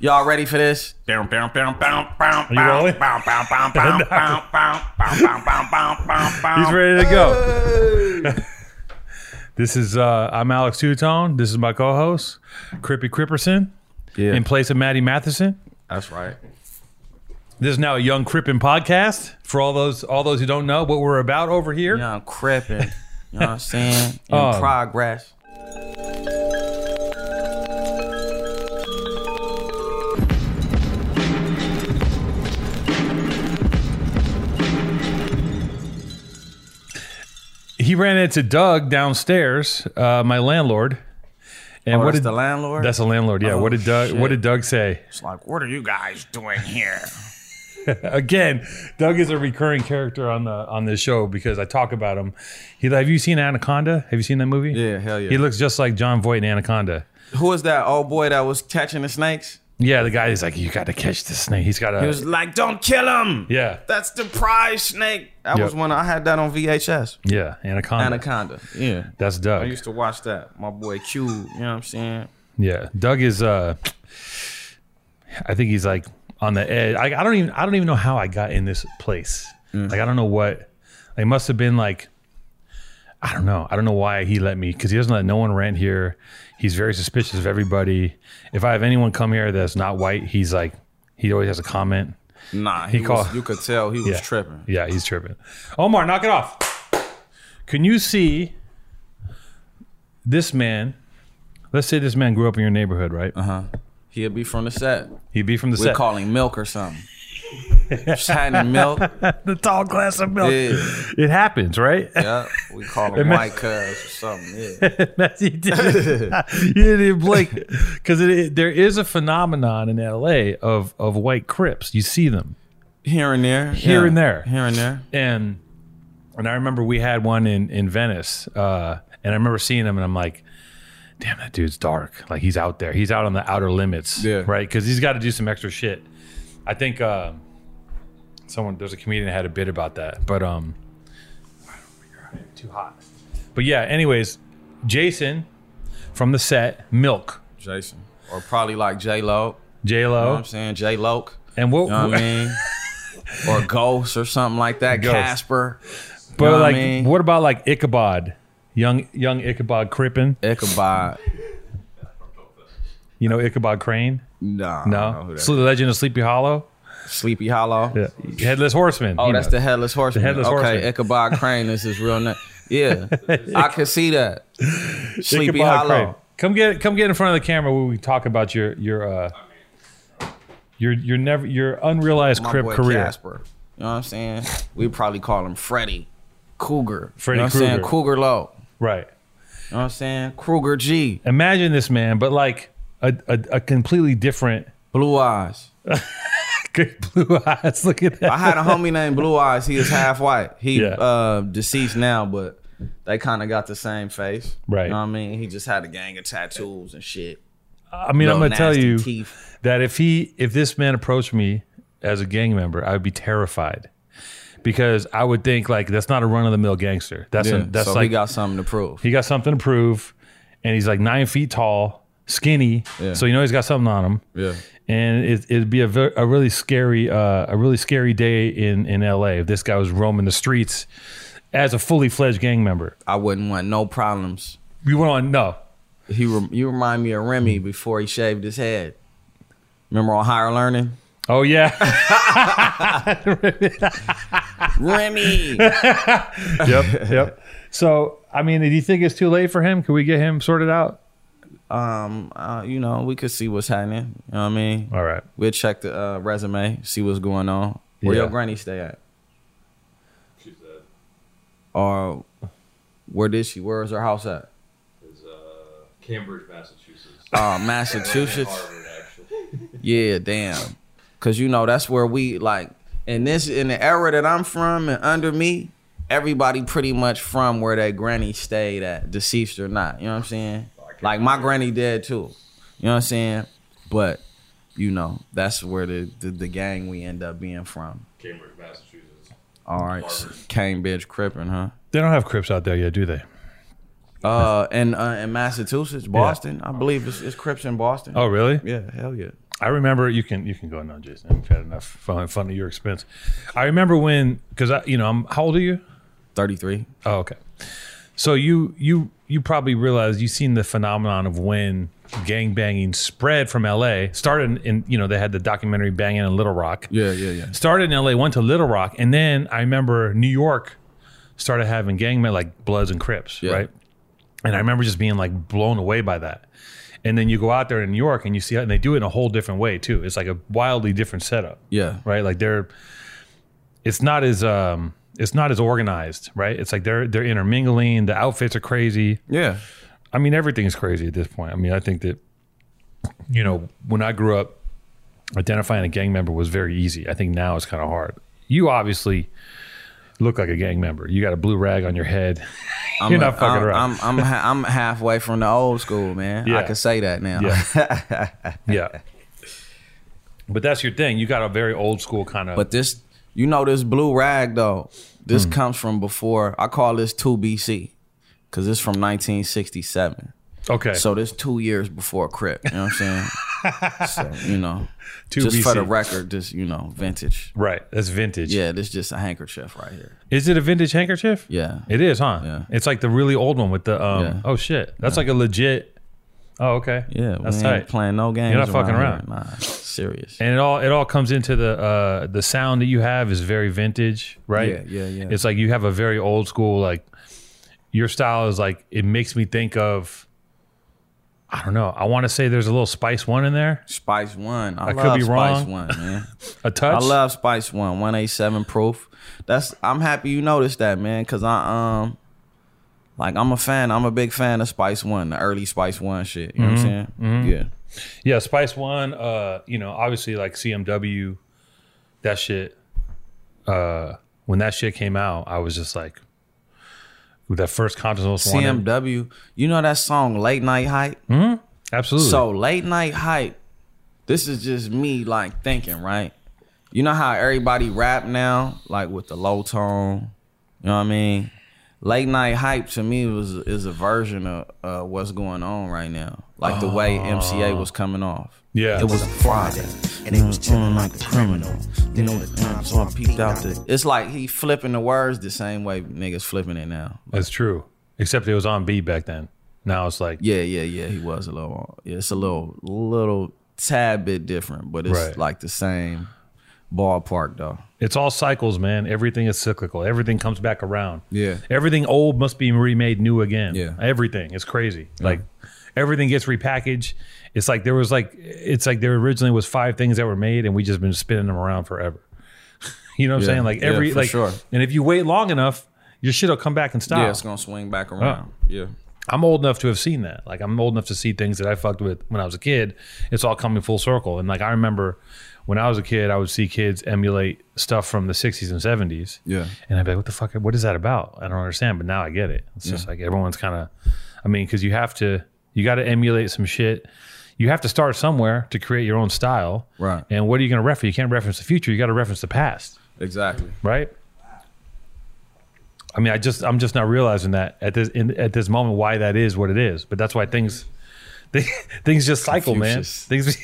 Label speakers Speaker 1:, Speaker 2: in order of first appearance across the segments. Speaker 1: Y'all ready for this?
Speaker 2: Are you rolling? He's ready to go. This is uh, I'm Alex Tutone. This is my co-host, Crippy Cripperson,
Speaker 1: Yeah,
Speaker 2: in place of Maddie Matheson.
Speaker 1: that's right.
Speaker 2: This is now a Young Crippin podcast. For all those all those who don't know what we're about over here,
Speaker 1: You know, I'm cripping. You know what I'm saying? In
Speaker 2: Um,
Speaker 1: progress.
Speaker 2: he ran into Doug downstairs, uh, my landlord. And
Speaker 1: What
Speaker 2: what
Speaker 1: is
Speaker 2: did
Speaker 1: Oh, the landlord?
Speaker 2: that's a landlord? Yeah.
Speaker 1: Oh,
Speaker 2: what did Doug? What
Speaker 1: shit.
Speaker 2: did Doug say?
Speaker 1: it's like, what are you guys doing here?
Speaker 2: Again, Doug is a recurring character on the on this show because I talk about him. He have you seen Anaconda? Have you seen that movie?
Speaker 1: Yeah, hell yeah.
Speaker 2: He looks just like John Voight in Anaconda.
Speaker 1: Who is that old boy that was catching the snakes?
Speaker 2: Yeah, the guy is like, you got to catch this snake. He's got
Speaker 1: He
Speaker 2: a
Speaker 1: was like, don't kill him.
Speaker 2: yeah,
Speaker 1: That's the prize snake. That
Speaker 2: Yep.
Speaker 1: was when I had that on VHS.
Speaker 2: yeah, Anaconda.
Speaker 1: Anaconda. Yeah.
Speaker 2: That's
Speaker 1: I
Speaker 2: Doug.
Speaker 1: used to watch that. My boy Q, you know what I'm saying?
Speaker 2: Yeah, Doug is. uh I think he's like on the edge. I, I don't even. I don't even know how I got in this place.
Speaker 1: Mm.
Speaker 2: Like I don't know what. It must have been like. I don't know. I don't know why he let me because he doesn't let no one rent here. He's very suspicious of everybody. If I have anyone come here that's not white, he's like, he always has a comment.
Speaker 1: Nah, he,
Speaker 2: He
Speaker 1: was,
Speaker 2: called-
Speaker 1: you could tell he was
Speaker 2: Yeah.
Speaker 1: tripping.
Speaker 2: Yeah, he's tripping. Omar, knock it off. Can you see this man? Let's say this man grew up in your neighborhood, right?
Speaker 1: He'd be from the set.
Speaker 2: He'd be from the
Speaker 1: We'd
Speaker 2: set.
Speaker 1: Uh-huh. call him Milk or something. Shiny Milk.
Speaker 2: the tall glass of milk.
Speaker 1: Yeah.
Speaker 2: It happens, right?
Speaker 1: Yeah. We call him White Cuz or something. Yeah.
Speaker 2: That's- you, didn't, you didn't even blink because there is a phenomenon in LA of of white Crips. You see them,
Speaker 1: Here and there.
Speaker 2: Here
Speaker 1: yeah.
Speaker 2: and there.
Speaker 1: Here and there.
Speaker 2: and and I remember we had one in in Venice, uh, and I remember seeing him, and I'm like. Damn, that dude's dark. Like he's out there. He's out on the outer limits,
Speaker 1: Yeah.
Speaker 2: right? Because he's got to do some extra shit. I think um someone there's a comedian that had a bit about that, but um, too hot. But yeah, anyways, Jason from the set Milk
Speaker 1: Jason. Or probably like J Lo.
Speaker 2: J
Speaker 1: You know what
Speaker 2: Lo
Speaker 1: I'm saying? J Loke.
Speaker 2: and what,
Speaker 1: You know what I mean? or Ghost or something like that.
Speaker 2: Ghost.
Speaker 1: Casper.
Speaker 2: but
Speaker 1: know what I
Speaker 2: like
Speaker 1: mean?
Speaker 2: what about like Ichabod, young young Ichabod Crippen,
Speaker 1: Ichabod.
Speaker 2: you know Ichabod Crane?
Speaker 1: Nah. I don't know
Speaker 2: No,
Speaker 1: who that
Speaker 2: so the Legend of Sleepy Hollow,
Speaker 1: Sleepy Hollow.
Speaker 2: yeah. Headless Horseman.
Speaker 1: Oh,
Speaker 2: you
Speaker 1: that's
Speaker 2: know.
Speaker 1: the headless horseman.
Speaker 2: Headless
Speaker 1: okay,
Speaker 2: Horseman.
Speaker 1: Ichabod Crane is his real name. Yeah, I could see that. Sleepy
Speaker 2: Ichabod Crane.
Speaker 1: Hollow.
Speaker 2: Come get come get in front of the camera where we talk about your your uh your your never your unrealized
Speaker 1: My
Speaker 2: crip
Speaker 1: boy
Speaker 2: career.
Speaker 1: Casper. You know what I'm saying? We probably call him Freddy Cougar.
Speaker 2: Freddy
Speaker 1: you know what I'm saying?
Speaker 2: Krueger.
Speaker 1: Cougar Low.
Speaker 2: Right.
Speaker 1: You know what I'm saying? Kruger G.
Speaker 2: Imagine this man, but like a a, a completely different
Speaker 1: Blue Eyes.
Speaker 2: good blue eyes. Look at
Speaker 1: I
Speaker 2: that.
Speaker 1: had a homie named Blue Eyes. He is half white. He
Speaker 2: Yeah.
Speaker 1: uh, deceased now, but they kind of got the same face.
Speaker 2: Right.
Speaker 1: You know what I mean? He just had a gang of tattoos and shit.
Speaker 2: I mean, I'm
Speaker 1: Little
Speaker 2: gonna tell
Speaker 1: nasty
Speaker 2: you
Speaker 1: teeth.
Speaker 2: that if he if this man approached me as a gang member, I would be terrified because I would think like that's not a run of the mill gangster. That's a,
Speaker 1: Yeah,
Speaker 2: that's
Speaker 1: so he
Speaker 2: like
Speaker 1: got something to prove.
Speaker 2: he got something to prove, and he's like nine feet tall, skinny,
Speaker 1: Yeah.
Speaker 2: so you know he's got something on him.
Speaker 1: Yeah.
Speaker 2: And it, it'd be a, ver- a really scary uh, a really scary day in in L.A. if this guy was roaming the streets as a fully fledged gang member.
Speaker 1: I wouldn't want no problems.
Speaker 2: You went on no.
Speaker 1: He rem you remind me of Remy before he shaved his head. Remember on Higher Learning?
Speaker 2: Oh yeah.
Speaker 1: Remy.
Speaker 2: yep, yep. So, I mean, do you think it's too late for him? Can we get him sorted out?
Speaker 1: um, uh, you know, we could see what's happening. You know what I mean?
Speaker 2: All right.
Speaker 1: We'll check the uh, resume, see what's going on. Where
Speaker 2: Yeah.
Speaker 1: your granny stay at? Or where did she? Where is her house at?
Speaker 3: is uh, Cambridge, Massachusetts.
Speaker 1: Uh, Massachusetts.
Speaker 3: Harvard, actually.
Speaker 1: Yeah, damn. Cause you know that's where we like in this in the era that I'm from and under me, everybody pretty much from where their granny stayed at, deceased or not. You know what I'm saying? Like my granny dead too. You know what I'm saying? But you know that's where the the, the gang we end up being from.
Speaker 3: Cambridge, Massachusetts.
Speaker 1: All right, so Cambridge Crippin, huh?
Speaker 2: They don't have Crips out there yet, do they?
Speaker 1: Uh, and uh, in Massachusetts, Boston, I believe it's, it's Crips in Boston.
Speaker 2: Oh, really?
Speaker 1: yeah, hell yeah.
Speaker 2: I remember you can you can go now, Jason. I've had enough fun fun at your expense. I remember when because I you know I'm how old are you?
Speaker 1: 33.
Speaker 2: Oh, okay. So you you you probably realize you've seen the phenomenon of when gang banging spread from LA started in you know they had the documentary Banging in Little Rock
Speaker 1: Yeah, yeah, yeah.
Speaker 2: started in LA went to Little Rock and then I remember New York started having gang men like Bloods and Crips
Speaker 1: Yeah.
Speaker 2: right and I remember just being like blown away by that and then you go out there in New York and you see how and they do it in a whole different way too it's like a wildly different setup
Speaker 1: Yeah.
Speaker 2: right like they're it's not as um it's not as organized right it's like they're they're intermingling the outfits are crazy
Speaker 1: Yeah.
Speaker 2: i mean everything's crazy at this point i mean i think that you know when i grew up identifying a gang member was very easy i think now it's kind of hard you obviously look like a gang member you got a blue rag on your head
Speaker 1: I'm
Speaker 2: You're not fucking
Speaker 1: I'm,
Speaker 2: around.
Speaker 1: I'm, I'm, ha- I'm halfway from the old school, man. I
Speaker 2: Yeah.
Speaker 1: can say that now.
Speaker 2: yeah yeah but that's your thing you got a very old school kind of
Speaker 1: But this, you know, this blue rag though, this
Speaker 2: Hmm.
Speaker 1: comes from before. I call this two BC, cause it's from 1967.
Speaker 2: okay
Speaker 1: So this two years before Crip. You know what I'm saying? so you know,
Speaker 2: 2
Speaker 1: just for the
Speaker 2: BC.
Speaker 1: record, just you know, vintage.
Speaker 2: right that's vintage
Speaker 1: Yeah, this just a handkerchief right here.
Speaker 2: Is it a vintage handkerchief?
Speaker 1: Yeah.
Speaker 2: It is, huh?
Speaker 1: Yeah.
Speaker 2: It's like the really old one with the um
Speaker 1: Yeah.
Speaker 2: oh shit. That's like a legit Oh, okay.
Speaker 1: Yeah,
Speaker 2: That's
Speaker 1: we ain't
Speaker 2: tight.
Speaker 1: playing no games.
Speaker 2: not fucking
Speaker 1: around. here. Nah, serious.
Speaker 2: And it all it all comes into the uh the sound that you have is very vintage, right?
Speaker 1: Yeah, yeah, yeah.
Speaker 2: It's like you have a very old school like your style is like it makes me think of I don't know. I want to say there's a little Spice One in there,
Speaker 1: Spice One. I,
Speaker 2: I could
Speaker 1: love
Speaker 2: be
Speaker 1: Spice
Speaker 2: wrong.
Speaker 1: One, man.
Speaker 2: a touch.
Speaker 1: I love Spice One, 187 proof. That's I'm happy you noticed that, man, cause I um like I'm a fan, I'm a big fan of Spice One, the early Spice One shit. You know
Speaker 2: Mm-hmm.
Speaker 1: what I'm saying? Yeah.
Speaker 2: yeah, Spice One. Uh, you know, obviously like CMW, that shit. Uh, when that shit came out, I was just like, with that first contest was wanted.
Speaker 1: CMW. You know that song Late Night Hype?
Speaker 2: Absolutely.
Speaker 1: So late night hype. This is just me like thinking, right? You know how everybody rap now, like with the low tone. You know what I mean? Late night hype to me was is a version of uh, what's going on right now, like the way MCA was coming off.
Speaker 2: Oh. yeah, Mm-hmm.
Speaker 4: It was a Friday, and they was chillin' like a criminal. You know the time, so I peeped out the
Speaker 1: It's like he flipping the words the same way niggas flipping it now.
Speaker 2: that's true. Except it was on B back then. Now it's like,
Speaker 1: Yeah, yeah, yeah. He was a little. yeah, It's a little, little tad bit different, but it's
Speaker 2: Right.
Speaker 1: like the same ballpark though.
Speaker 2: it's all cycles, man. Everything is cyclical. Everything comes back around.
Speaker 1: Yeah.
Speaker 2: Everything old must be remade new again.
Speaker 1: Yeah.
Speaker 2: Everything. It's crazy. Like everything gets repackaged. It's like there was like it's like there originally was five things that were made and we just been spinning them around forever. you know what
Speaker 1: Yeah.
Speaker 2: I'm saying? Like
Speaker 1: Yeah,
Speaker 2: every
Speaker 1: for
Speaker 2: like
Speaker 1: sure.
Speaker 2: and if you wait long enough, your shit'll come back and stop.
Speaker 1: Yeah, it's gonna swing back around. Yeah.
Speaker 2: I'm old enough to have seen that. Like I'm old enough to see things that I fucked with when I was a kid. It's all coming full circle. And like I remember when I was a kid, I would see kids emulate stuff from the 60s and 70s.
Speaker 1: Yeah.
Speaker 2: And I'd be like, what the fuck? What is that about? I don't understand. But now I get it. It's just like everyone's kind of, I mean, because you have to, you got to emulate some shit. You have to start somewhere to create your own style.
Speaker 1: Right.
Speaker 2: And what are you going to reference? You can't reference the future. You got to reference the past
Speaker 1: Exactly.
Speaker 2: right? I mean, I just I'm just not realizing that at this in, at this moment why that is what it is. But that's why things thi- things just cycle,
Speaker 1: Confucius.
Speaker 2: man. Things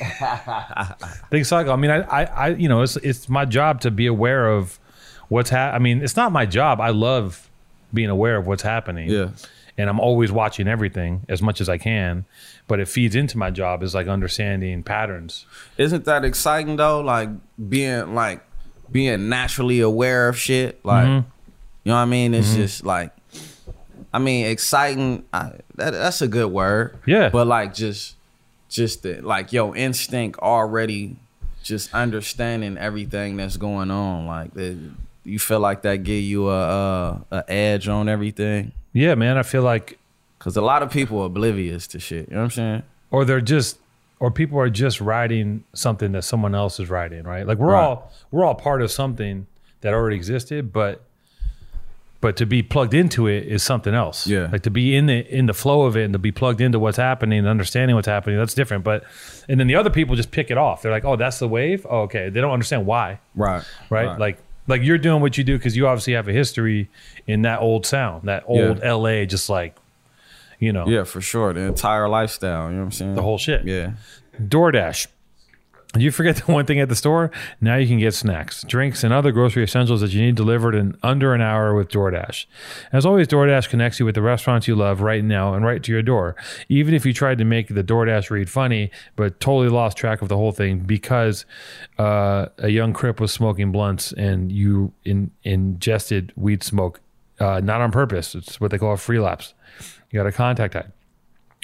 Speaker 2: things cycle. I mean, I, I I you know it's it's my job to be aware of what's hap I mean, it's not my job. I love being aware of what's happening.
Speaker 1: Yeah.
Speaker 2: And I'm always watching everything as much as I can, but it feeds into my job is like understanding patterns.
Speaker 1: Isn't that exciting though? Like being like being naturally aware of shit. Like
Speaker 2: Mm-hmm.
Speaker 1: you know what I mean? It's just like I mean, exciting. I, that, that's a good word.
Speaker 2: Yeah.
Speaker 1: But like just just the, like yo instinct already just understanding everything that's going on. Like the, you feel like that give you a, a, a edge on everything.
Speaker 2: Yeah, man. I feel like
Speaker 1: Cause a lot of people oblivious to shit. You know what I'm saying?
Speaker 2: or they're just or people are just riding something that someone else is riding, right? Like we're
Speaker 1: Right.
Speaker 2: all we're all part of something that already existed, but but to be plugged into it is something else.
Speaker 1: Yeah.
Speaker 2: Like to be in the in the flow of it and to be plugged into what's happening and understanding what's happening, that's different. But and then the other people just pick it off. They're like, Oh, that's the wave? Oh, okay. They don't understand why
Speaker 1: Right.
Speaker 2: right? Like like you're doing what you do because you obviously have a history in that old sound, that old LA, just like you know
Speaker 1: Yeah, for sure. The entire lifestyle. You know what I'm saying?
Speaker 2: the whole shit.
Speaker 1: Yeah.
Speaker 2: DoorDash. You forget the one thing at the store? Now you can get snacks, drinks, and other grocery essentials that you need delivered in under an hour with DoorDash. As always, DoorDash connects you with the restaurants you love right now and right to your door. Even if you tried to make the DoorDash read funny, but totally lost track of the whole thing because uh, a young crip was smoking blunts and you in, ingested weed smoke, uh, not on purpose. It's what they call a free lapse. You got a contact hide.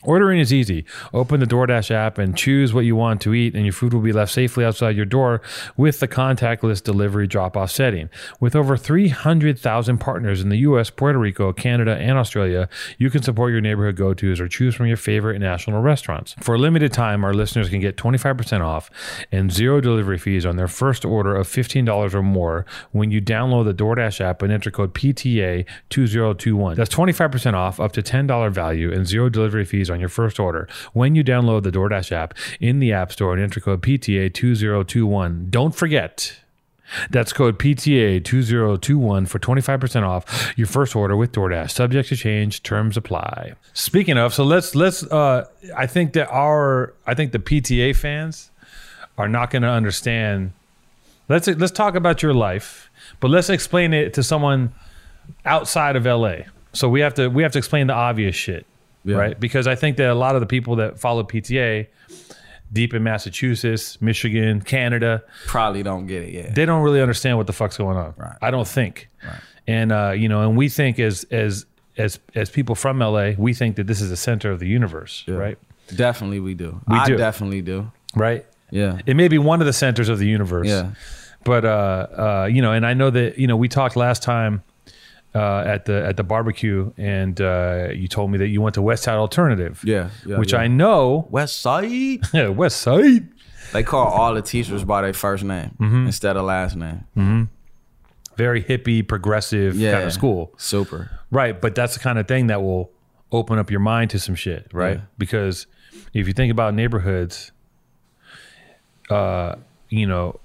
Speaker 2: Ordering is easy. Open the DoorDash app and choose what you want to eat, and your food will be left safely outside your door with the contactless delivery drop off setting. With over 300,000 partners in the US, Puerto Rico, Canada, and Australia, you can support your neighborhood go tos or choose from your favorite national restaurants. For a limited time, our listeners can get 25% off and zero delivery fees on their first order of $15 or more when you download the DoorDash app and enter code PTA2021. That's 25% off, up to $10 value, and zero delivery fees on your first order when you download the DoorDash app in the App Store and enter code PTA2021. Don't forget. That's code PTA2021 for 25% off your first order with DoorDash. Subject to change, terms apply. Speaking of, so let's let's uh I think that our I think the PTA fans are not going to understand Let's let's talk about your life, but let's explain it to someone outside of LA. So we have to we have to explain the obvious shit,
Speaker 1: Yeah.
Speaker 2: right? Because I think that a lot of the people that follow PTA deep in Massachusetts, Michigan, Canada,
Speaker 1: Probably don't get it yet.
Speaker 2: they don't really understand what the fuck's going on.
Speaker 1: Right.
Speaker 2: I don't think. And uh, you know, and we think as as as as people from LA, we think that this is the center of the universe, right?
Speaker 1: Definitely we do. I
Speaker 2: do.
Speaker 1: definitely do.
Speaker 2: Right?
Speaker 1: Yeah.
Speaker 2: It may be one of the centers of the universe.
Speaker 1: Yeah.
Speaker 2: but uh, uh, you know, and I know that you know we talked last time uh, at the at the barbecue, and uh, you told me that you went to West Side Alternative,
Speaker 1: Yeah, yeah,
Speaker 2: which
Speaker 1: yeah.
Speaker 2: I know
Speaker 1: West Side.
Speaker 2: West Side.
Speaker 1: They call all the teachers by their first name
Speaker 2: Mm-hmm.
Speaker 1: instead of last name.
Speaker 2: Very hippie, progressive
Speaker 1: Yeah.
Speaker 2: kind of school,
Speaker 1: Super.
Speaker 2: right? But that's the kind of thing that will open up your mind to some shit, right?
Speaker 1: Yeah.
Speaker 2: Because if you think about neighborhoods, uh, you know,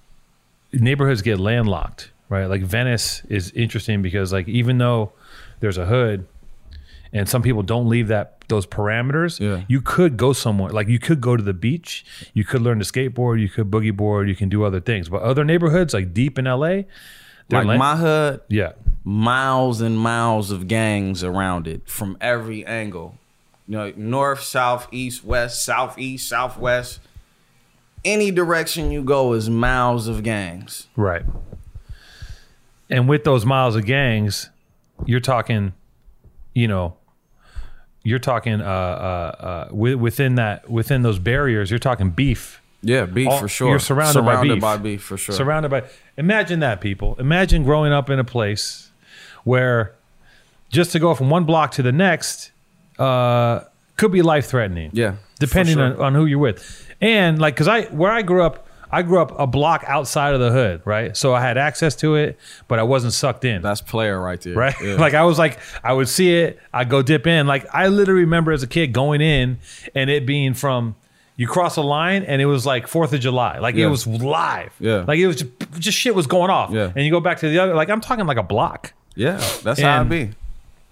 Speaker 2: neighborhoods get landlocked, right? Like Venice is interesting because like even though there's a hood and some people don't leave that those parameters,
Speaker 1: Yeah.
Speaker 2: you could go somewhere. Like you could go to the beach, you could learn to skateboard, you could boogie board, you can do other things. But other neighborhoods like deep in LA, they're
Speaker 1: Like
Speaker 2: land-
Speaker 1: my hood,
Speaker 2: yeah.
Speaker 1: miles and miles of gangs around it from every angle. You know, north, south, east, west, southeast, southwest. Any direction you go is miles of gangs.
Speaker 2: Right. And with those miles of gangs, you're talking, you know, you're talking uh, uh, uh, wi- within that within those barriers, you're talking beef,
Speaker 1: Yeah, beef
Speaker 2: All-
Speaker 1: for sure.
Speaker 2: you're surrounded by beef.
Speaker 1: for sure.
Speaker 2: surrounded by. Imagine that, people. Imagine growing up in a place where just to go from one block to the next uh, could be life threatening
Speaker 1: yeah,
Speaker 2: depending
Speaker 1: for sure.
Speaker 2: on, on who you're with and like because i where i grew up i grew up a block outside of the hood right so i had access to it but i wasn't sucked in
Speaker 1: that's player right there.
Speaker 2: right
Speaker 1: Yeah.
Speaker 2: like i was like i would see it i go dip in like i literally remember as a kid going in and it being from you cross a line and it was like fourth of july like
Speaker 1: Yeah.
Speaker 2: it was live
Speaker 1: Yeah.
Speaker 2: like it was just, just shit was going off
Speaker 1: Yeah.
Speaker 2: and you go back to the other like i'm talking like a block
Speaker 1: yeah, that's how it
Speaker 2: And-
Speaker 1: be.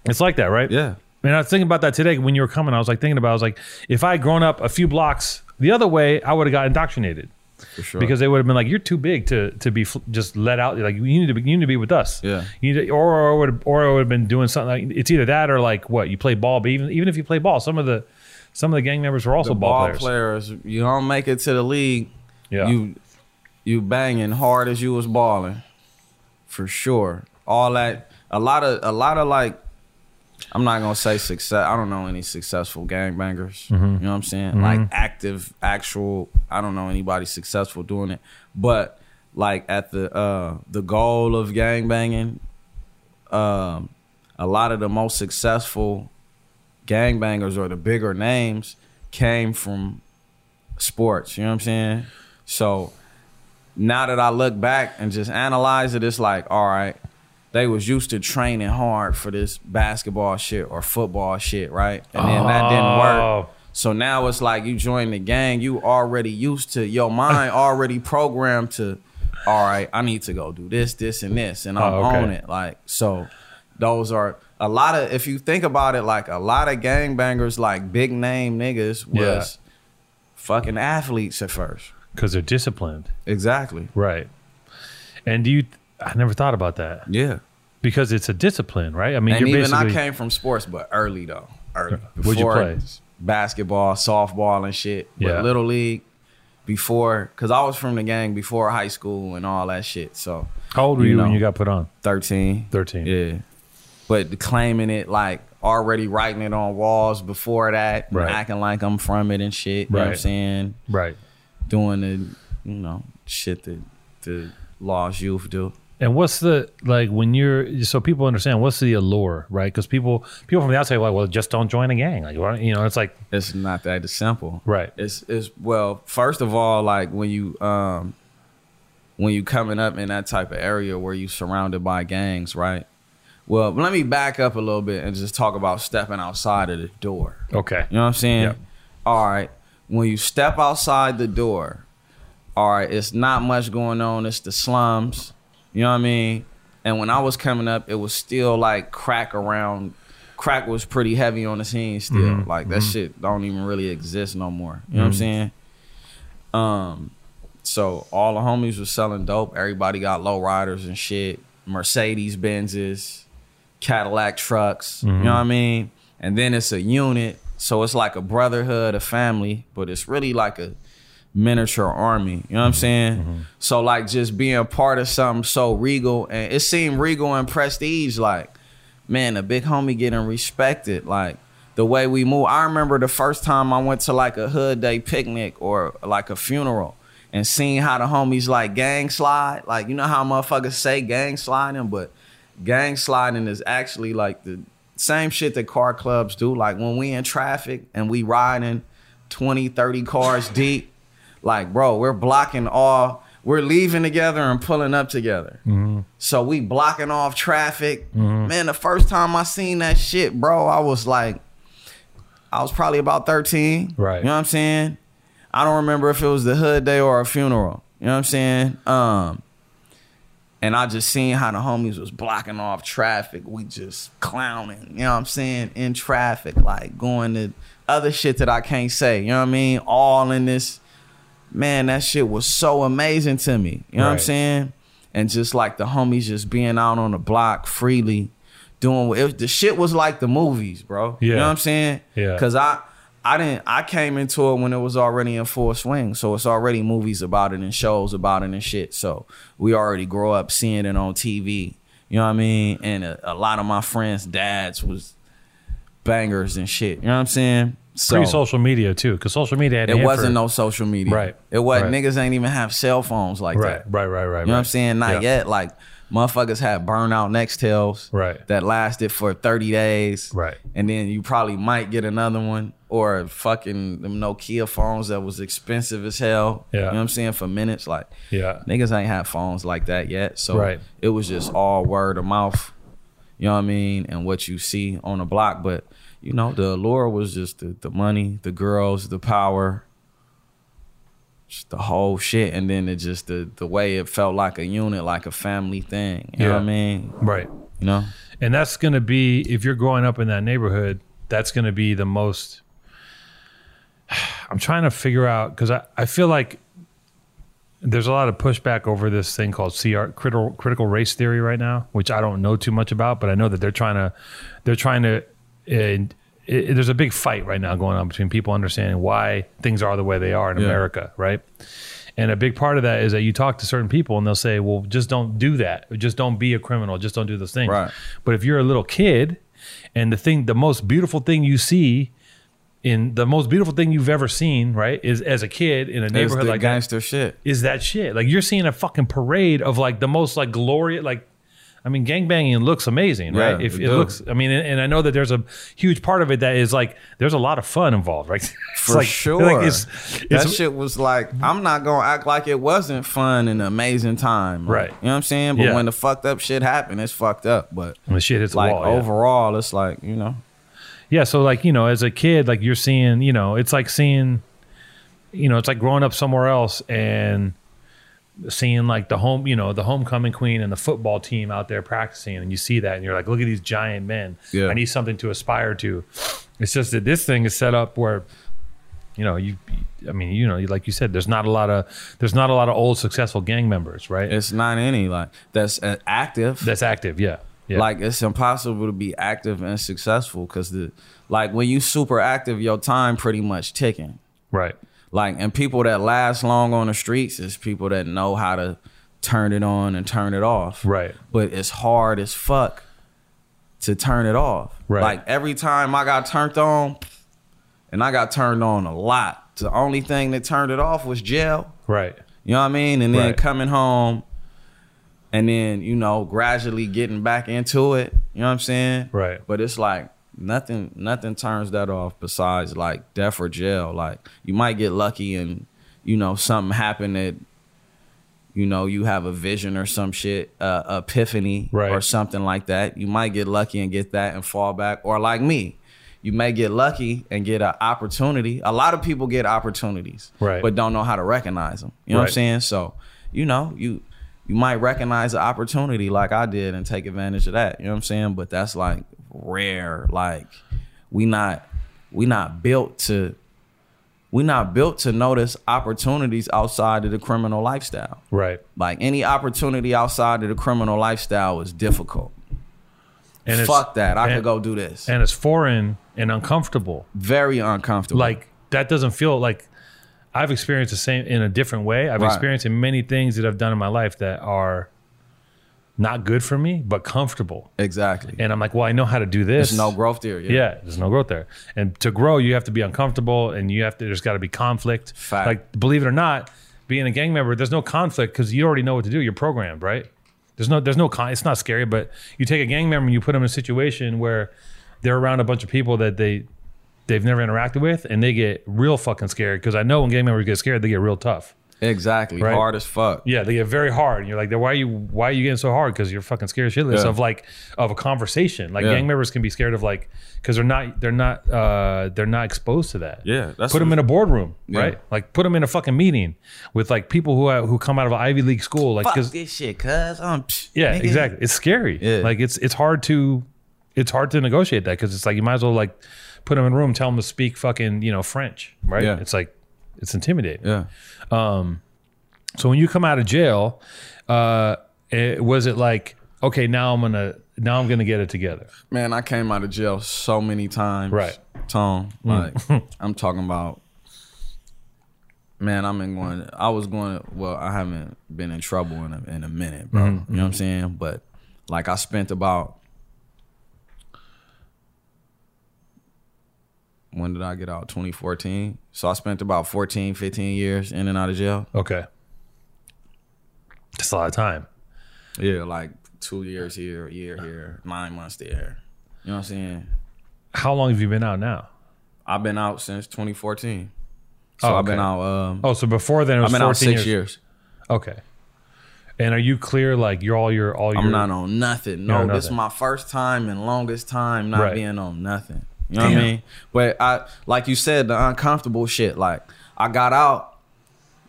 Speaker 2: it's like that right
Speaker 1: Yeah,
Speaker 2: and I was thinking about that today when you were coming. I was like thinking about. I was like, if I had grown up a few blocks the other way, I would have got indoctrinated
Speaker 1: for sure.
Speaker 2: because they would have been like, "You're too big to to be fl- just let out. Like you need to be, you need to be with us.
Speaker 1: Yeah.
Speaker 2: You need to, or or would or I would have been doing something. Like, it's either that or like what you play ball. But even even if you play ball, some of the some of the gang members were also
Speaker 1: the
Speaker 2: ball,
Speaker 1: ball
Speaker 2: players.
Speaker 1: players. You don't make it to the league.
Speaker 2: Yeah.
Speaker 1: You you banging hard as you was balling, for sure. All that a lot of a lot of like. I'm not gonna say success. I don't know any successful
Speaker 2: Mm-hmm.
Speaker 1: gangbangers. You know what I'm saying? Like active, actual. I don't know anybody successful doing it. But like at the uh the goal of gangbanging, um, a lot of the most successful gangbangers or the bigger names came from sports. You know what I'm saying? So now that I look back and just analyze it, it's like, all right, they was used to training hard for this basketball shit or football shit, right? And then that didn't
Speaker 2: Oh.
Speaker 1: work. So now it's like you join the gang, you already used to your mind already programmed to, all right, I need to go do this, this, and this, and I'm
Speaker 2: Oh, okay.
Speaker 1: on it. Like so, those are a lot of. If you think about it, like a lot of gangbangers, like big name niggas, was
Speaker 2: Yeah.
Speaker 1: fucking athletes at first.
Speaker 2: because they're disciplined,
Speaker 1: Exactly.
Speaker 2: right? And do you? I never thought about that
Speaker 1: Yeah.
Speaker 2: because it's a discipline, right? I mean,
Speaker 1: and
Speaker 2: you're
Speaker 1: even I
Speaker 2: basically
Speaker 1: came from sports, but early though. Early.
Speaker 2: What'd you play?
Speaker 1: Basketball, softball, and shit. But
Speaker 2: Yeah.
Speaker 1: little league before, because I was from the gang before high school and all that shit. So
Speaker 2: how old were
Speaker 1: you
Speaker 2: you when
Speaker 1: know.
Speaker 2: you got put on?
Speaker 1: 13.
Speaker 2: 13.
Speaker 1: Yeah. But claiming it like already writing it on walls before that, and
Speaker 2: Right.
Speaker 1: acting like I'm from it and shit. You know what I'm
Speaker 2: Right.
Speaker 1: saying?
Speaker 2: Right.
Speaker 1: Doing the, you know, shit that the lost youth do.
Speaker 2: And what's the like when you're so people understand what's the allure, right? Because people people from the outside are like, well, just don't join a gang, like why- you know, it's like
Speaker 1: It's not that simple.
Speaker 2: right,
Speaker 1: It's it's well, first of all, like when you um when you coming up in that type of area where you surrounded by gangs, right? Well, let me back up a little bit and just talk about stepping outside of the door.
Speaker 2: okay,
Speaker 1: You know what I'm saying?
Speaker 2: Yep.
Speaker 1: All right. When you step outside the door, all right, it's not much going on. It's the slums. You know what I mean? And when I was coming up, it was still like crack around. Crack was pretty heavy on the scene still. Like that shit don't even really exist no more. You know what I'm saying? Um, so all the homies was selling dope. Everybody got low riders and shit. Mercedes Benzes, Cadillac trucks. You know what I mean? And then it's a unit. So it's like a brotherhood, a family, but it's really like a miniature army. You know what I'm saying? So like just being part of something so regal and it seemed regal and prestige like man, a big homie getting respected like the way we move. I remember the first time I went to like a hood day picnic or like a funeral and seeing how the homies like gang slide. Like you know how motherfuckers say gang sliding, but gang sliding is actually like the same shit that car clubs do. Like when we in traffic and we riding 20, 30 cars deep, like bro, we're blocking all we're leaving together and pulling up together. So we blocking off traffic. Man, the first time I seen that shit, bro, I was like, I was probably about 13.
Speaker 2: Right.
Speaker 1: You know what I'm saying? I don't remember if it was the hood day or a funeral. You know what I'm saying? Um, and I just seen how the homies was blocking off traffic. We just clowning, you know what I'm saying? In traffic, like going to other shit that I can't say. You know what I mean? All in this, man, that shit was so amazing to me. You know what I'm
Speaker 2: Right.
Speaker 1: saying? And just like the homies just being out on the block freely, doing what it, the shit was like the movies, bro. You know
Speaker 2: Yeah.
Speaker 1: what I'm saying?
Speaker 2: Yeah.
Speaker 1: Cause I I didn't I came into it when it was already in full swing. So it's already movies about it and shows about it and shit. So we already grow up seeing it on TV. You know what I mean? And a, a lot of my friends' dads was bangers and shit. You know what I'm saying? So
Speaker 2: pre social media too, because social media had
Speaker 1: it
Speaker 2: Hanford.
Speaker 1: wasn't no social media.
Speaker 2: Right.
Speaker 1: It wasn't
Speaker 2: Right.
Speaker 1: niggas ain't even have cell phones like
Speaker 2: right,
Speaker 1: that.
Speaker 2: right, right, right.
Speaker 1: You know what I'm saying? Not
Speaker 2: Yeah.
Speaker 1: yet. Like motherfuckers had burnout nextels
Speaker 2: Right.
Speaker 1: that lasted for 30 days.
Speaker 2: Right.
Speaker 1: And then you probably might get another one or fucking them Nokia phones that was expensive as hell.
Speaker 2: Yeah.
Speaker 1: You know what I'm saying? For minutes. Like
Speaker 2: Yeah,
Speaker 1: niggas ain't had phones like that yet. So
Speaker 2: Right.
Speaker 1: it was just all word of mouth. You know what I mean? And what you see on the block. But you know, the allure was just the, the money, the girls, the power, just the whole shit. And then it just the the way it felt like a unit, like a family thing. You know what I
Speaker 2: Yeah.
Speaker 1: mean?
Speaker 2: right.
Speaker 1: You know?
Speaker 2: And that's going to be if you're growing up in that neighborhood, that's going to be the most. I'm trying to figure out because I, I feel like there's a lot of pushback over this thing called CR critical critical race theory right now, which I don't know too much about, but I know that they're trying to they're trying to. And it, there's a big fight right now going on between people understanding why things are the way they are in America, right? And a big part of that is that you talk to certain people and they'll say, well, just don't do that. Just don't be a criminal. Just don't do those things.
Speaker 1: Right.
Speaker 2: But if you're a little kid and the thing, the most beautiful thing you see in the most beautiful thing you've ever seen, right, is as a kid in a
Speaker 1: It's
Speaker 2: neighborhood
Speaker 1: the
Speaker 2: like that,
Speaker 1: gangster shit.
Speaker 2: is that shit. Like you're seeing a fucking parade of like the most like glorious, like, I mean, gangbanging looks amazing,
Speaker 1: Yeah,
Speaker 2: right? If
Speaker 1: it
Speaker 2: it,
Speaker 1: does.
Speaker 2: looks, I mean, and, and I know that there's a huge part of it that is like there's a lot of fun involved, right? It's
Speaker 1: For
Speaker 2: like-
Speaker 1: sure.
Speaker 2: like, it's,
Speaker 1: that
Speaker 2: it's-
Speaker 1: shit was like, I'm not gonna act like it wasn't fun and amazing time. Like,
Speaker 2: Right.
Speaker 1: You know what I'm saying? But
Speaker 2: Yeah.
Speaker 1: when the fucked up shit happened, it's fucked up. But
Speaker 2: when the shit hits the
Speaker 1: like
Speaker 2: wall, yeah.
Speaker 1: overall, it's like, you know.
Speaker 2: yeah so like you know as a kid like you're seeing you know it's like seeing you know it's like growing up somewhere else and seeing like the home you know the homecoming queen and the football team out there practicing and you see that and you're like look at these giant men
Speaker 1: Yeah.
Speaker 2: i need something to aspire to it's just that this thing is set up where you know, you, I mean, you know, like you said, there's not a lot of there's not a lot of old successful gang members, right?
Speaker 1: It's not any like that's uh, active.
Speaker 2: That's active, yeah. yeah.
Speaker 1: Like it's impossible to be active and successful because the like when you super active, your time pretty much ticking.
Speaker 2: right,
Speaker 1: Like and people that last long on the streets is people that know how to turn it on and turn it off.
Speaker 2: Right.
Speaker 1: But it's hard as fuck to turn it off.
Speaker 2: Right.
Speaker 1: Like every time I got turned on, and I got turned on a lot. The only thing that turned it off was jail.
Speaker 2: right,
Speaker 1: You know what I mean? And then
Speaker 2: Right.
Speaker 1: coming home and then, you know, gradually getting back into it. You know what I'm saying?
Speaker 2: Right.
Speaker 1: But it's like nothing nothing turns that off besides like death or jail. Like you might get lucky and, you know, something happened that you know, you have a vision or some shit, uh, epiphany
Speaker 2: Right.
Speaker 1: or something like that. You might get lucky and get that and fall back. Or like me, you may get lucky and get an opportunity. A lot of people get opportunities,
Speaker 2: Right.
Speaker 1: but don't know how to recognize them. You know what I'm
Speaker 2: Right.
Speaker 1: saying? So, you know, you you might recognize the opportunity like I did and take advantage of that. You know what I'm saying? But that's like rare. Like we not we not built to we not built to notice opportunities outside of the criminal lifestyle.
Speaker 2: right.
Speaker 1: Like any opportunity outside of the criminal lifestyle is difficult.
Speaker 2: And it's-
Speaker 1: Fuck that. I
Speaker 2: and-
Speaker 1: could go do this.
Speaker 2: and it's foreign and uncomfortable.
Speaker 1: Very uncomfortable.
Speaker 2: Like that doesn't feel like I've experienced the same in a different way. I've
Speaker 1: Right.
Speaker 2: experienced in many things that I've done in my life that are not good for me, but comfortable.
Speaker 1: exactly.
Speaker 2: And I'm like, well, I know how to do this.
Speaker 1: There's no growth there.
Speaker 2: Yeah, there's no growth there. And to grow, you have to be uncomfortable, and you have to. There's got to be conflict.
Speaker 1: Fact.
Speaker 2: Like believe it or not, being a gang member, there's no conflict because you already know what to do. You're programmed, right? There's no, there's no. Con- it's not scary, but you take a gang member and you put them in a situation where they're around a bunch of people that they they've never interacted with, and they get real fucking scared. Because I know when gang members get scared, they get real tough.
Speaker 1: Exactly.
Speaker 2: Right.
Speaker 1: Hard as fuck.
Speaker 2: Yeah, they get very hard, and you're like, "Why are you? Why are you getting so hard? Because you're fucking scared shitless
Speaker 1: Yeah.
Speaker 2: of like of a conversation. Like
Speaker 1: Yeah.
Speaker 2: gang members can be scared of like because they're not they're not uh they're not exposed to that.
Speaker 1: Yeah, that's
Speaker 2: put them
Speaker 1: what-
Speaker 2: in a boardroom,
Speaker 1: Yeah.
Speaker 2: right? Like put them in a fucking meeting with like people who are, who come out of an Ivy League school, like
Speaker 1: Fuck
Speaker 2: because
Speaker 1: this shit, cuz. Um, psh,
Speaker 2: yeah,
Speaker 1: nigga.
Speaker 2: exactly. It's scary.
Speaker 1: Yeah.
Speaker 2: Like it's it's hard to it's hard to negotiate that because it's like you might as well like put them in a room, tell them to speak fucking you know French, right?
Speaker 1: Yeah.
Speaker 2: It's like it's intimidating.
Speaker 1: Yeah.
Speaker 2: So when you come out of jail, uh, it, was it like okay now I'm gonna now I'm gonna get it together?
Speaker 1: Man, I came out of jail so many times.
Speaker 2: Right. Mm.
Speaker 1: Tone. Like, I'm talking about, man, I'm in going, I was going, well, I haven't been in trouble in a, in a minute, bro.
Speaker 2: Mm-hmm.
Speaker 1: You know what I'm saying? But, like, I spent about, when did I get out? 2014. So I spent about 14, 15 years in and out of jail.
Speaker 2: Okay, that's a lot of time.
Speaker 1: Yeah, like two years here, a year here, nine months there. You know what I'm saying?
Speaker 2: How long have you been out now?
Speaker 1: I've been out since 2014. So
Speaker 2: Oh,
Speaker 1: I've been
Speaker 2: okay.
Speaker 1: out. Um,
Speaker 2: Oh, so before then it was
Speaker 1: I've been
Speaker 2: 14
Speaker 1: out six years.
Speaker 2: years. Okay, and are you clear? Like you're all your all your
Speaker 1: I'm not on nothing. No,
Speaker 2: You're on
Speaker 1: this is
Speaker 2: nothing.
Speaker 1: my first time and longest time not
Speaker 2: Right.
Speaker 1: being on nothing. You know what I
Speaker 2: Damn.
Speaker 1: mean? But I, like you said, the uncomfortable shit. Like I got out.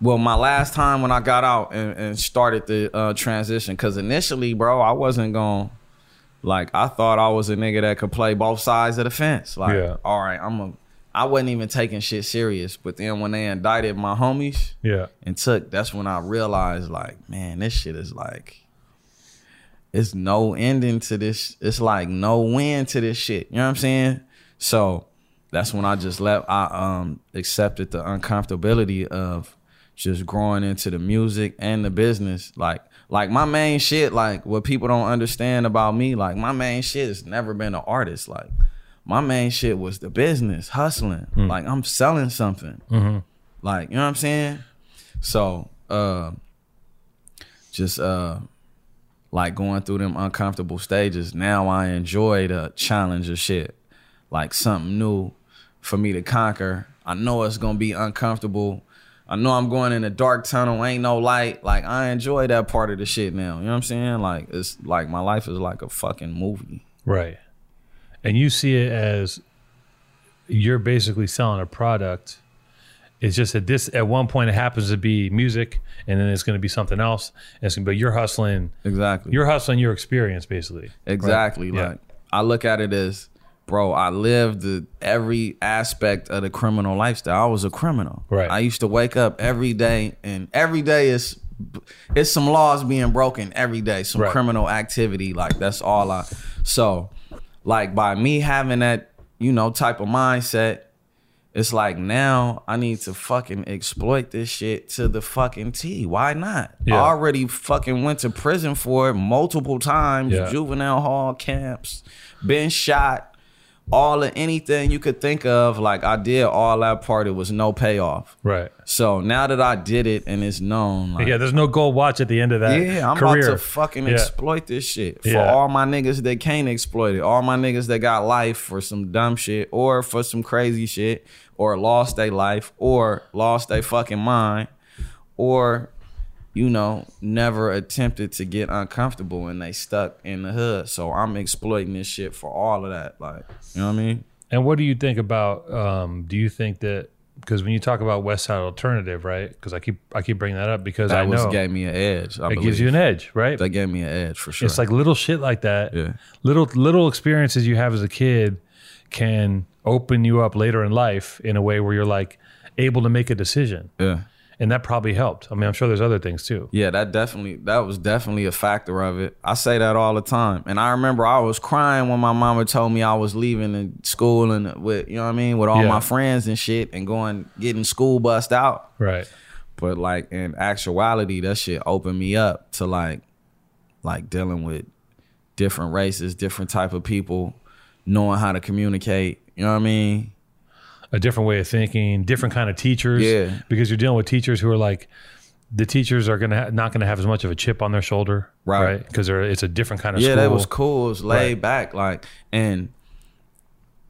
Speaker 1: Well, my last time when I got out and, and started the uh, transition, because initially, bro, I wasn't going. Like I thought I was a nigga that could play both sides of the fence. Like,
Speaker 2: Yeah.
Speaker 1: all right, I'm a. I wasn't even taking shit serious. But then when they indicted my homies,
Speaker 2: yeah
Speaker 1: and took that's when i realized like man this shit is like it's no ending to this it's like no win to this shit you know what i'm saying so that's when i just left i um accepted the uncomfortability of just growing into the music and the business like like my main shit like what people don't understand about me like my main shit has never been an artist like my main shit was the business hustling like i'm selling something like you know what i'm saying so, uh, just uh, like going through them uncomfortable stages. Now I enjoy the challenge of shit, like something new for me to conquer. I know it's gonna be uncomfortable. I know I'm going in a dark tunnel, ain't no light. Like I enjoy that part of the shit now. You know what I'm saying? Like it's like my life is like a fucking movie.
Speaker 2: right, and you see it as you're basically selling a product. It's just that this at one point it happens to be music, and then it's going to be something else. And it's going to be you're hustling
Speaker 1: Exactly.
Speaker 2: You're hustling your experience, basically.
Speaker 1: Exactly.
Speaker 2: Right?
Speaker 1: Like I look at it as bro, I lived the, every aspect of the criminal lifestyle. I was a criminal.
Speaker 2: Right.
Speaker 1: I used to wake up every day, and every day is it's some laws being broken every day, some
Speaker 2: Right.
Speaker 1: criminal activity. Like that's all I. So, like by me having that, you know, type of mindset. It's like now I need to fucking exploit this shit to the fucking T. Why not?
Speaker 2: Yeah.
Speaker 1: I already fucking went to prison for it multiple times,
Speaker 2: Yeah.
Speaker 1: juvenile hall camps, been shot, all of anything you could think of. Like I did all that part. It was no payoff.
Speaker 2: Right.
Speaker 1: So now that I did it and it's known, like,
Speaker 2: Yeah, there's no gold watch at the end of that.
Speaker 1: yeah, I'm
Speaker 2: career.
Speaker 1: about to fucking
Speaker 2: Yeah.
Speaker 1: exploit this shit for
Speaker 2: Yeah.
Speaker 1: all my niggas that can't exploit it, all my niggas that got life for some dumb shit or for some crazy shit or lost their life or lost their fucking mind or you know never attempted to get uncomfortable and they stuck in the hood. So I'm exploiting this shit for all of that, like you know what I mean?
Speaker 2: And what do you think about? Um, do you think that because when you talk about West Side alternative, right? Because I keep I keep bringing that up because I
Speaker 1: That was
Speaker 2: know
Speaker 1: gave me an edge. I
Speaker 2: it
Speaker 1: believe.
Speaker 2: gives you an edge, right?
Speaker 1: that gave me an edge for sure.
Speaker 2: It's like little shit like that.
Speaker 1: Yeah.
Speaker 2: Little little experiences you have as a kid can open you up later in life in a way where you're like able to make a decision.
Speaker 1: yeah.
Speaker 2: And that probably helped. I mean, I'm sure there's other things too.
Speaker 1: Yeah, that definitely that was definitely a factor of it. I say that all the time. And I remember I was crying when my mama told me I was leaving the school and with you know what I mean, with all
Speaker 2: Yeah.
Speaker 1: my friends and shit and going getting school bussed out.
Speaker 2: Right.
Speaker 1: But like in actuality, that shit opened me up to like like dealing with different races, different type of people, knowing how to communicate, you know what I mean?
Speaker 2: A different way of thinking, different kind of teachers.
Speaker 1: Yeah.
Speaker 2: Because you're dealing with teachers who are like the teachers are gonna ha- not gonna have as much of a chip on their shoulder.
Speaker 1: Right.
Speaker 2: Because they're it's a different kind of
Speaker 1: yeah,
Speaker 2: school.
Speaker 1: that was cool. It was laid
Speaker 2: Right.
Speaker 1: back, like and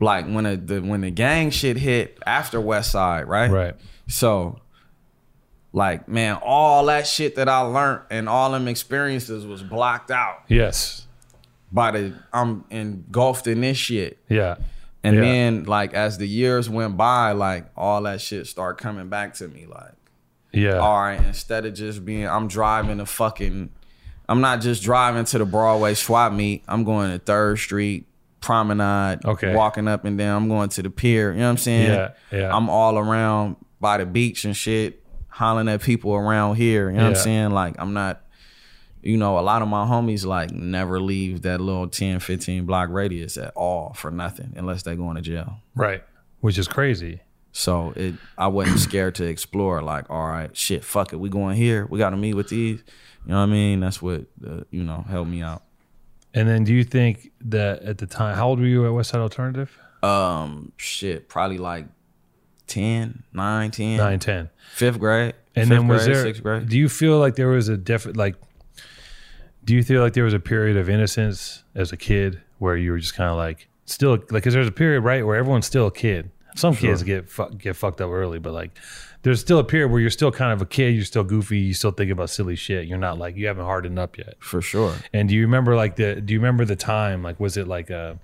Speaker 1: like when the, the when the gang shit hit after West Side, right?
Speaker 2: Right.
Speaker 1: So, like, man, all that shit that I learned and all them experiences was blocked out
Speaker 2: Yes.
Speaker 1: by the I'm engulfed in this shit.
Speaker 2: Yeah.
Speaker 1: And
Speaker 2: Yeah.
Speaker 1: then, like, as the years went by, like all that shit started coming back to me, like
Speaker 2: Yeah.
Speaker 1: all right, instead of just being, I'm driving to fucking, I'm not just driving to the Broadway swap meet. I'm going to Third Street Promenade.
Speaker 2: Okay.
Speaker 1: Walking up and down. I'm going to the pier. You know what I'm saying?
Speaker 2: Yeah, yeah.
Speaker 1: I'm all around by the beach and shit, hollering at people around here. You know what I'm
Speaker 2: Yeah.
Speaker 1: saying? Like, I'm not. You know, a lot of my homies like never leave that little 10, 15 block radius at all for nothing unless they going to jail.
Speaker 2: Right. Which is crazy.
Speaker 1: So it, I wasn't scared to explore. Like, all right, shit, fuck it, we going here. We got to meet with these. You know what I mean? That's what uh, you know helped me out.
Speaker 2: And then do you think that at the time how old were you at West Side Alternative?
Speaker 1: Um, shit, probably like 10, 9, 10,
Speaker 2: Nine, ten.
Speaker 1: fifth grade. fifth
Speaker 2: And then was
Speaker 1: grade,
Speaker 2: there?
Speaker 1: sixth grade?
Speaker 2: Do you feel like there was a different like? Do you feel like there was a period of innocence as a kid where you were just kind of like still like? Because there's a period right where everyone's still a kid. Some kids get fu- get fucked up early, but like there's still a period where you're still kind of a kid. You're still goofy. You still think about silly shit. You're not like you haven't hardened up yet.
Speaker 1: For sure.
Speaker 2: And do you remember like the? Do you remember the time? Like was it like a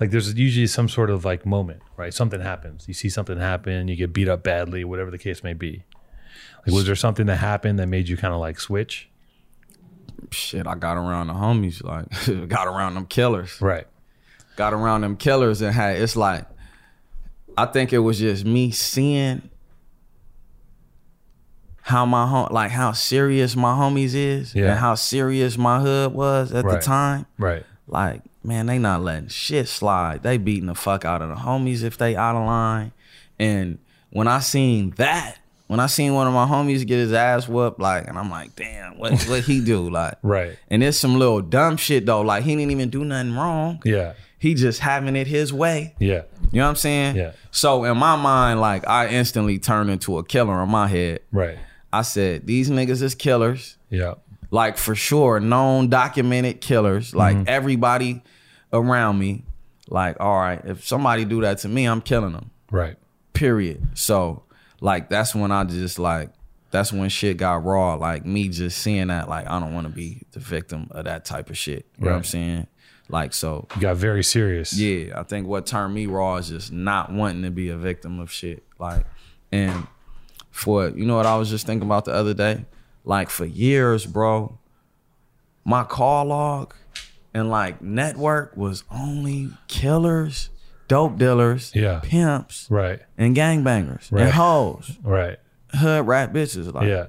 Speaker 2: like there's usually some sort of like moment, right? Something happens. You see something happen. You get beat up badly, whatever the case may be. Like was there something that happened that made you kind of like switch?
Speaker 1: Shit, I got around the homies. Like, got around them killers.
Speaker 2: Right.
Speaker 1: Got around them killers and had. It's like, I think it was just me seeing how my home, like how serious my homies is,
Speaker 2: Yeah.
Speaker 1: and how serious my hood was at
Speaker 2: Right.
Speaker 1: the time.
Speaker 2: Right.
Speaker 1: Like, man, they not letting shit slide. They beating the fuck out of the homies if they out of line. And when I seen that, when I seen one of my homies get his ass whooped, like, and I'm like, damn, what what he do? Like,
Speaker 2: Right.
Speaker 1: and it's some little dumb shit though. Like, he didn't even do nothing wrong.
Speaker 2: Yeah.
Speaker 1: He just having it his way.
Speaker 2: Yeah.
Speaker 1: You know what I'm saying?
Speaker 2: Yeah.
Speaker 1: So in my mind, like I instantly turned into a killer in my head.
Speaker 2: Right.
Speaker 1: I said, these niggas is killers.
Speaker 2: Yeah.
Speaker 1: Like for sure, known documented killers. Like
Speaker 2: Mm-hmm.
Speaker 1: everybody around me. Like, all right, if somebody do that to me, I'm killing them.
Speaker 2: Right.
Speaker 1: Period. So like that's when I just like that's when shit got raw. Like me just seeing that, like I don't want to be the victim of that type of shit. You know what I'm
Speaker 2: Right.
Speaker 1: saying? Like so
Speaker 2: You got very serious.
Speaker 1: yeah, I think what turned me raw is just not wanting to be a victim of shit. Like, and for you know what I was just thinking about the other day, like for years, bro, my call log and like network was only killers, dope dealers,
Speaker 2: Yeah.
Speaker 1: pimps,
Speaker 2: Right.
Speaker 1: and gangbangers and
Speaker 2: Right.
Speaker 1: hoes,
Speaker 2: Right.
Speaker 1: hood rat bitches. Like
Speaker 2: Yeah.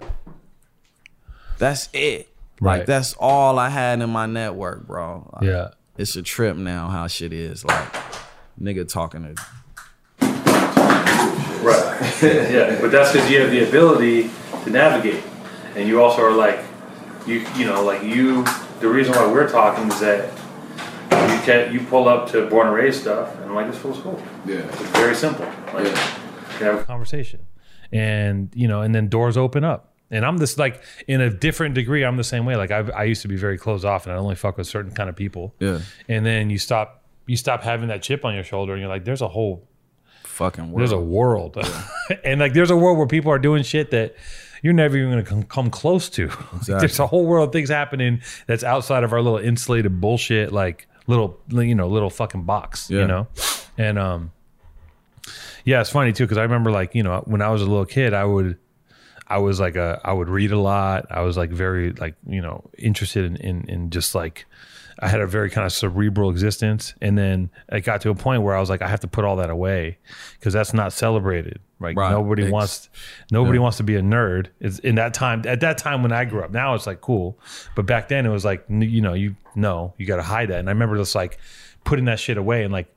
Speaker 1: that's it.
Speaker 2: Right.
Speaker 1: Like that's all I had in my network, bro. Like,
Speaker 2: Yeah.
Speaker 1: It's a trip now how shit is. Like nigga talking to
Speaker 2: Right. yeah, but that's because you have the ability to navigate, and you also are like, you you know, like you. The reason why we're talking is that you can you pull up to born and raised stuff, and like this feels cool.
Speaker 5: Yeah.
Speaker 2: It's very simple. Like, you can have a conversation, and you know, and then doors open up. And I'm this like in a different degree. I'm the same way. Like I, I used to be very closed off, and I only fuck with certain kind of people.
Speaker 1: Yeah.
Speaker 2: And then you stop, you stop having that chip on your shoulder, and you're like, there's a whole
Speaker 1: fucking
Speaker 2: there's
Speaker 1: world.
Speaker 2: a world and like there's a world where people are doing shit that you're never even going to come, come close to Like, there's a whole world of things happening that's outside of our little insulated bullshit like little you know little fucking box you
Speaker 1: Yeah.
Speaker 2: know and um yeah it's funny too because i remember like you know when i was a little kid i would i was like a i would read a lot i was like very like you know interested in in, in just like I had a very kind of cerebral existence, and then it got to a point where I was like, I have to put all that away because that's not celebrated. Like
Speaker 1: Right.
Speaker 2: nobody
Speaker 1: Ex-
Speaker 2: wants, nobody wants to be a nerd. It's in that time. At that time when I grew up, now it's like cool, but back then it was like n- you know you no you got to hide that. And I remember just like putting that shit away and like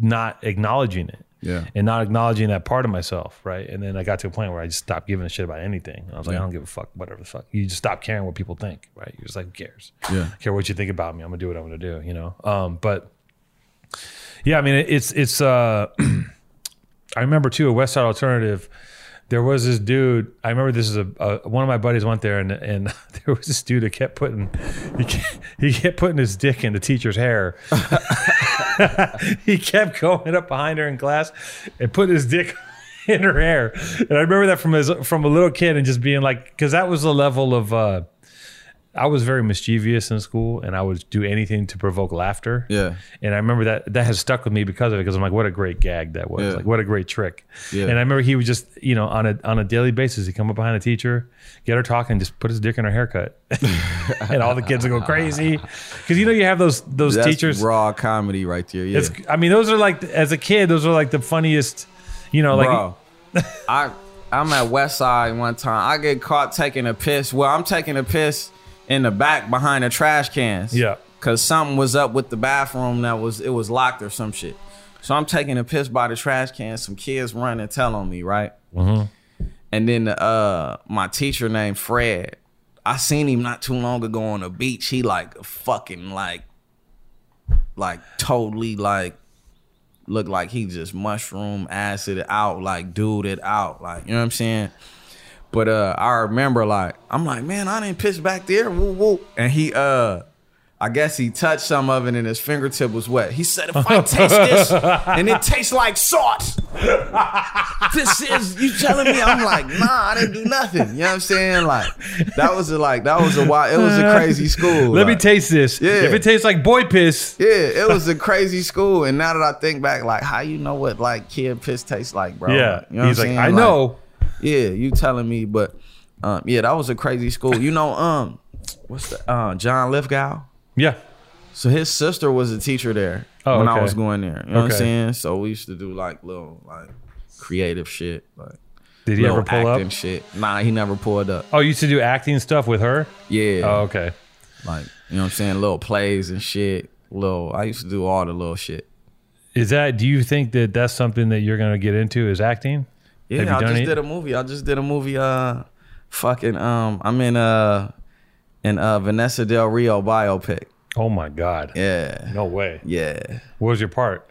Speaker 2: not acknowledging it.
Speaker 1: Yeah.
Speaker 2: And not acknowledging that part of myself, right? And then I got to a point where I just stopped giving a shit about anything. I was like, I don't give a fuck, whatever the fuck. You just stop caring what people think, right? You're just like, who cares?
Speaker 1: Yeah.
Speaker 2: care what you think about me. I'm gonna do what I'm gonna do, you know. Um, but yeah, I mean, it- it's it's. Uh, I remember too at West Side Alternative, there was this dude. I remember this is a, a one of my buddies went there, and and there was this dude that kept putting he kept, he kept putting his dick in the teacher's hair. he kept going up behind her in class and putting his dick. In her hair, and I remember that from as from a little kid, and just being like, because that was the level of uh, I was very mischievous in school, and I would do anything to provoke laughter.
Speaker 1: Yeah.
Speaker 2: and I remember that that has stuck with me because of it. Because I'm like, what a great gag that was!
Speaker 1: Yeah.
Speaker 2: Like, what a great trick!
Speaker 1: Yeah.
Speaker 2: And I remember he would just, you know, on a on a daily basis, he'd come up behind a teacher, get her talking, just put his dick in her haircut, and all the kids would go crazy because you know you have those those
Speaker 1: That's
Speaker 2: teachers.
Speaker 1: raw comedy right there. Yeah.
Speaker 2: It's, I mean, those are like as a kid, those are like the funniest. You know, like
Speaker 1: bro. I I'm at West Side one time. I get caught taking a piss. Well, I'm taking a piss in the back behind the trash cans.
Speaker 2: Yeah.
Speaker 1: Cause something was up with the bathroom that was it was locked or some shit. So I'm taking a piss by the trash can. Some kids run and tell on me, right?
Speaker 2: Mm-hmm.
Speaker 1: And then uh my teacher named Fred. I seen him not too long ago on the beach. He like fucking like like totally like looked like he just mushroom acid it out, like dude it out. Like, you know what I'm saying? But uh I remember like I'm like, man, I didn't piss back there. Woo woo. And he uh I guess he touched some of it and his fingertip was wet. He said, if I taste this and it tastes like sauce, this is you telling me I'm like, nah, I didn't do nothing. You know what I'm saying? Like that was a like that was a wild it was a crazy school.
Speaker 2: let me
Speaker 1: like-
Speaker 2: taste this.
Speaker 1: Yeah.
Speaker 2: If it tastes like boy piss,
Speaker 1: yeah, it was a crazy school. And now that I think back, like, how you know what like kid piss tastes like, bro?
Speaker 2: yeah,
Speaker 1: You know what
Speaker 2: he's
Speaker 1: I'm
Speaker 2: like,
Speaker 1: saying?
Speaker 2: I know.
Speaker 1: Yeah, you telling me, but um, yeah, that was a crazy school. You know, um, what's the uh, John Lithgow?
Speaker 2: Yeah,
Speaker 1: So his sister was a teacher there
Speaker 2: Oh,
Speaker 1: when I
Speaker 2: okay.
Speaker 1: was going there. You know what
Speaker 2: Okay.
Speaker 1: I'm saying? So we used to do like little like creative shit, like
Speaker 2: did he
Speaker 1: little
Speaker 2: ever pull up?
Speaker 1: acting shit. Nah, he never pulled up.
Speaker 2: Oh, you used to do acting stuff with her?
Speaker 1: Yeah.
Speaker 2: Oh, okay.
Speaker 1: Like, you know what I'm saying? Little plays and shit. Little I used to do all the little shit.
Speaker 2: Is that? Do you think that that's something that you're going to get into? Is acting?
Speaker 1: Yeah,
Speaker 2: Have you
Speaker 1: I
Speaker 2: done
Speaker 1: just
Speaker 2: it?
Speaker 1: did a movie. I just did a movie. Uh, fucking. Um, I'm in uh, in uh Vanessa Del Rio biopic.
Speaker 2: Oh my god.
Speaker 1: Yeah,
Speaker 2: No way.
Speaker 1: yeah.
Speaker 2: What was your part?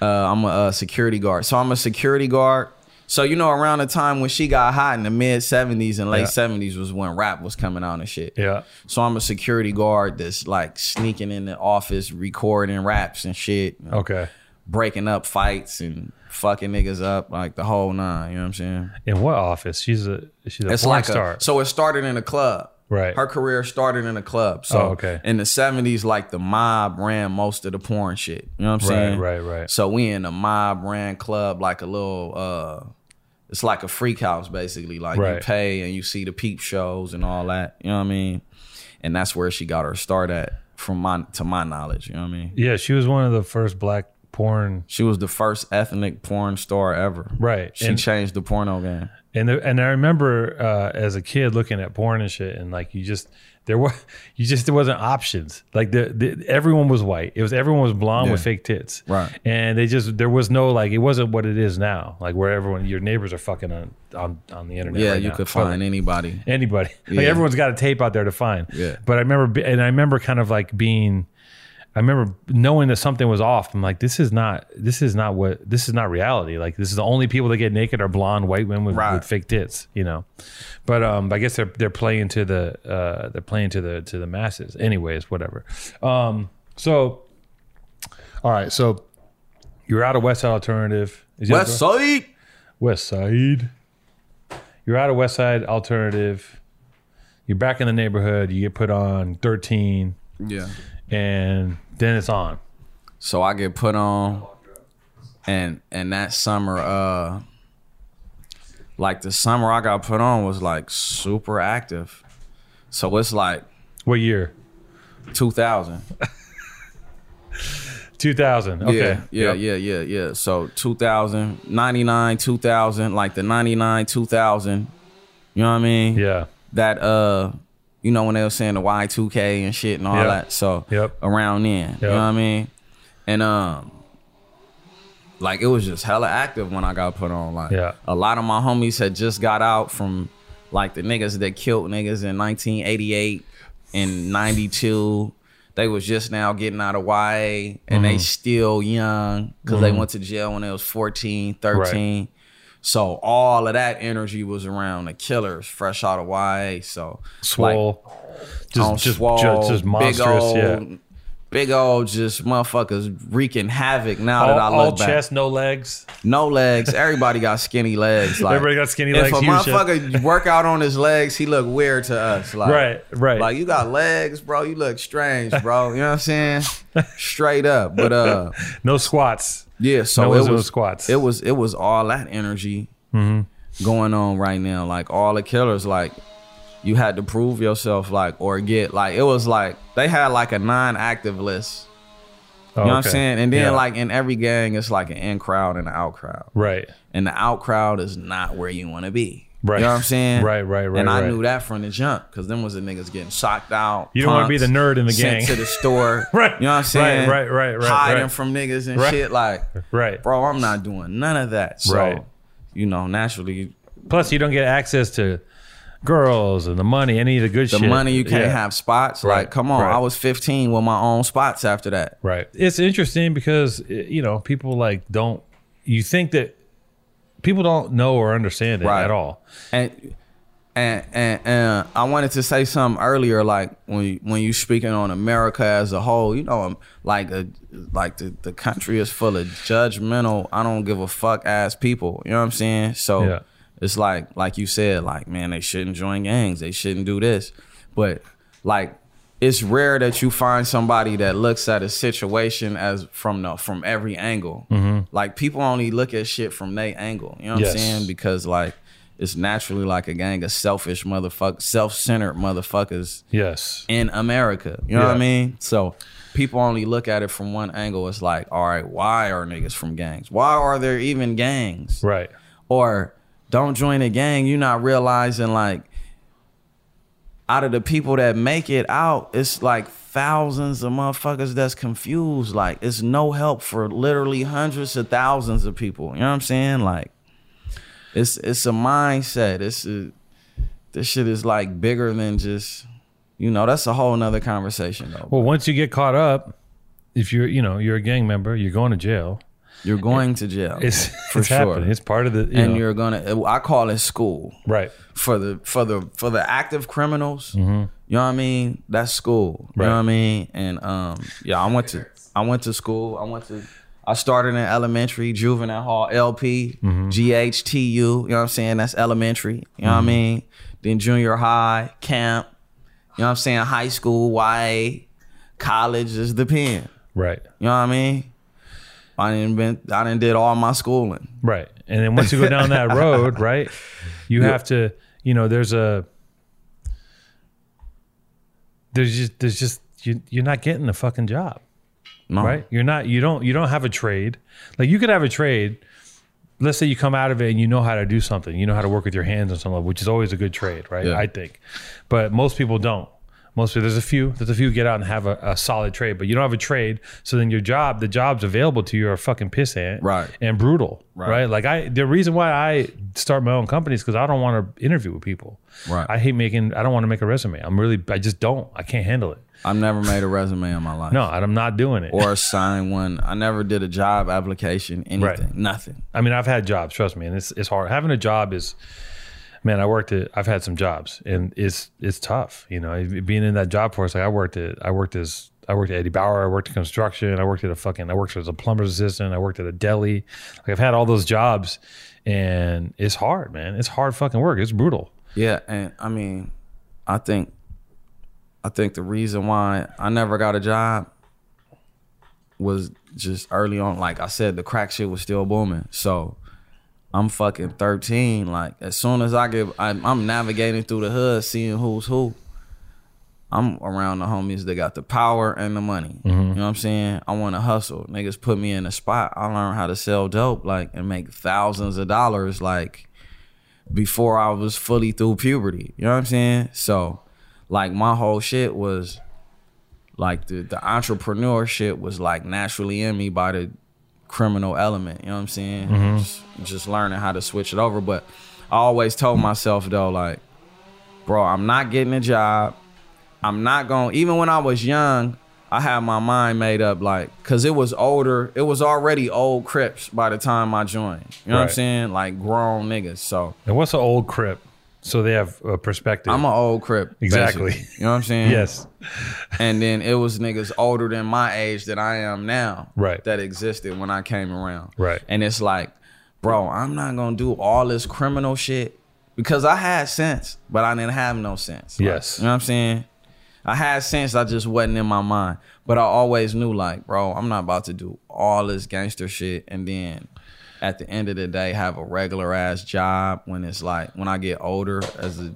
Speaker 1: Uh, I'm a, uh security guard. So I'm a security guard. So you know, around the time when she got hot in the mid '70s and late
Speaker 2: Yeah.
Speaker 1: '70s was when rap was coming out and shit.
Speaker 2: Yeah.
Speaker 1: So I'm a security guard that's like sneaking in the office, recording raps and shit,
Speaker 2: Okay.
Speaker 1: breaking up fights and fucking niggas up, like the whole nine. You know what I'm saying?
Speaker 2: In what office? She's a she's a
Speaker 1: It's
Speaker 2: porn
Speaker 1: like a-
Speaker 2: star.
Speaker 1: so it started in a club.
Speaker 2: Right.
Speaker 1: Her career started in a club. So
Speaker 2: Oh, okay.
Speaker 1: in the seventies, like the mob ran most of the porn shit. You know what I'm
Speaker 2: Right,
Speaker 1: saying?
Speaker 2: right, right.
Speaker 1: So we in a mob ran club, like a little uh it's like a freak house basically. Like you
Speaker 2: Right.
Speaker 1: pay and you see the peep shows and all that. You know what I mean? And that's where she got her start at from my to my knowledge. You know what I mean?
Speaker 2: Yeah, she was one of the first black porn.
Speaker 1: She was the first ethnic porn star ever.
Speaker 2: Right.
Speaker 1: She
Speaker 2: and,
Speaker 1: changed the porno game.
Speaker 2: and the- and I remember uh, as a kid looking at porn and shit, and like you just there were you just there wasn't options. Like the, the everyone was white. It was everyone was blonde with
Speaker 1: Yeah.
Speaker 2: fake tits.
Speaker 1: Right.
Speaker 2: And they just there was no like it wasn't what it is now. Like where everyone your neighbors are fucking on on, on the internet.
Speaker 1: Yeah,
Speaker 2: right
Speaker 1: you
Speaker 2: now.
Speaker 1: could
Speaker 2: Fuck.
Speaker 1: find anybody.
Speaker 2: anybody.
Speaker 1: Yeah.
Speaker 2: Like everyone's got a tape out there to find.
Speaker 1: Yeah.
Speaker 2: But I remember, be- and I remember kind of like being, I remember knowing that something was off. I'm like, this is not, this is not what, this is not reality. Like this is the only people that get naked are blonde white women with,
Speaker 1: Right.
Speaker 2: with fake tits, you know. But um, I guess they're they're playing to the uh, they're playing to the to the masses. Anyways, whatever. Um, so, all right, so you're out of West Side Alternative. Is that
Speaker 1: West
Speaker 2: correct?
Speaker 1: Side.
Speaker 2: West Side. You're out of West Side Alternative. You're back in the neighborhood. You get put on 13,
Speaker 1: Yeah.
Speaker 2: and then it's on.
Speaker 1: So I get put on, and and that summer, uh, like the summer I got put on was like super active. So it's like
Speaker 2: What year?
Speaker 1: 2000.
Speaker 2: 2000. Okay.
Speaker 1: Yeah, yeah,
Speaker 2: Yep.
Speaker 1: yeah, yeah, yeah. So 2000, 99, 2000, like the 99, 2000. You know what I mean?
Speaker 2: Yeah.
Speaker 1: That, uh, you know, when they were saying the Y2K and shit and all
Speaker 2: Yep.
Speaker 1: that. So
Speaker 2: Yep.
Speaker 1: around then. You know
Speaker 2: Yep.
Speaker 1: what I mean? And, um, like it was just hella active when I got put on. Like
Speaker 2: Yeah.
Speaker 1: a lot of my homies had just got out from like the niggas that killed niggas in 1988 and 92. They was just now getting out of YA and
Speaker 2: Mm-hmm.
Speaker 1: they still young because they went to jail when they was 14, 13. So all of that energy was around the killers fresh out of YA. So like,
Speaker 2: Swole.
Speaker 1: on
Speaker 2: just, just,
Speaker 1: swole,
Speaker 2: just, just monstrous. yeah.
Speaker 1: Big old, just motherfuckers wreaking havoc. Now
Speaker 2: All,
Speaker 1: that I look
Speaker 2: all
Speaker 1: back,
Speaker 2: chest, no legs.
Speaker 1: no legs. Everybody got skinny legs. Like
Speaker 2: Everybody got skinny legs,
Speaker 1: If a
Speaker 2: huge chest.
Speaker 1: motherfucker work out on his legs, he look weird to us. Like
Speaker 2: Right, right.
Speaker 1: Like you got legs, bro. You look strange, bro. You know what I'm saying? Straight up. But uh,
Speaker 2: No squats.
Speaker 1: yeah. So
Speaker 2: No one's
Speaker 1: it
Speaker 2: doing
Speaker 1: was
Speaker 2: squats. Mm-hmm.
Speaker 1: It was it was all that energy going on right now. Like all the killers, like you had to prove yourself, like or get like it was like they had like a non-active list.
Speaker 2: Oh,
Speaker 1: You know what
Speaker 2: okay.
Speaker 1: I'm saying? And then
Speaker 2: Yeah.
Speaker 1: like in every gang, it's like an in crowd and an out crowd
Speaker 2: Right.
Speaker 1: and the out crowd is not where you want to be.
Speaker 2: Right.
Speaker 1: You know what I'm saying?
Speaker 2: Right, right, right,
Speaker 1: And I
Speaker 2: right.
Speaker 1: knew that from the jump because them was the niggas getting socked out.
Speaker 2: You don't wanna be
Speaker 1: punked,
Speaker 2: the nerd in the gang.
Speaker 1: Sent to the store.
Speaker 2: Right,
Speaker 1: You know what I'm
Speaker 2: right,
Speaker 1: saying?
Speaker 2: right, right, right,
Speaker 1: Hiding
Speaker 2: right.
Speaker 1: from niggas and
Speaker 2: Right.
Speaker 1: shit. Like,
Speaker 2: Right.
Speaker 1: bro, I'm not doing none of that. So,
Speaker 2: Right.
Speaker 1: you know, naturally,
Speaker 2: Plus, you don't get access to girls and the money, any of the good
Speaker 1: the
Speaker 2: shit.
Speaker 1: money you can't
Speaker 2: Yeah.
Speaker 1: have spots.
Speaker 2: Right,
Speaker 1: Like, come on,
Speaker 2: right.
Speaker 1: I was 15 with my own spots after that.
Speaker 2: Right. It's interesting because eh, you know people like don't you think that people don't know or understand it
Speaker 1: Right.
Speaker 2: at all.
Speaker 1: and and and, and I wanted to say something earlier, like when you, when you speaking on America as a whole, you know, um, like a, like the, the country is full of judgmental, I don't give a fuck ass people. You know what I'm saying? So
Speaker 2: Yeah.
Speaker 1: it's like like you said, like man, they shouldn't join gangs, they shouldn't do this, but like. It's rare that you find somebody that looks at a situation as from the from every angle. Like people only look at shit from their angle. You know what
Speaker 2: Yes.
Speaker 1: I'm saying? because like it's naturally like a gang of selfish motherfuckers, self-centered motherfuckers
Speaker 2: Yes.
Speaker 1: in America. You know what
Speaker 2: Yeah.
Speaker 1: I mean? So people only look at it from one angle. It's like, all right, why are niggas from gangs? Why are there even gangs?
Speaker 2: Right.
Speaker 1: Or don't join a gang. You're not realizing like out of the people that make it out, it's like thousands of motherfuckers that's confused. Like it's no help for literally hundreds of thousands of people. You know what I'm saying? Like it's it's a mindset. It's a, this shit is like bigger than just you know. That's a whole nother conversation though.
Speaker 2: Well, once you get caught up, if you're you know you're a gang member, you're going to jail.
Speaker 1: You're going to jail
Speaker 2: It's
Speaker 1: for
Speaker 2: it's
Speaker 1: sure,
Speaker 2: happening. It's part of the you
Speaker 1: and
Speaker 2: know,
Speaker 1: you're gonna. I call it school.
Speaker 2: right.
Speaker 1: for the for the for the active criminals. You know what I mean? That's school. You know
Speaker 2: Mm-hmm. Right.
Speaker 1: what I mean? And um, yeah, I went to I went to school. I went to I started in elementary, juvenile hall, LP,
Speaker 2: Mm-hmm.
Speaker 1: GHTU. You know what I'm saying? That's elementary. You know what I mean? Then junior high, camp. You know what I'm saying? High school, YA, college is the pen.
Speaker 2: Right.
Speaker 1: You know what I mean? I didn't been, I didn't did all my schooling.
Speaker 2: Right. And then once you go down that road, right, you have to, you know, there's a, there's just, there's just, you, you're not getting a fucking job
Speaker 1: No.
Speaker 2: right you're not you don't you don't have a trade like you could have a trade let's say you come out of it and you know how to do something you know how to work with your hands on some level which is always a good trade right
Speaker 1: Yeah.
Speaker 2: i think but most people don't most people, there's a few there's a few get out and have a, a solid trade but you don't have a trade so then your job the jobs available to you are fucking pissant
Speaker 1: Right.
Speaker 2: and brutal
Speaker 1: Right.
Speaker 2: right, like i the reason why i start my own company is because i don't want to interview with people
Speaker 1: Right.
Speaker 2: i hate making i don't want to make a resume i'm really i just don't i can't handle it
Speaker 1: I've never made a resume in my life.
Speaker 2: no i'm not doing it
Speaker 1: Or signed one. I never did a job application, anything.
Speaker 2: Right.
Speaker 1: Nothing.
Speaker 2: I mean, I've had jobs. Trust me, and it's it's hard. Having a job is, man. I worked at. I've had some jobs, and it's it's tough. You know, being in that job force. Like I worked at. I worked as. I worked at Eddie Bauer. I worked at construction. I worked at a fucking. I worked as a plumber's assistant. I worked at a deli. Like I've had all those jobs, and it's hard, man. It's hard fucking work. It's brutal.
Speaker 1: Yeah, and I mean, I think I think the reason why I never got a job was just early on. Like I said, the crack shit was still booming. So I'm fucking 13. Like as soon as I get, I'm, I'm navigating through the hood, seeing who's who. I'm around the homies that got the power and the money. You know what I'm saying? I want to hustle. Niggas put me in a spot. I learned how to sell dope, like, and make thousands of dollars, like, before I was fully through puberty. You know what I'm saying? So, like, my whole shit was like the the entrepreneur shit was like naturally in me by the criminal element. You know what I'm saying? Just, just learning how to switch it over. But I always told myself though, like, bro, I'm not getting a job. I'm not going. to Even when I was young, I had my mind made up, like, cause it was older. It was already old Crips by the time I joined. You know what I'm
Speaker 2: Right.
Speaker 1: saying? Like grown niggas. So.
Speaker 2: And what's an old crip? So they have a perspective.
Speaker 1: I'm an old crip.
Speaker 2: Exactly.
Speaker 1: basically. You know what I'm saying?
Speaker 2: yes.
Speaker 1: And then it was niggas older than my age that I am now.
Speaker 2: Right.
Speaker 1: That existed when I came around.
Speaker 2: Right.
Speaker 1: And it's like, bro, I'm not gonna do all this criminal shit because I had sense, but I didn't have no sense. Like,
Speaker 2: Yes.
Speaker 1: you know what I'm saying? I had sense, I just wasn't in my mind. But I always knew, like, bro, I'm not about to do all this gangster shit and then at the end of the day have a regular ass job when it's like when I get older as a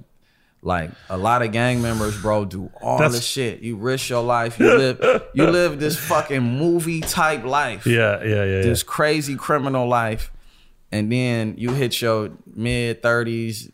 Speaker 1: like a lot of gang members, bro, do all
Speaker 2: That's-
Speaker 1: this shit. You risk your life. You live you live this fucking movie type life.
Speaker 2: Yeah. Yeah. Yeah. yeah.
Speaker 1: This crazy criminal life. And then you hit your mid thirties,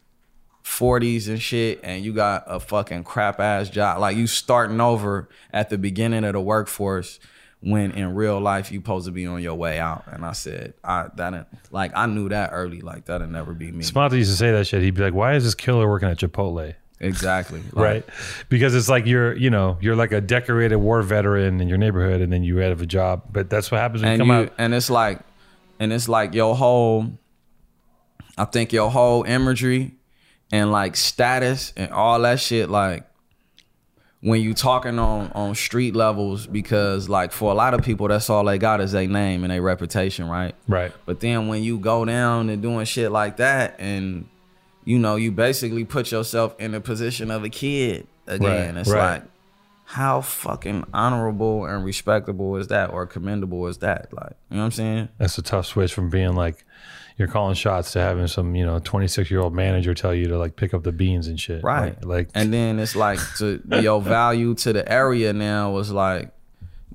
Speaker 1: forties and shit, and you got a fucking crap ass job. Like you starting over at the beginning of the workforce when in real life you supposed to be on your way out. And I said, I that didn't, like I knew that early. Like that'll never be me.
Speaker 2: Sponta used to say that shit. He'd be like, "Why is this killer working at Chipotle?"
Speaker 1: Exactly. Like,
Speaker 2: right? Because it's like you're, you know, you're like a decorated war veteran in your neighborhood, and then you have a job. But that's what happens when you
Speaker 1: and
Speaker 2: come
Speaker 1: you,
Speaker 2: out.
Speaker 1: and it's like and it's like your whole i think your whole imagery and like status and all that shit like when you talking on on street levels because like for a lot of people that's all they got is their name and their reputation right
Speaker 2: Right.
Speaker 1: but then when you go down and doing shit like that and you know you basically put yourself in the position of a kid again
Speaker 2: Right,
Speaker 1: it's
Speaker 2: right.
Speaker 1: like how fucking honorable and respectable is that or commendable is that like you know what i'm saying
Speaker 2: That's a tough switch from being like you're calling shots to having some, you know, 26 year old manager tell you to like pick up the beans and shit.
Speaker 1: right
Speaker 2: Like, like
Speaker 1: and then it's like to your value to the area now was like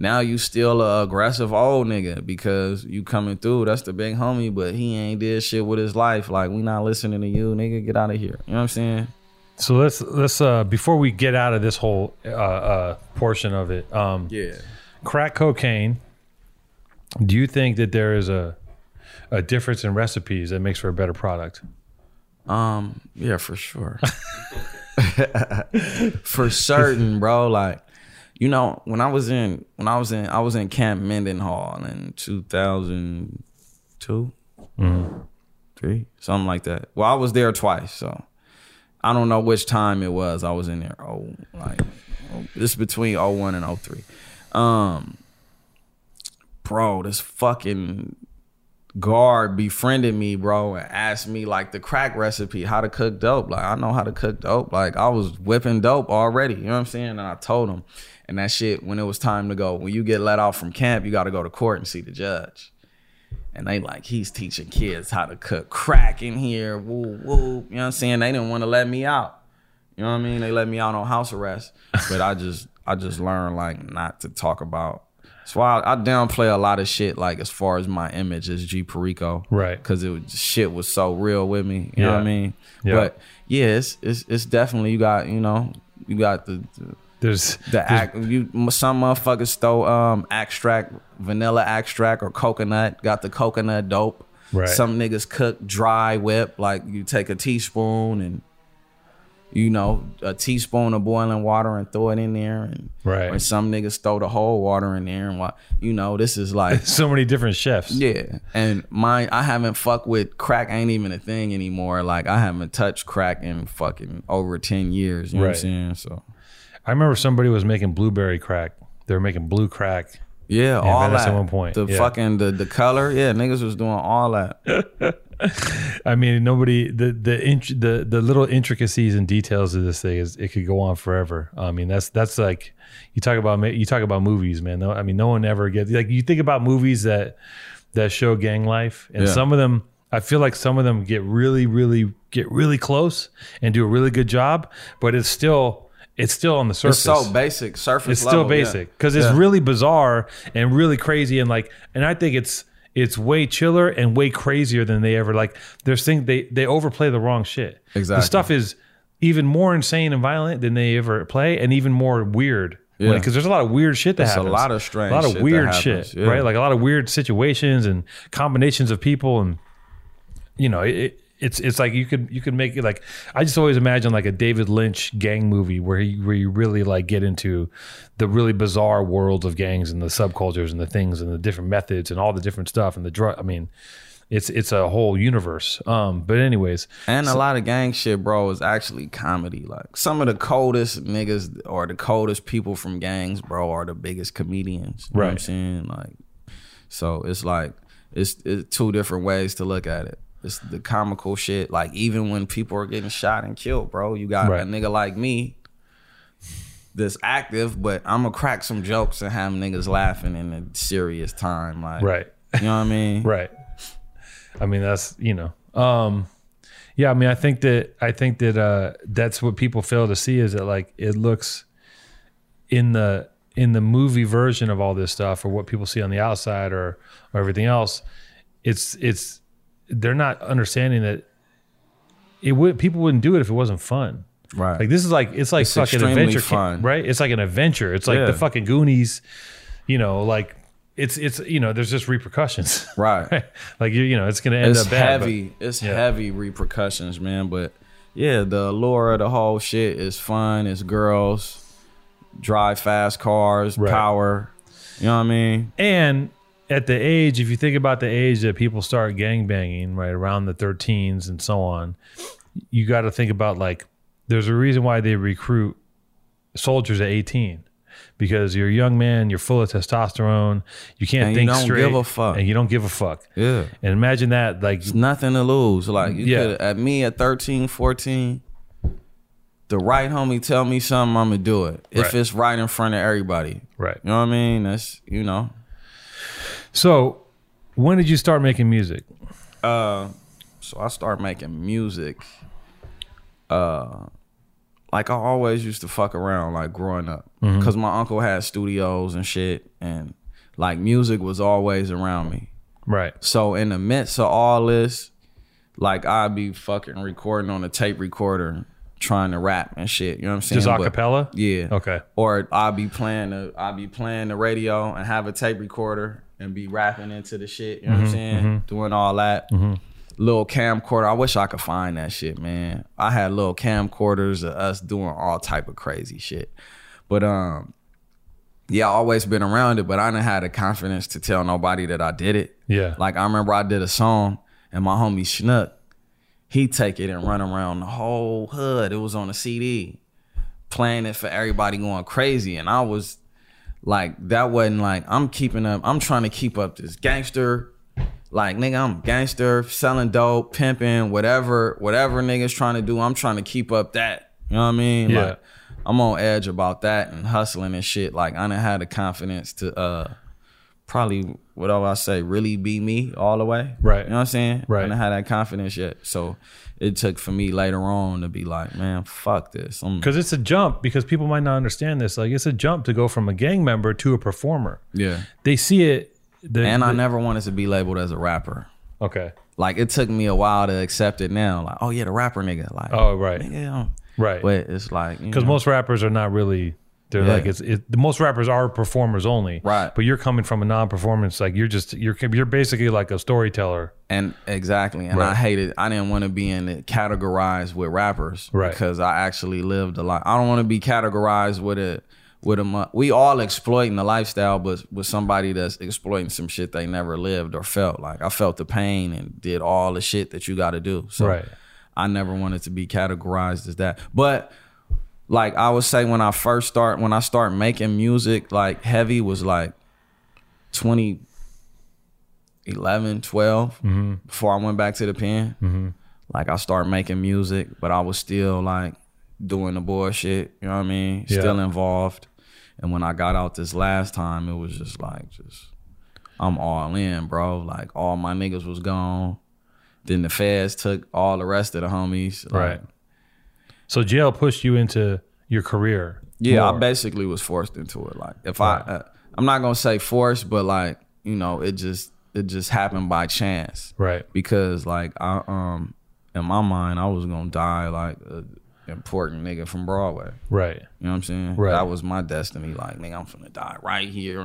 Speaker 1: now you still a aggressive old nigga because you coming through that's the big homie but he ain't did shit with his life like we not listening to you nigga get out of here you know what i'm saying
Speaker 2: so let's let's uh before we get out of this whole uh, uh portion of it, um,
Speaker 1: yeah
Speaker 2: crack cocaine. Do you think that there is a a difference in recipes that makes for a better product?
Speaker 1: Um, yeah, for sure. for certain, bro. Like, you know, when I was in when I was in I was in Camp Mendenhall in two thousand two, three, something like that. Well, I was there twice, so I don't know which time it was. I was in there. Oh, like this between 01 and 03. Um, bro, this fucking guard befriended me, bro, and asked me like the crack recipe, how to cook dope. Like I know how to cook dope. Like I was whipping dope already. You know what I'm saying? And I told him. And that shit, when it was time to go, when you get let out from camp, you gotta go to court and see the judge. And they like, he's teaching kids how to cook crack in here. Woo woo. You know what I'm saying? They didn't want to let me out. You know what I mean? They let me out on house arrest. But I just I just learned like not to talk about. So I, I downplay a lot of shit like as far as my image as G Perico,
Speaker 2: Right.
Speaker 1: Because it was, shit was so real with me. You know what
Speaker 2: Yeah.
Speaker 1: I mean?
Speaker 2: Yeah.
Speaker 1: But yeah, it's, it's it's definitely you got you know you got the the,
Speaker 2: There's
Speaker 1: the act, you some motherfuckers stole um extract vanilla extract or coconut got the coconut dope.
Speaker 2: Right.
Speaker 1: Some niggas cook dry whip like you take a teaspoon and you know a teaspoon of boiling water and throw it in there and
Speaker 2: Right.
Speaker 1: or some niggas throw the whole water in there and why you know this is like
Speaker 2: so many different chefs.
Speaker 1: yeah, and mine I haven't fucked with crack ain't even a thing anymore. Like I haven't touched crack in fucking over ten years. You know what
Speaker 2: Right.
Speaker 1: I'm saying? So
Speaker 2: I remember somebody was making blueberry crack. They were making blue crack.
Speaker 1: yeah, all
Speaker 2: Venice
Speaker 1: that
Speaker 2: at one point,
Speaker 1: The
Speaker 2: yeah.
Speaker 1: fucking the the color, yeah, niggas was doing all that.
Speaker 2: I mean, nobody the the int- the the little intricacies and details of this thing is it could go on forever. I mean, that's that's like you talk about ma- you talk about movies, man. No, I mean, no one ever gets like you think about movies that that show gang life, and
Speaker 1: Yeah.
Speaker 2: some of them. I feel like some of them get really, really get really close and do a really good job, but it's still it's still on the surface.
Speaker 1: It's so basic, surface.
Speaker 2: It's still
Speaker 1: level, yeah.
Speaker 2: basic because it's really bizarre and really crazy and like and I think it's it's way chiller and way crazier than they ever like. There's things they they overplay the wrong shit.
Speaker 1: Exactly.
Speaker 2: the stuff is even more insane and violent than they ever play, and even more weird.
Speaker 1: Yeah.
Speaker 2: Because there's a lot of weird shit that
Speaker 1: It's a
Speaker 2: happens.
Speaker 1: lot of strange
Speaker 2: a lot of
Speaker 1: shit that
Speaker 2: weird
Speaker 1: happens,
Speaker 2: shit,
Speaker 1: yeah.
Speaker 2: right? Like a lot of weird situations and combinations of people and you know it, it's it's like you could you could make it like I just always imagine like a David Lynch gang movie where he, where you really like get into the really bizarre world of gangs and the subcultures and the things and the different methods and all the different stuff and the drug I mean it's it's a whole universe um but anyways
Speaker 1: And a lot of gang shit, bro, is actually comedy. Like some of the coldest niggas or the coldest people from gangs, bro, are the biggest comedians. You know what I'm
Speaker 2: Right.
Speaker 1: saying? Like so it's like it's, it's two different ways to look at it. It's the comical shit. Like even when people are getting shot and killed, bro, you got
Speaker 2: Right.
Speaker 1: a nigga like me that's active, but I'm gonna crack some jokes and have niggas laughing in a serious time. Like
Speaker 2: right
Speaker 1: you know what I mean?
Speaker 2: right I mean that's you know um yeah I mean I think that I think that uh that's what people fail to see is that like it looks in the in the movie version of all this stuff or what people see on the outside or or everything else it's it's they're not understanding that it would people wouldn't do it if it wasn't fun
Speaker 1: Right.
Speaker 2: like this is like it's like
Speaker 1: It's
Speaker 2: fucking
Speaker 1: extremely
Speaker 2: adventure
Speaker 1: fun.
Speaker 2: fun. right it's like an adventure it's like
Speaker 1: Yeah.
Speaker 2: the fucking goonies you know like it's it's you know there's just repercussions
Speaker 1: right.
Speaker 2: like you you know it's gonna end
Speaker 1: it's
Speaker 2: up bad but-
Speaker 1: heavy. it's
Speaker 2: yeah.
Speaker 1: heavy repercussions, man. But yeah, the allure of the whole shit is fun. It's girls, drive fast cars,
Speaker 2: Right.
Speaker 1: power. You know what I mean?
Speaker 2: And at the age, if you think about the age that people start gangbanging, right around the 13s and so on, you got to think about like, there's a reason why they recruit soldiers at 18 because you're a young man, you're full of testosterone, you can't
Speaker 1: And you
Speaker 2: think
Speaker 1: don't
Speaker 2: straight,
Speaker 1: give a fuck.
Speaker 2: and you don't give a fuck.
Speaker 1: Yeah.
Speaker 2: And imagine that, like,
Speaker 1: Nothing to lose. Like you
Speaker 2: Yeah.
Speaker 1: could at me at 13, 14, the right homie tell me something, I'ma do it. If
Speaker 2: Right.
Speaker 1: it's right in front of everybody.
Speaker 2: right.
Speaker 1: You know what I mean? That's you know.
Speaker 2: So, when did you start making music?
Speaker 1: uh so I started making music. Uh like I always used to fuck around like growing up
Speaker 2: Mm-hmm.
Speaker 1: cuz my uncle had studios and shit and like music was always around me.
Speaker 2: Right.
Speaker 1: So in the midst of all this like I'd be fucking recording on a tape recorder trying to rap and shit, you know what I'm saying?
Speaker 2: Just a
Speaker 1: But-
Speaker 2: cappella?
Speaker 1: yeah.
Speaker 2: Okay.
Speaker 1: Or I'll be playing the I'll be playing the radio and have a tape recorder and be rapping into the shit. You know what I'm saying? Doing all that. Little camcorder. I wish I could find that shit, man. I had little camcorders of us doing all type of crazy shit. But um, yeah, I always been around it, but I didn't had the confidence to tell nobody that I did it.
Speaker 2: Yeah.
Speaker 1: Like I remember I did a song and my homie Schnuck, he take it and run around the whole hood. It was on a CD, playing it for everybody going crazy. And I was like, that wasn't like I'm keeping up. I'm trying to keep up this gangster. Like nigga, I'm a gangster, selling dope, pimping, whatever, whatever niggas trying to do. I'm trying to keep up that. You know what I mean?
Speaker 2: Yeah.
Speaker 1: Like, I'm on edge about that and hustling and shit. Like I didn't have the confidence to uh probably whatever I say really be me all the way.
Speaker 2: Right.
Speaker 1: You know what I'm saying?
Speaker 2: Right.
Speaker 1: I didn't have that confidence yet. So it took for me later on to be like, man, fuck this. I'm,
Speaker 2: Because it's a jump. Because people might not understand this. Like it's a jump to go from a gang member to a performer.
Speaker 1: yeah.
Speaker 2: They see it. The,
Speaker 1: And I
Speaker 2: the-
Speaker 1: never wanted to be labeled as a rapper.
Speaker 2: Okay.
Speaker 1: Like it took me a while to accept it now. Like, oh yeah, the rapper nigga. Like,
Speaker 2: Oh right.
Speaker 1: nigga, I don't-
Speaker 2: Right.
Speaker 1: But it's like you
Speaker 2: because
Speaker 1: know,
Speaker 2: most rappers are not really they're
Speaker 1: Yeah.
Speaker 2: like it's it, the most rappers are performers only
Speaker 1: Right.
Speaker 2: but you're coming from a non-performance like you're just you're you're basically like a storyteller
Speaker 1: and exactly, and I
Speaker 2: Right.
Speaker 1: hated. I didn't want to be in it categorized with rappers,
Speaker 2: Right.
Speaker 1: Because I actually lived a lot. I don't want to be categorized with a with a. mu- We all exploiting the lifestyle, but with somebody that's exploiting some shit they never lived or felt. Like I felt the pain and did all the shit that you got to do. So
Speaker 2: Right.
Speaker 1: I never wanted to be categorized as that, but. like I would say when I first start when I start making music like heavy was like 2011 12 before I went back to the pen like I started making music but I was still like doing the bullshit you know what I mean
Speaker 2: Yeah.
Speaker 1: still involved and when I got out this last time it was just like just I'm all in bro like all my niggas was gone then the feds took all the rest of the homies like,
Speaker 2: Right. so jail pushed you into your career
Speaker 1: yeah, I
Speaker 2: more.
Speaker 1: basically was forced into it. Like if I, uh, I'm not gonna say forced, but like you know, it just it just happened by chance
Speaker 2: right
Speaker 1: because like I um in my mind I was gonna die like an important nigga from Broadway.
Speaker 2: right
Speaker 1: You know what I'm saying?
Speaker 2: Right.
Speaker 1: That was my destiny. Like nigga, I'm finna die right here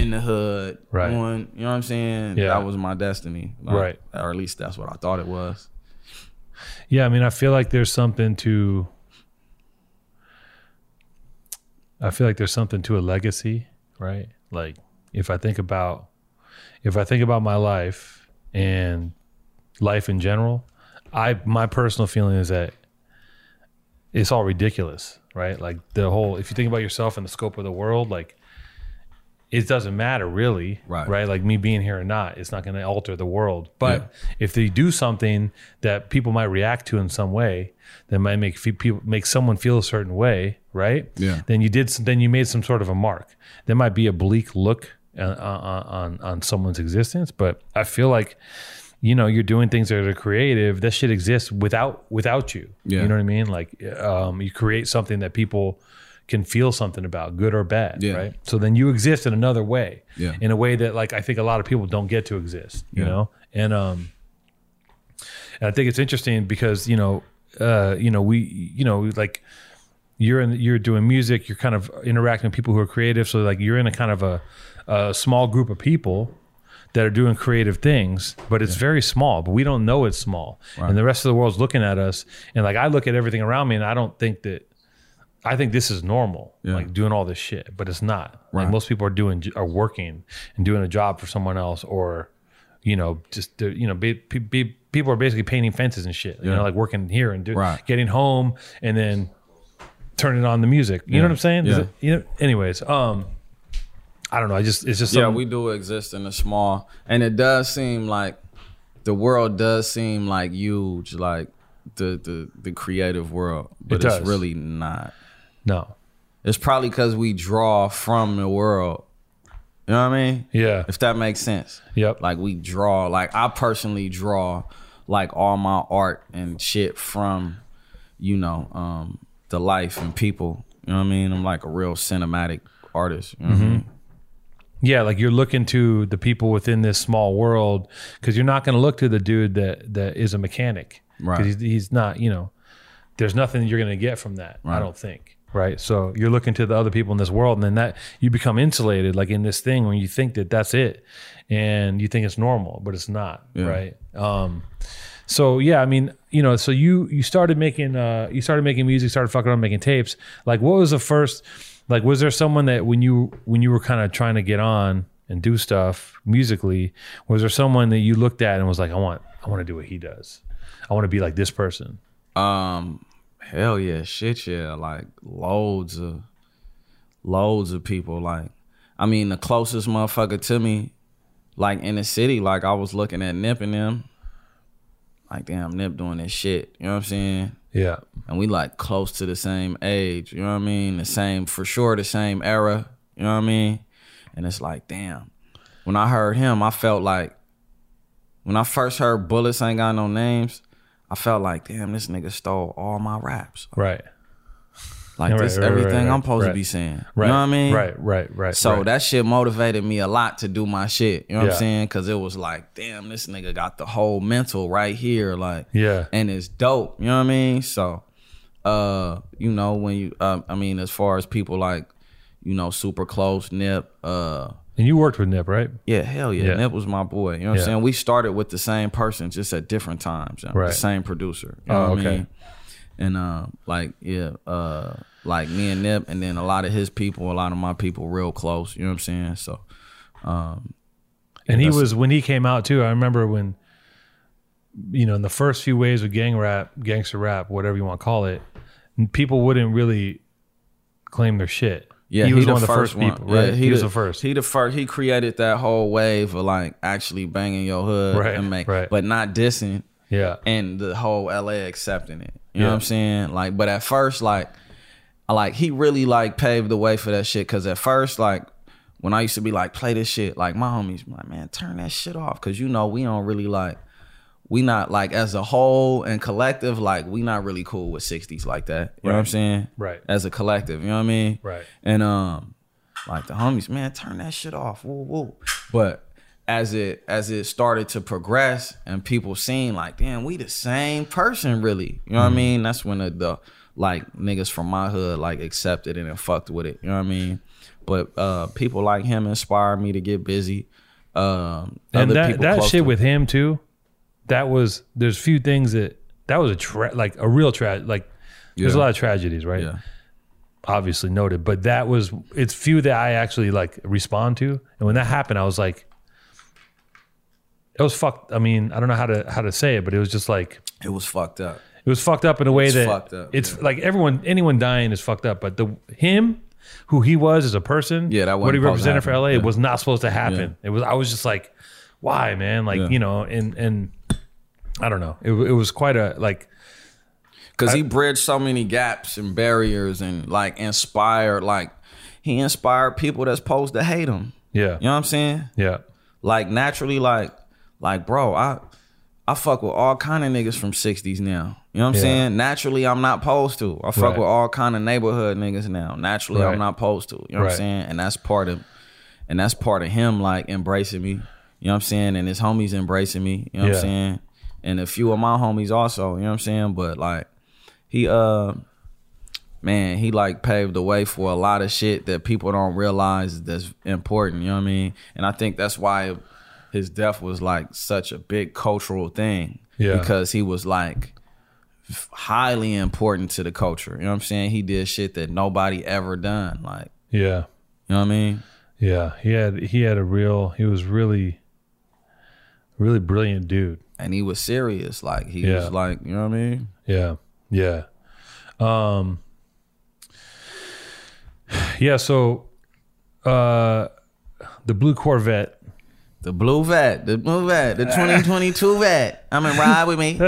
Speaker 1: in the hood.
Speaker 2: Right.
Speaker 1: On, you know what I'm saying?
Speaker 2: Yeah.
Speaker 1: That was my destiny. Like,
Speaker 2: Right.
Speaker 1: Or at least that's what I thought it was.
Speaker 2: yeah i mean i feel like there's something to i feel like there's something to a legacy right like if i think about if i think about my life and life in general i my personal feeling is that it's all ridiculous right like the whole if you think about yourself and the scope of the world like it doesn't matter really
Speaker 1: Right.
Speaker 2: right like me being here or not it's not going to alter the world but if they do something that people might react to in some way that might make fe- people make someone feel a certain way right
Speaker 1: Yeah.
Speaker 2: then you did some, then you made some sort of a mark there might be a bleak look uh, uh, on on someone's existence but i feel like you know you're doing things that are creative that shit exists without without you
Speaker 1: Yeah.
Speaker 2: you know what i mean like um, you create something that people can feel something about good or bad
Speaker 1: Yeah.
Speaker 2: right so then you exist in another way
Speaker 1: Yeah.
Speaker 2: in a way that like i think a lot of people don't get to exist you
Speaker 1: Yeah.
Speaker 2: know and um and i think it's interesting because you know uh you know we you know like you're in you're doing music you're kind of interacting with people who are creative so like you're in a kind of a, a small group of people that are doing creative things but it's very small but we don't know it's small and the rest of the world's looking at us and like i look at everything around me and i don't think that I think this is normal,
Speaker 1: Yeah.
Speaker 2: like doing all this shit, but it's not.
Speaker 1: Right.
Speaker 2: Like most people are doing are working and doing a job for someone else, or you know, just do- you know, be, be, be, people are basically painting fences and shit. You
Speaker 1: Yeah.
Speaker 2: know, like working here and do,
Speaker 1: Right.
Speaker 2: getting home and then turning on the music. You know what I'm saying? Is
Speaker 1: Yeah.
Speaker 2: it- you know. Anyways, um, I don't know. I just it's just
Speaker 1: yeah,
Speaker 2: something-
Speaker 1: we do exist in a small, and it does seem like the world does seem like huge, like the the the creative world, but
Speaker 2: It
Speaker 1: it's
Speaker 2: does.
Speaker 1: really not.
Speaker 2: no.
Speaker 1: It's probably because we draw from the world. You know what I mean?
Speaker 2: Yeah.
Speaker 1: If that makes sense.
Speaker 2: Yep.
Speaker 1: Like we draw, like I personally draw like all my art and shit from, you know, um, the life and people. You know what I mean? I'm like a real cinematic artist. You know what I mean?
Speaker 2: Yeah, like you're looking to the people within this small world because you're not going to look to the dude that that is a mechanic,
Speaker 1: Right.
Speaker 2: 'Cause He's, he's not, you know. There's nothing you're going to get from that. I don't think. Right. So you're looking to the other people in this world, and then that you become insulated, like in this thing when you think that that's it, and you think it's normal, but it's not. Right. Um. So yeah, I mean, you know, so you you started making uh you started making music, started fucking around making tapes. Like what was the first like was there someone that when you when you were kind of trying to get on and do stuff musically, was there someone that you looked at and was like, I want I want to do what he does. I want to be like this person.
Speaker 1: Um, hell yeah, shit yeah, like loads of, loads of people. Like, I mean, the closest motherfucker to me, like in the city, like I was looking at Nip and them, like damn Nip doing this shit. You know what I'm saying?
Speaker 2: Yeah.
Speaker 1: And we like close to the same age. You know what I mean? The same for sure, the same era. You know what I mean? And it's like damn. when I heard him, I felt like when I first heard Bullets Ain't Got No Names, I felt like, damn, this nigga stole all my raps.
Speaker 2: Right.
Speaker 1: Like
Speaker 2: Right,
Speaker 1: this
Speaker 2: right, right,
Speaker 1: everything
Speaker 2: right,
Speaker 1: I'm supposed
Speaker 2: right.
Speaker 1: to be saying.
Speaker 2: Right.
Speaker 1: You know what I mean?
Speaker 2: Right. Right. Right.
Speaker 1: So
Speaker 2: right.
Speaker 1: that shit motivated me a lot to do my shit. You know what
Speaker 2: Yeah.
Speaker 1: I'm saying? Cause it was like, damn, this nigga got the whole mental right here. Like,
Speaker 2: Yeah.
Speaker 1: and it's dope. You know what I mean? So, uh, you know, when you, uh, I mean, as far as people like, you know, super close, Nip, uh,
Speaker 2: And you worked with Nip, right?
Speaker 1: yeah, hell yeah,
Speaker 2: Yeah.
Speaker 1: Nip was my boy. You know what
Speaker 2: Yeah.
Speaker 1: I'm saying? We started with the same person, just at different times. you know,
Speaker 2: Right.
Speaker 1: The same producer. You know
Speaker 2: Oh,
Speaker 1: what
Speaker 2: okay.
Speaker 1: I mean? And uh, like yeah, uh, like me and Nip, and then a lot of his people, a lot of my people, real close. You know what I'm saying? So.
Speaker 2: And he
Speaker 1: that's-
Speaker 2: was when he came out too. I remember when, you know, in the first few waves of gang rap, gangster rap, whatever you want to call it, n- people wouldn't really claim their shit.
Speaker 1: Yeah,
Speaker 2: he was
Speaker 1: the
Speaker 2: one of the first,
Speaker 1: one.
Speaker 2: people, right?
Speaker 1: Yeah,
Speaker 2: he, was the first.
Speaker 1: He the first. He created that whole wave of like actually banging your hood,
Speaker 2: Right,
Speaker 1: And make,
Speaker 2: right.
Speaker 1: but not dissing,
Speaker 2: yeah,
Speaker 1: and the whole LA accepting it. You
Speaker 2: Yeah.
Speaker 1: know what I'm saying? Like, but at first, like, I like he really like paved the way for that shit. Cause at first, like, when I used to be like, play this shit, like my homies, be like, man, turn that shit off. Cause you know we don't really like. We not like as a whole and collective, like we not really cool with sixties like that. You know what I'm saying?
Speaker 2: Right.
Speaker 1: As a collective, you know what I mean?
Speaker 2: Right.
Speaker 1: And um, like the homies, man, turn that shit off. Woo woo. But as it as it started to progress and people seeing like, damn, we the same person really. You know what
Speaker 2: Mm-hmm.
Speaker 1: I mean? That's when the, the like niggas from my hood like accepted it and fucked with it. You know what I mean? But uh people like him inspired me to get busy. Um
Speaker 2: and
Speaker 1: other
Speaker 2: that
Speaker 1: people
Speaker 2: that
Speaker 1: close
Speaker 2: shit
Speaker 1: to-
Speaker 2: with him too. That was there's few things that that was a tra- like a real tragedy. Like there's a
Speaker 1: Yeah.
Speaker 2: lot of tragedies, right?
Speaker 1: Yeah.
Speaker 2: Obviously noted, but that was it's few that I actually like respond to. And when that happened, I was like, it was fucked. I mean, I don't know how to how to say it, but it was just like
Speaker 1: it was fucked up.
Speaker 2: it was fucked up in a way that
Speaker 1: fucked up,
Speaker 2: it's
Speaker 1: yeah.
Speaker 2: like everyone, anyone dying is fucked up. But the him, who he was as a person,
Speaker 1: Yeah, that
Speaker 2: what he
Speaker 1: wasn't supposed to
Speaker 2: represented for
Speaker 1: happen.
Speaker 2: LA
Speaker 1: Yeah.
Speaker 2: was not supposed to happen. It was. I was just like, why, man? Like
Speaker 1: Yeah.
Speaker 2: you know, and and I don't know. It, it was quite a like
Speaker 1: Cause he bridged so many gaps and barriers and like inspired like he inspired people that's supposed to hate him.
Speaker 2: yeah
Speaker 1: You know what I'm saying?
Speaker 2: yeah
Speaker 1: Like naturally, like like bro, I I fuck with all kind of niggas from '60s now. You know what I'm
Speaker 2: Yeah.
Speaker 1: saying? Naturally, I'm not posed to. I fuck
Speaker 2: Right.
Speaker 1: with all kind of neighborhood niggas now. Naturally,
Speaker 2: Right.
Speaker 1: I'm not posed to. You know what
Speaker 2: Right.
Speaker 1: I'm saying? And that's part of and that's part of him like embracing me. You know what I'm saying? And his homies embracing me. You know what
Speaker 2: Yeah.
Speaker 1: I'm saying? And a few of my homies also. You know what I'm saying? But like he uh man, he like paved the way for a lot of shit that people don't realize that's important. You know what I mean? And I think that's why his death was like such a big cultural thing.
Speaker 2: Yeah.
Speaker 1: Because he was like f- highly important to the culture. You know what I'm saying? He did shit that nobody ever done. Like,
Speaker 2: yeah
Speaker 1: you know what I mean?
Speaker 2: yeah. He had he had a real. He was really really brilliant dude.
Speaker 1: And he was serious. Like he
Speaker 2: Yeah.
Speaker 1: was like, you know what I mean?
Speaker 2: Yeah. Yeah. Um Yeah, so uh the blue Corvette.
Speaker 1: The blue vet, the blue vet, the 2022 vet. I'm in ride with me. You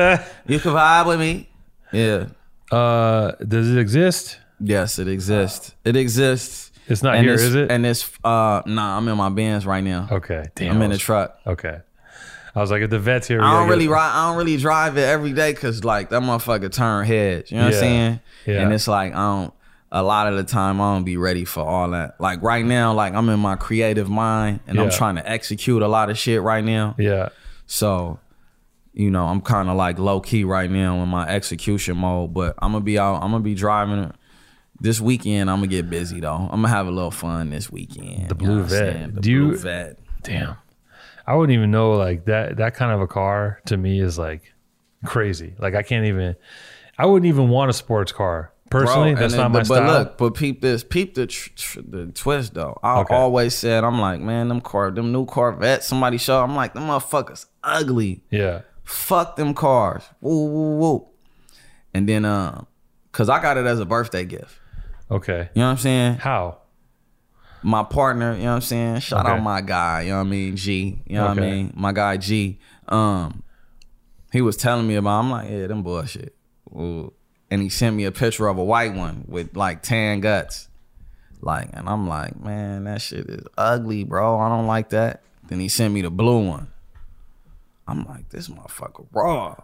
Speaker 1: can vibe with me. Yeah.
Speaker 2: Uh does it exist?
Speaker 1: Yes, it exists. It exists.
Speaker 2: It's not
Speaker 1: and
Speaker 2: here,
Speaker 1: it's-
Speaker 2: is it?
Speaker 1: And it's uh nah, I'm in my bands right now.
Speaker 2: Okay. Damn.
Speaker 1: I'm in
Speaker 2: I
Speaker 1: a
Speaker 2: was-
Speaker 1: truck.
Speaker 2: Okay. I was like if the vet's here. we
Speaker 1: I
Speaker 2: gotta
Speaker 1: don't
Speaker 2: get-
Speaker 1: really ride I don't really drive it every day cause like that motherfucker turn heads. You know what
Speaker 2: Yeah.
Speaker 1: I'm saying?
Speaker 2: Yeah.
Speaker 1: And it's like I don't a lot of the time I don't be ready for all that. Like right now, like I'm in my creative mind and I'm
Speaker 2: Yeah.
Speaker 1: trying to execute a lot of shit right now.
Speaker 2: Yeah.
Speaker 1: So, you know, I'm kind of like low key right now in my execution mode, but I'm gonna be out. I'm gonna be driving this weekend. I'm gonna get busy though. I'm gonna have a little fun this weekend. The
Speaker 2: Blue Vet.
Speaker 1: The
Speaker 2: Do you-
Speaker 1: blue vet.
Speaker 2: Damn. I wouldn't even know like that that kind of a car to me is like crazy. Like I can't even I wouldn't even want a sports car. Personally,
Speaker 1: and
Speaker 2: that's
Speaker 1: then
Speaker 2: not
Speaker 1: the-
Speaker 2: my
Speaker 1: but
Speaker 2: style.
Speaker 1: look, but peep this, peep the tr- tr- the twist though. I
Speaker 2: Okay.
Speaker 1: always said I'm like, man, them car, them new Corvettes. Somebody show. I'm like, them motherfuckers ugly.
Speaker 2: yeah.
Speaker 1: Fuck them cars. Woo woo woo. And then um, cause I got it as a birthday gift.
Speaker 2: Okay.
Speaker 1: You know what I'm saying?
Speaker 2: How?
Speaker 1: my partner, you know what I'm saying? Shout
Speaker 2: Okay.
Speaker 1: out my guy, you know what I mean? G, you know what
Speaker 2: Okay.
Speaker 1: I mean? My guy G. Um, he was telling me about I'm like, yeah, them bullshit. Ooh. And he sent me a picture of a white one with like tan guts. Like, and I'm like, man, that shit is ugly, bro. I don't like that. Then he sent me the blue one. I'm like, this motherfucker raw.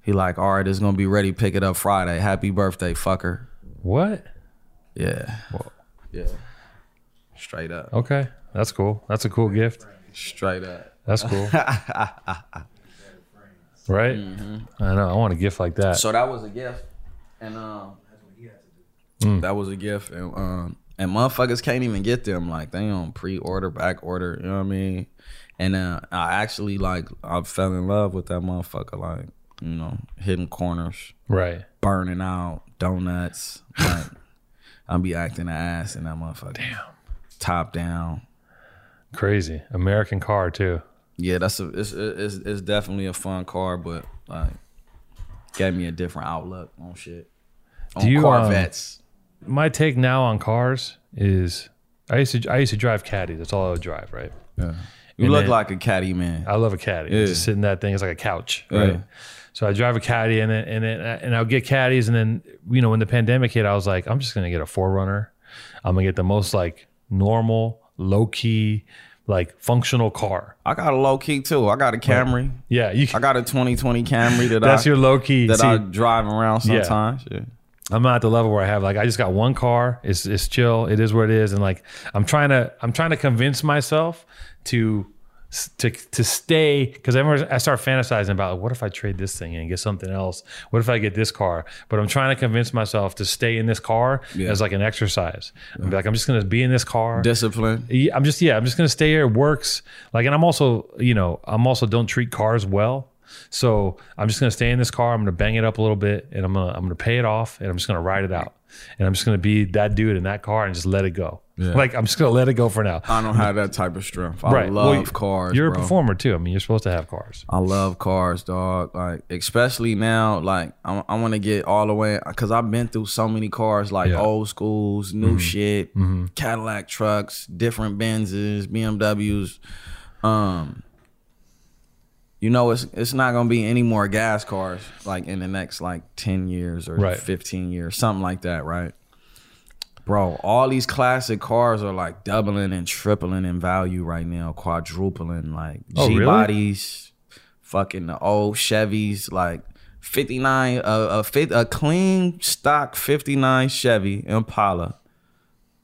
Speaker 1: He like, all right, it's gonna be ready. Pick it up Friday. Happy birthday, fucker.
Speaker 2: What?
Speaker 1: Yeah. Yeah. Straight up.
Speaker 2: Okay, that's cool. That's a cool gift.
Speaker 1: Straight up.
Speaker 2: That's cool. right? I know. I want a gift like that.
Speaker 1: Mm-hmm. So that was a gift, and um, that was a gift, and um, and motherfuckers can't even get them. Like they on pre-order, back order. You know what I mean? And uh, I actually like I fell in love with that motherfucker. Like you know, hidden corners,
Speaker 2: right.
Speaker 1: burning out donuts. Like I be acting the ass in that motherfucker. Damn. Top down.
Speaker 2: Crazy. American car too.
Speaker 1: Yeah, that's a it's it's, it's definitely a fun car, but like gave me a different outlook on shit. On
Speaker 2: you, um,
Speaker 1: Corvettes.
Speaker 2: my take now on cars is I used to I used to drive caddies. That's all I would drive, right?
Speaker 1: You look
Speaker 2: then-
Speaker 1: like a caddy man.
Speaker 2: I love a caddy.
Speaker 1: Yeah.
Speaker 2: Just sit in that thing. It's like a couch, right?
Speaker 1: Yeah.
Speaker 2: So I drive a caddy, and then, and then, and I'll get caddies, and then you know when the pandemic hit, I was like, I'm just gonna get a forerunner. I'm gonna get the most like normal, low key, like functional car.
Speaker 1: I got a low key too. I got a Camry.
Speaker 2: Yeah, you.
Speaker 1: I got a 2020 Camry that
Speaker 2: that's
Speaker 1: I
Speaker 2: your low key.
Speaker 1: that
Speaker 2: See,
Speaker 1: I drive around
Speaker 2: Yeah.
Speaker 1: sometimes. Yeah.
Speaker 2: I'm not at the level where I have like I just got one car. It's it's chill. It is what it is, and like I'm trying to I'm trying to convince myself to to to stay because I start fantasizing about what if I trade this thing in and get something else. What if I get this car? But I'm trying to convince myself to stay in this car
Speaker 1: Yeah.
Speaker 2: as like an exercise. I'm like I'm just gonna be in this car.
Speaker 1: Discipline.
Speaker 2: Yeah, I'm just yeah, I'm just gonna stay here. It works. Like, and I'm also, you know, I'm also don't treat cars well. So I'm just gonna stay in this car. I'm gonna bang it up a little bit, and I'm gonna I'm gonna pay it off, and I'm just gonna ride it out, and I'm just gonna be that dude in that car and just let it go. Like I'm just gonna let it go for now.
Speaker 1: I don't have that type of strength. I
Speaker 2: right.
Speaker 1: love
Speaker 2: Well,
Speaker 1: cars.
Speaker 2: You're
Speaker 1: bro.
Speaker 2: a performer too. I mean, you're supposed to have cars.
Speaker 1: I love cars, dog. Like especially now, like I, I want to get all the way because I've been through so many cars, like
Speaker 2: Yeah. Mm-hmm.
Speaker 1: old schools, new shit, Cadillac trucks, different Benzes, BMWs. Um, you know, it's it's not gonna be any more gas cars like in the next like ten years or
Speaker 2: Right.
Speaker 1: fifteen years, something like that, right? Bro, all these classic cars are like doubling and tripling in value right now, quadrupling. Like
Speaker 2: Oh,
Speaker 1: G
Speaker 2: really?
Speaker 1: bodies, fucking the old Chevys, like fifty nine, a a, fit, a clean stock fifty nine Chevy Impala,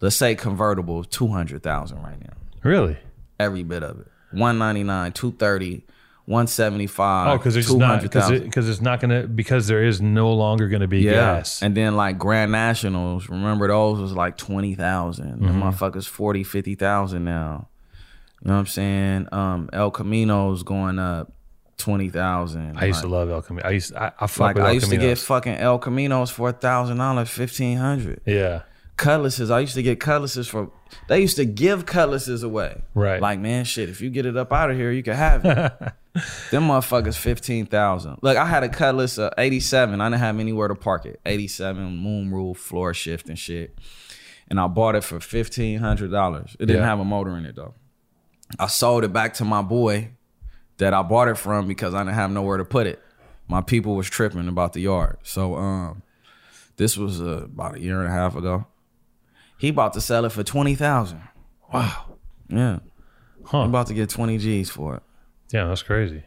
Speaker 1: let's say convertible, two hundred thousand right now,
Speaker 2: Really?
Speaker 1: every bit of it, one ninety nine, two thirty. 175
Speaker 2: Oh, because there's not because it's not gonna because there is no longer gonna be gas.
Speaker 1: and then like Grand Nationals, remember those was like 20,000. The
Speaker 2: Mm-hmm.
Speaker 1: motherfuckers 40, 50,000 now. You know what I'm saying? Um El Camino's going up 20,000.
Speaker 2: I used
Speaker 1: like,
Speaker 2: to love El Camino. I used I, I fuck
Speaker 1: like
Speaker 2: with
Speaker 1: I
Speaker 2: El
Speaker 1: used to get
Speaker 2: Caminos.
Speaker 1: fucking El Caminos for a thousand dollars, fifteen hundred.
Speaker 2: yeah.
Speaker 1: Cutlasses, I used to get cutlasses for. They used to give cutlasses away.
Speaker 2: Right.
Speaker 1: Like man, shit. If you get it up out of here, you can have it. Them motherfuckers fifteen thousand. Look, I had a cutlass uh, eighty seven. I didn't have anywhere to park it. Eighty seven, moon roof, floor shift, and shit. And I bought it for fifteen hundred dollars. It didn't
Speaker 2: Yeah.
Speaker 1: have a motor in it though. I sold it back to my boy that I bought it from because I didn't have nowhere to put it. My people was tripping about the yard. So um, this was uh, about a year and a half ago. He about to sell it for twenty thousand. Wow. Yeah.
Speaker 2: Huh.
Speaker 1: I'm about to get twenty G's for it
Speaker 2: Yeah, that's crazy.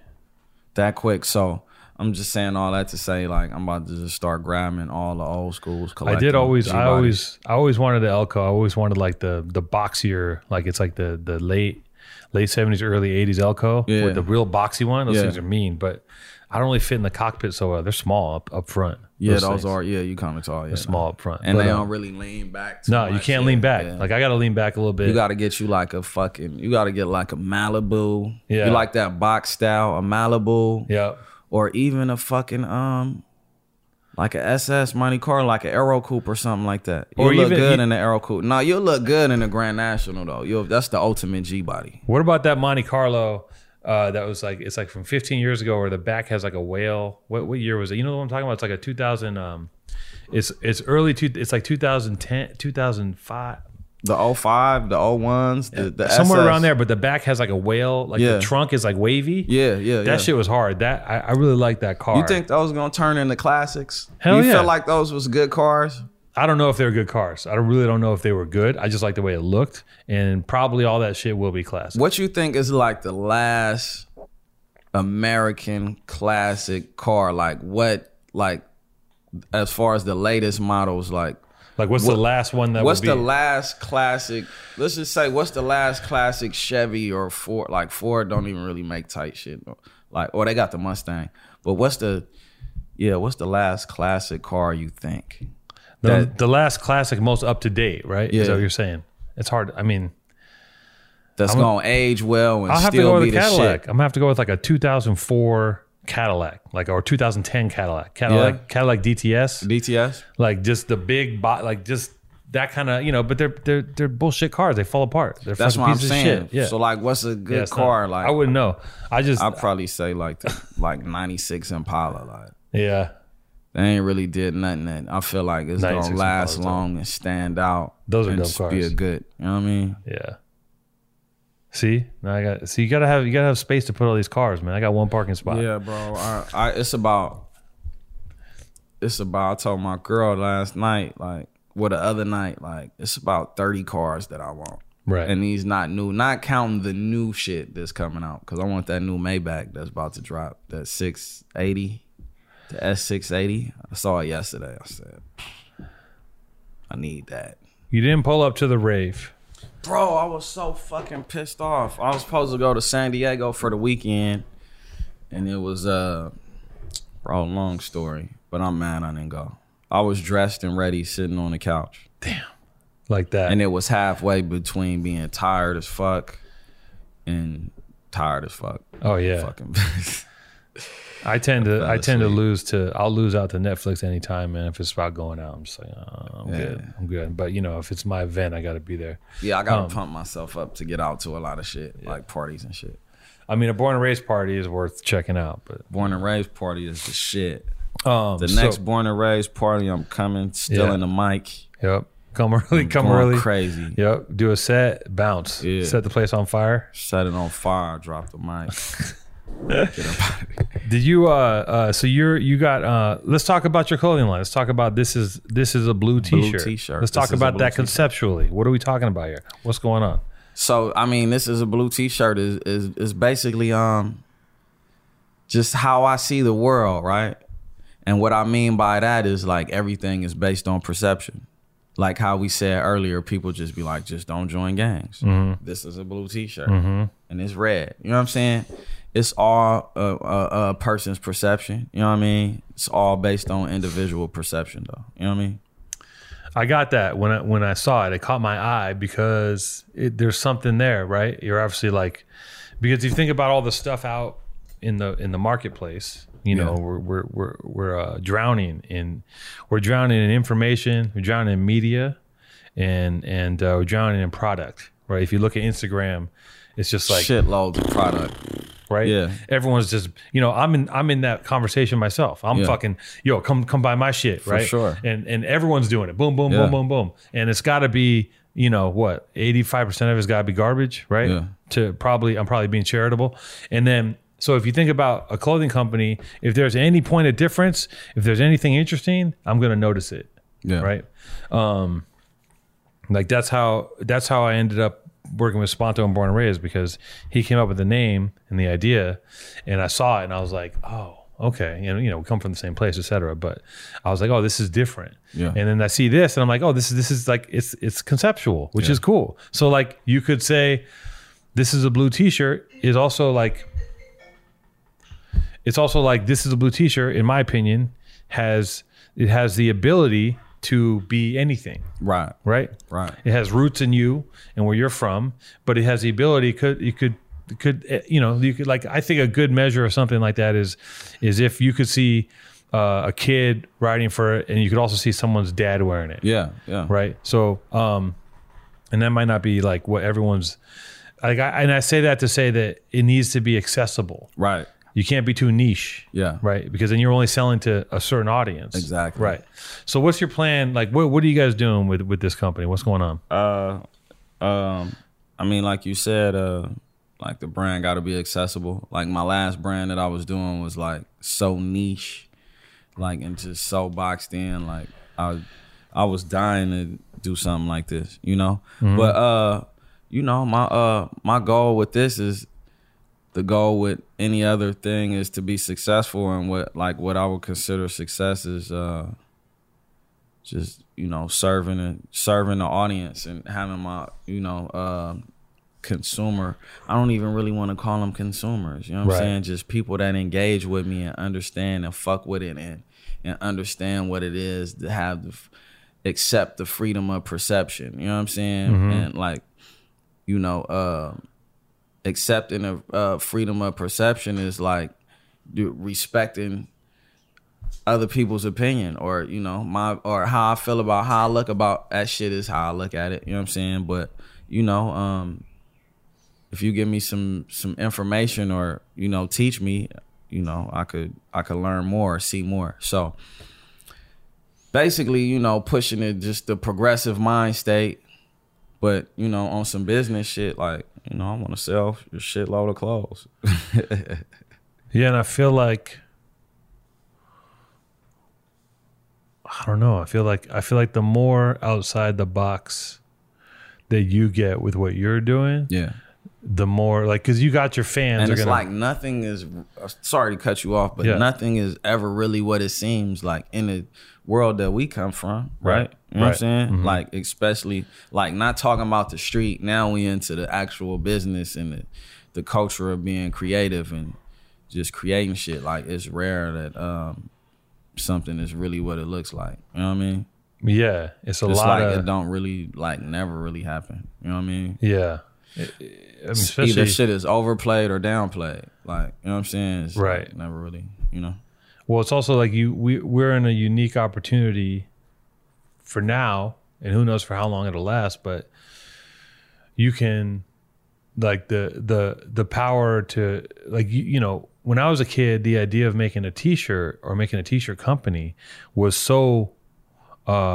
Speaker 1: that quick. So I'm just saying all that to say, like, I'm about to just start grabbing all the old schools.
Speaker 2: I
Speaker 1: collecting
Speaker 2: did always. I
Speaker 1: G-bodies.
Speaker 2: always. I always wanted the Elko. I always wanted like the the boxier, like it's like the the late late seventies, early eighties Elko
Speaker 1: Yeah.
Speaker 2: with the real boxy one. Those
Speaker 1: Yeah.
Speaker 2: things are mean, but I don't really fit in the cockpit so well. They're small up up front.
Speaker 1: Yeah, those,
Speaker 2: things.
Speaker 1: are. Yeah, you kind of tall. Yeah,
Speaker 2: small up front.
Speaker 1: and
Speaker 2: But,
Speaker 1: they
Speaker 2: uh,
Speaker 1: don't really lean back. too
Speaker 2: No, you
Speaker 1: much,
Speaker 2: can't
Speaker 1: yeah,
Speaker 2: lean back.
Speaker 1: yeah.
Speaker 2: Like I got to lean back a little bit.
Speaker 1: you got to get you like a fucking. You got to get like a Malibu.
Speaker 2: Yeah.
Speaker 1: You like that box style, a Malibu,
Speaker 2: yeah.
Speaker 1: or even a fucking um. Like a SS Monte Carlo, like an Aero Coupe or something like that. You
Speaker 2: Or
Speaker 1: look
Speaker 2: even-
Speaker 1: good
Speaker 2: you-
Speaker 1: in the Aero Coupe. No, you'll look good in the Grand National though. You'll, that's the ultimate G body.
Speaker 2: What about that Monte Carlo? Uh, that was like it's like from 15 years ago, where the back has like a whale. What what year was it? You know what I'm talking about? It's like a 2000. Um, it's it's early two. It's like 2010, 2005.
Speaker 1: The 05, the 01s, the, the
Speaker 2: somewhere
Speaker 1: SS.
Speaker 2: around there. But the back has like a whale, like
Speaker 1: Yeah.
Speaker 2: the trunk is like wavy.
Speaker 1: Yeah, yeah,
Speaker 2: that
Speaker 1: yeah.
Speaker 2: shit was hard. That I, I really like that car.
Speaker 1: You think those gonna turn into classics?
Speaker 2: Hell
Speaker 1: you
Speaker 2: yeah.
Speaker 1: feel like those was good cars?
Speaker 2: I don't know if they were good cars. I don't- really don't know if they were good. I just like the way it looked, and probably all that shit will be classic.
Speaker 1: What you think is like the last American classic car? Like what? Like as far as the latest models, like
Speaker 2: Like, what's the last one that?
Speaker 1: what's
Speaker 2: would be?
Speaker 1: the last classic? Let's just say what's the last classic Chevy or Ford? Like Ford don't even really make tight shit. Like or they got the Mustang, but what's the yeah? What's the last classic car you think?
Speaker 2: the,
Speaker 1: that-
Speaker 2: the last classic, most up to date, right? Is
Speaker 1: Yeah.
Speaker 2: that what you're saying? It's hard. I mean,
Speaker 1: That's gonna age well and
Speaker 2: I'll have to
Speaker 1: still
Speaker 2: go
Speaker 1: be
Speaker 2: with a
Speaker 1: the
Speaker 2: Cadillac.
Speaker 1: shit.
Speaker 2: I'm gonna have to go with like a 2004 Cadillac, like or 2010 Cadillac, Cadillac,
Speaker 1: Yeah.
Speaker 2: Cadillac DTS,
Speaker 1: DTS.
Speaker 2: like just the big, bo- like just that kind of you know. But they're they're they're bullshit cars. They fall apart. They're
Speaker 1: That's
Speaker 2: fucking
Speaker 1: what I'm
Speaker 2: pieces of
Speaker 1: saying.
Speaker 2: shit. Yeah.
Speaker 1: So like, what's a good
Speaker 2: Yeah, it's not-
Speaker 1: car? like
Speaker 2: I wouldn't know. I just
Speaker 1: I'd probably say like the, like '96 Impala. Like
Speaker 2: yeah.
Speaker 1: they ain't really did nothing that I feel like it's
Speaker 2: 96
Speaker 1: gonna last
Speaker 2: Impala's dope.
Speaker 1: long and stand out.
Speaker 2: Those are
Speaker 1: and
Speaker 2: dope
Speaker 1: just Be a
Speaker 2: cars.
Speaker 1: good. You know what I mean?
Speaker 2: Yeah. See, now I got. See, you gotta have you gotta have space to put all these cars, man. I got one parking spot.
Speaker 1: Yeah, bro. I, I it's about it's about. I told my girl last night, like, well, the other night, like, it's about 30 cars that I want.
Speaker 2: Right.
Speaker 1: And these not new, not counting the new shit that's coming out. Cause I want that new Maybach that's about to drop. That 680, the S680. I saw it yesterday. I said, I need that.
Speaker 2: You didn't pull up to the rave.
Speaker 1: Bro, I was so fucking pissed off. I was supposed to go to San Diego for the weekend, and it was uh, bro, long story. But I'm mad I didn't go. I was dressed and ready, sitting on the couch,
Speaker 2: like that.
Speaker 1: and it was halfway between being tired as fuck and tired as fuck.
Speaker 2: oh yeah,
Speaker 1: Fucking
Speaker 2: I tend to I
Speaker 1: fell
Speaker 2: tend to
Speaker 1: asleep.
Speaker 2: lose to I'll lose out to Netflix anytime, man. If it's about going out, I'm just like, oh, I'm good, I'm good. But you know, if it's my event, I got to be there.
Speaker 1: yeah, I gotta pump myself up to get out to a lot of shit, like parties and shit.
Speaker 2: I mean, a born and raised party is worth checking out, but
Speaker 1: Born and raised party is the shit.
Speaker 2: um,
Speaker 1: The
Speaker 2: so-
Speaker 1: next born and raised party, I'm coming, still
Speaker 2: Yeah.
Speaker 1: in the mic,
Speaker 2: yep, come early, come
Speaker 1: going
Speaker 2: early,
Speaker 1: crazy.
Speaker 2: yep, do a set, bounce,
Speaker 1: Yeah.
Speaker 2: set the place on fire.
Speaker 1: set it on fire, drop the mic. Get up out of here.
Speaker 2: Did you? Uh, uh, so you're you got? Uh, let's talk about your clothing line. Let's talk about this is this is a blue T-shirt.
Speaker 1: t-shirt. This
Speaker 2: Let's talk
Speaker 1: is a
Speaker 2: about
Speaker 1: blue
Speaker 2: that
Speaker 1: t-shirt.
Speaker 2: conceptually. What are we talking about here? What's going on?
Speaker 1: So I mean, this is a blue T-shirt. Is is is basically um, just how I see the world, right? And what I mean by that is like everything is based on perception. Like how we said earlier, people just be like, just don't join gangs. This is a blue T-shirt and it's red. You know what I'm saying? It's all a, a, a person's perception. You know what I mean? It's all based on individual perception, though. You know what I mean?
Speaker 2: I got that when I when I saw it. It caught my eye because it, there's something there, right? You're obviously like because you think about all the stuff out in the in the marketplace. You know,
Speaker 1: Yeah.
Speaker 2: we're we're we're, we're uh, drowning in we're drowning in information. We're drowning in media, and and uh, we're drowning in product. Right? If you look at Instagram, it's just like
Speaker 1: Shitloads of product.
Speaker 2: right?
Speaker 1: Yeah.
Speaker 2: Everyone's just you know, I'm in I'm in that conversation myself. I'm
Speaker 1: Yeah.
Speaker 2: fucking yo, come come buy my shit, right?
Speaker 1: sure.
Speaker 2: And and everyone's doing it. Boom, boom,
Speaker 1: Yeah.
Speaker 2: boom, boom, boom. And it's gotta be, you know, what, eighty five percent of it's gotta be garbage, right?
Speaker 1: Yeah.
Speaker 2: To probably I'm probably being charitable. And then so if you think about a clothing company, if there's any point of difference, if there's anything interesting, I'm gonna notice it
Speaker 1: Yeah.
Speaker 2: right um like that's how that's how i ended up working with sponto and born and raised because he came up with the name and the idea and i saw it and i was like oh okay and you know we come from the same place etc but i was like oh this is different
Speaker 1: Yeah.
Speaker 2: and then i see this and i'm like oh this is this is like it's it's conceptual which is cool so like you could say this is a blue t-shirt is also like it's also like this is a blue t-shirt in my opinion has it has the ability to be anything
Speaker 1: Right.
Speaker 2: right
Speaker 1: Right.
Speaker 2: it has roots in you and where you're from but it has the ability could you could it could eh, you know you could like i think a good measure of something like that is is if you could see uh, a kid riding for it and you could also see someone's dad wearing it
Speaker 1: Yeah. Yeah.
Speaker 2: right so um and that might not be like what everyone's like I, and i say that to say that it needs to be accessible
Speaker 1: Right.
Speaker 2: you can't be too niche.
Speaker 1: Yeah.
Speaker 2: Right. Because then you're only selling to a certain audience.
Speaker 1: Exactly.
Speaker 2: Right. So what's your plan? Like what what are you guys doing with with this company? What's going on?
Speaker 1: Um, I mean, like you said, uh, like the brand got to be accessible. Like my last brand that I was doing was like so niche, like and just so boxed in. Like I I was dying to do something like this, you know. But uh, you know, my uh my goal with this is the goal with any other thing is to be successful and what like what I would consider success is uh just, you know, serving and serving the audience and having my, you know, uh consumer. I don't even really want to call them consumers. You know what
Speaker 2: Right.
Speaker 1: I'm saying? Just people that engage with me and understand and fuck with it and and understand what it is to have the f- accept the freedom of perception. You know what I'm saying? And like, you know, uh, accepting of uh, freedom of perception is like do- respecting other people's opinion or you know my or how I feel about how I look about that shit is how I look at it. You know what I'm saying? But you know, um, if you give me some some information or you know teach me, you know I could I could learn more, see more. So basically, you know, pushing it just the progressive mind state. But you know, on some business shit, like you know, I want to sell a shitload of clothes.
Speaker 2: Yeah, and I feel like I don't know. I feel like I feel like the more outside the box that you get with what you're doing,
Speaker 1: Yeah,
Speaker 2: the more like because you got your fans.
Speaker 1: and
Speaker 2: are
Speaker 1: it's
Speaker 2: gonna,
Speaker 1: like nothing is. uh, Sorry to cut you off, but
Speaker 2: Yeah.
Speaker 1: nothing is ever really what it seems like in the world that we come from, right?
Speaker 2: Right,
Speaker 1: You know
Speaker 2: right. Mm-hmm.
Speaker 1: what I'm saying? Like especially like not talking about the street. Now we into the actual business and the the culture of being creative and just creating shit. Like it's rare that um something is really what it looks like. You know what I mean?
Speaker 2: yeah, it's a
Speaker 1: It's
Speaker 2: lot
Speaker 1: like
Speaker 2: of
Speaker 1: it don't really like never really happen. You know what I mean?
Speaker 2: yeah. I mean,
Speaker 1: Either
Speaker 2: especially
Speaker 1: shit is overplayed or downplayed. Like, you know what I'm saying? It's
Speaker 2: Right.
Speaker 1: like never really, you know.
Speaker 2: Well, it's also like you we we're in a unique opportunity for now, and who knows for how long it'll last, but you can like the the the power to like you, you know, when I was a kid, the idea of making a t-shirt or making a t-shirt company was so um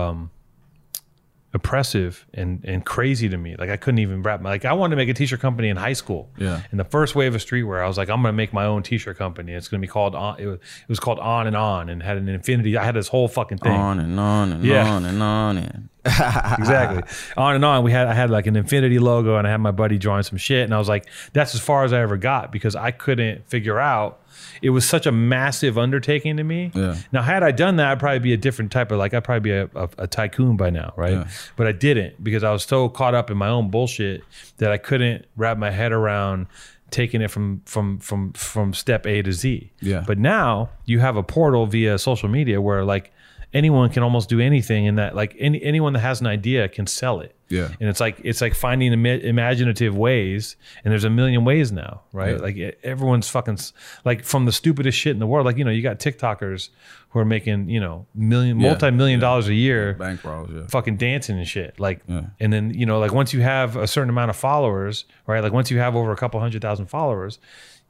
Speaker 2: oppressive and and crazy to me. Like I couldn't even wrap my like I wanted to make a t-shirt company in high school.
Speaker 1: Yeah.
Speaker 2: And the first wave of streetwear, I was like, I'm gonna make my own t-shirt company. It's gonna be called on. It was, it was called On and On, and had an infinity. I had this whole fucking thing.
Speaker 1: On and on and
Speaker 2: Yeah.
Speaker 1: on and on and
Speaker 2: exactly. On and on. We had I had like an infinity logo, and I had my buddy drawing some shit, and I was like, that's as far as I ever got because I couldn't figure out. It was such a massive undertaking to me.
Speaker 1: Yeah.
Speaker 2: Now, had I done that, I'd probably be a different type of like I'd probably be a, a, a tycoon by now, right?
Speaker 1: Yeah.
Speaker 2: But I didn't because I was so caught up in my own bullshit that I couldn't wrap my head around taking it from from from from step A to Z.
Speaker 1: Yeah.
Speaker 2: But now you have a portal via social media where like anyone can almost do anything and that like any anyone that has an idea can sell it.
Speaker 1: Yeah.
Speaker 2: And it's like it's like finding ima- imaginative ways and there's a million ways now, right?
Speaker 1: Yeah.
Speaker 2: Like e- everyone's fucking s- like from the stupidest shit in the world like you know you got TikTokers who are making, you know, million
Speaker 1: Yeah.
Speaker 2: multi-million dollars a year
Speaker 1: bankrolls, yeah.
Speaker 2: fucking dancing and shit. Like, and then you know, like once you have a certain amount of followers, right? Like once you have over a couple hundred thousand followers,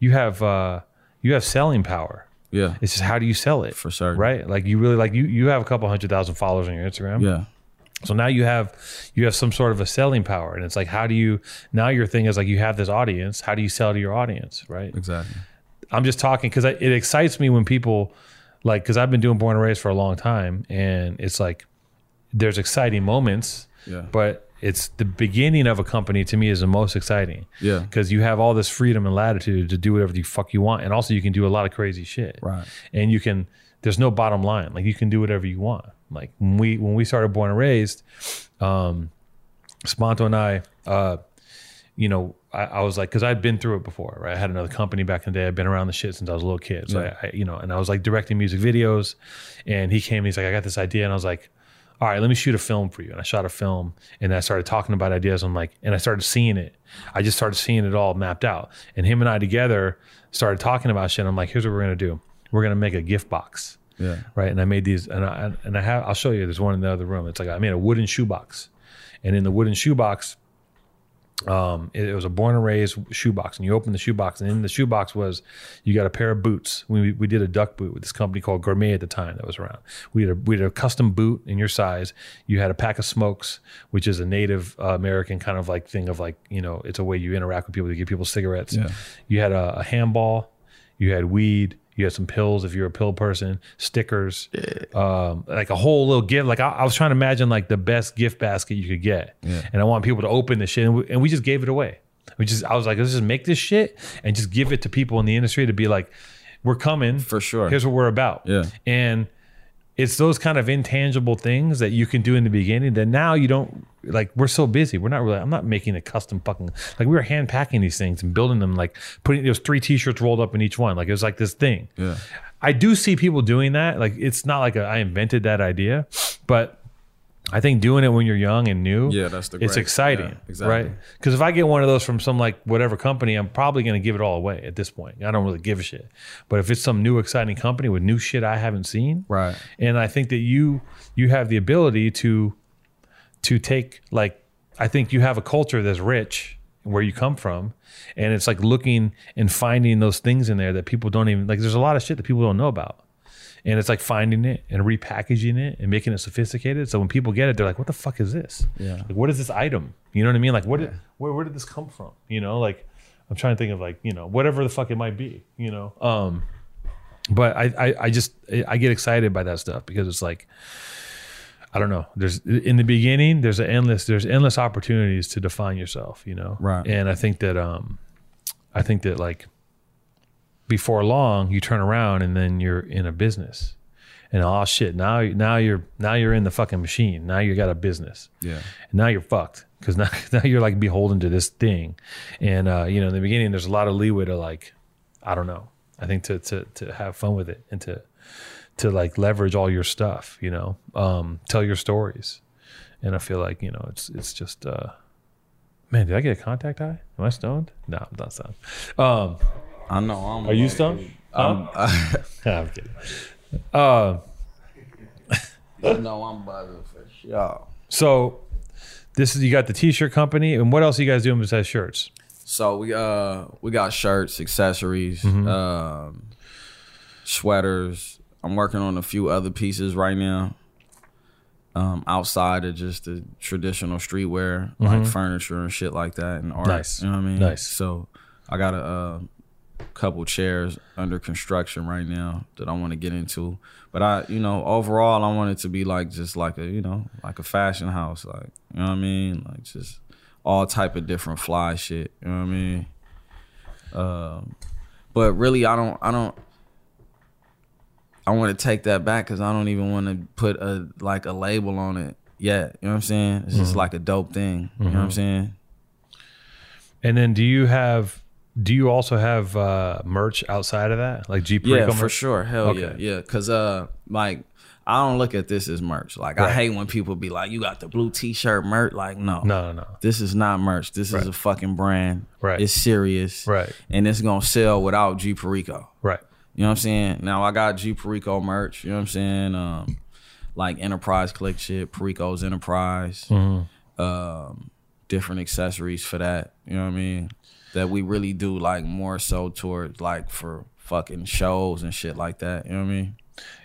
Speaker 2: you have uh you have selling power.
Speaker 1: Yeah.
Speaker 2: It's just how do you sell it
Speaker 1: For certain.
Speaker 2: right? Like you really like you you have a couple hundred thousand followers on your Instagram,
Speaker 1: yeah.
Speaker 2: so now you have you have some sort of a selling power, and it's like how do you now your thing is like you have this audience, how do you sell to your audience, right?
Speaker 1: Exactly.
Speaker 2: I'm just talking because it excites me when people like because I've been doing born and raised for a long time, and it's like there's exciting moments,
Speaker 1: Yeah.
Speaker 2: but it's the beginning of a company to me is the most exciting.
Speaker 1: Yeah.
Speaker 2: because you have all this freedom and latitude to do whatever the fuck you want, and also you can do a lot of crazy shit.
Speaker 1: Right.
Speaker 2: and you can there's no bottom line. Like you can do whatever you want. Like when we when we started born and raised, um, Sponto and I. uh you know, I, I was like, because I'd been through it before, right? I had another company back in the day. I'd been around the shit since I was a little kid. So, I, I, you know, and I was like directing music videos. And he came and he's like, I got this idea. And I was like, all right, let me shoot a film for you. And I shot a film and I started talking about ideas. I'm like, and I started seeing it. I just started seeing it all mapped out. And him and I together started talking about shit. I'm like, here's what we're going to do we're going to make a gift box
Speaker 1: Yeah.
Speaker 2: right? And I made these, and I and I have. I'll show you. There's one in the other room. It's like I made a wooden shoebox, and in the wooden shoebox, um, it, it was a born and raised shoebox. And you open the shoebox, and in the shoebox was you got a pair of boots. We we did a duck boot with this company called Gourmet at the time that was around. We had a we had a custom boot in your size. You had a pack of smokes, which is a Native uh, American kind of like thing of like you know it's a way you interact with people. You give people cigarettes. You had a, a handball. You had weed. You had some pills if you're a pill person, stickers, um, like a whole little gift. Like I, I was trying to imagine like the best gift basket you could get, and I want people to open this shit, and we, and we just gave it away. We just I was like, let's just make this shit and just give it to people in the industry to be like, we're coming
Speaker 1: For sure.
Speaker 2: Here's what we're about.
Speaker 1: Yeah.
Speaker 2: and it's those kind of intangible things that you can do in the beginning that now you don't like we're so busy we're not really i'm not making a custom fucking like we were hand packing these things and building them like putting there was three t-shirts rolled up in each one like it was like this thing
Speaker 1: Yeah.
Speaker 2: i do see people doing that like it's not like a, I invented that idea but i think doing it when you're young and new
Speaker 1: Yeah, that's the
Speaker 2: it's
Speaker 1: great-
Speaker 2: exciting
Speaker 1: yeah, exactly.
Speaker 2: right because if i get one of those from some like whatever company i'm probably going to give it all away at this point i don't really give a shit but if it's some new exciting company with new shit i haven't seen
Speaker 1: Right.
Speaker 2: and i think that you you have the ability to to take like i think you have a culture that's rich where you come from and it's like looking and finding those things in there that people don't even like there's a lot of shit that people don't know about and it's like finding it and repackaging it and making it sophisticated so when people get it they're like what the fuck is this
Speaker 1: Yeah.
Speaker 2: like what is this item you know what i mean like what did, where, where did this come from you know like i'm trying to think of like you know whatever the fuck it might be you know um but I, I i just i get excited by that stuff because it's like i don't know there's in the beginning there's an endless there's endless opportunities to define yourself you know
Speaker 1: Right.
Speaker 2: and i think that um i think that like before long you turn around and then you're in a business and oh shit now now you're now you're in the fucking machine now you got a business
Speaker 1: Yeah.
Speaker 2: and now you're fucked because now, now you're like beholden to this thing and uh, you know in the beginning there's a lot of leeway to like i don't know i think to to, to have fun with it and to to like leverage all your stuff you know um, tell your stories and i feel like you know it's it's just uh man did i get a contact eye am i stoned no i'm not stoned um
Speaker 1: I know. I'm
Speaker 2: are you stoned um, i'm kidding uh,
Speaker 1: I know I'm buzzing for sure.
Speaker 2: So this is you got the t-shirt company, and what else are you guys doing besides shirts?
Speaker 1: So we uh we got shirts, accessories,
Speaker 2: Mm-hmm.
Speaker 1: um, sweaters. I'm working on a few other pieces right now. Um, outside of just the traditional streetwear, like furniture and shit like that, and art.
Speaker 2: Mm-hmm. Nice.
Speaker 1: You know what I mean?
Speaker 2: Nice.
Speaker 1: So I got a uh, couple chairs under construction right now that I want to get into. But I, you know, overall, I want it to be like just like a, you know, like a fashion house, like you know what I mean, like just all type of different fly shit. You know what I mean? Um, but really, I don't, I don't. I want to take that back because I don't even want to put a like a label on it yet. You know what I'm saying? It's just like a dope thing. You know what I'm saying?
Speaker 2: And then do you have do you also have uh, merch outside of that, like G Preco
Speaker 1: Yeah,
Speaker 2: merch?
Speaker 1: for sure. Hell
Speaker 2: Okay.
Speaker 1: yeah, yeah. Cause uh, like I don't look at this as merch. Like I hate when people be like, "You got the blue T-shirt merch." Like no,
Speaker 2: No, no, no.
Speaker 1: This is not merch. This is a fucking brand.
Speaker 2: Right.
Speaker 1: It's serious.
Speaker 2: Right.
Speaker 1: And it's gonna sell without G Perico.
Speaker 2: Right.
Speaker 1: You know what I'm saying? Now I got G Perico merch. You know what I'm saying? Um, like Enterprise Click shit, Perico's Enterprise.
Speaker 2: Mm-hmm.
Speaker 1: Um, different accessories for that. You know what I mean? That we really do like more so towards like for fucking shows and shit like that. You know what I mean?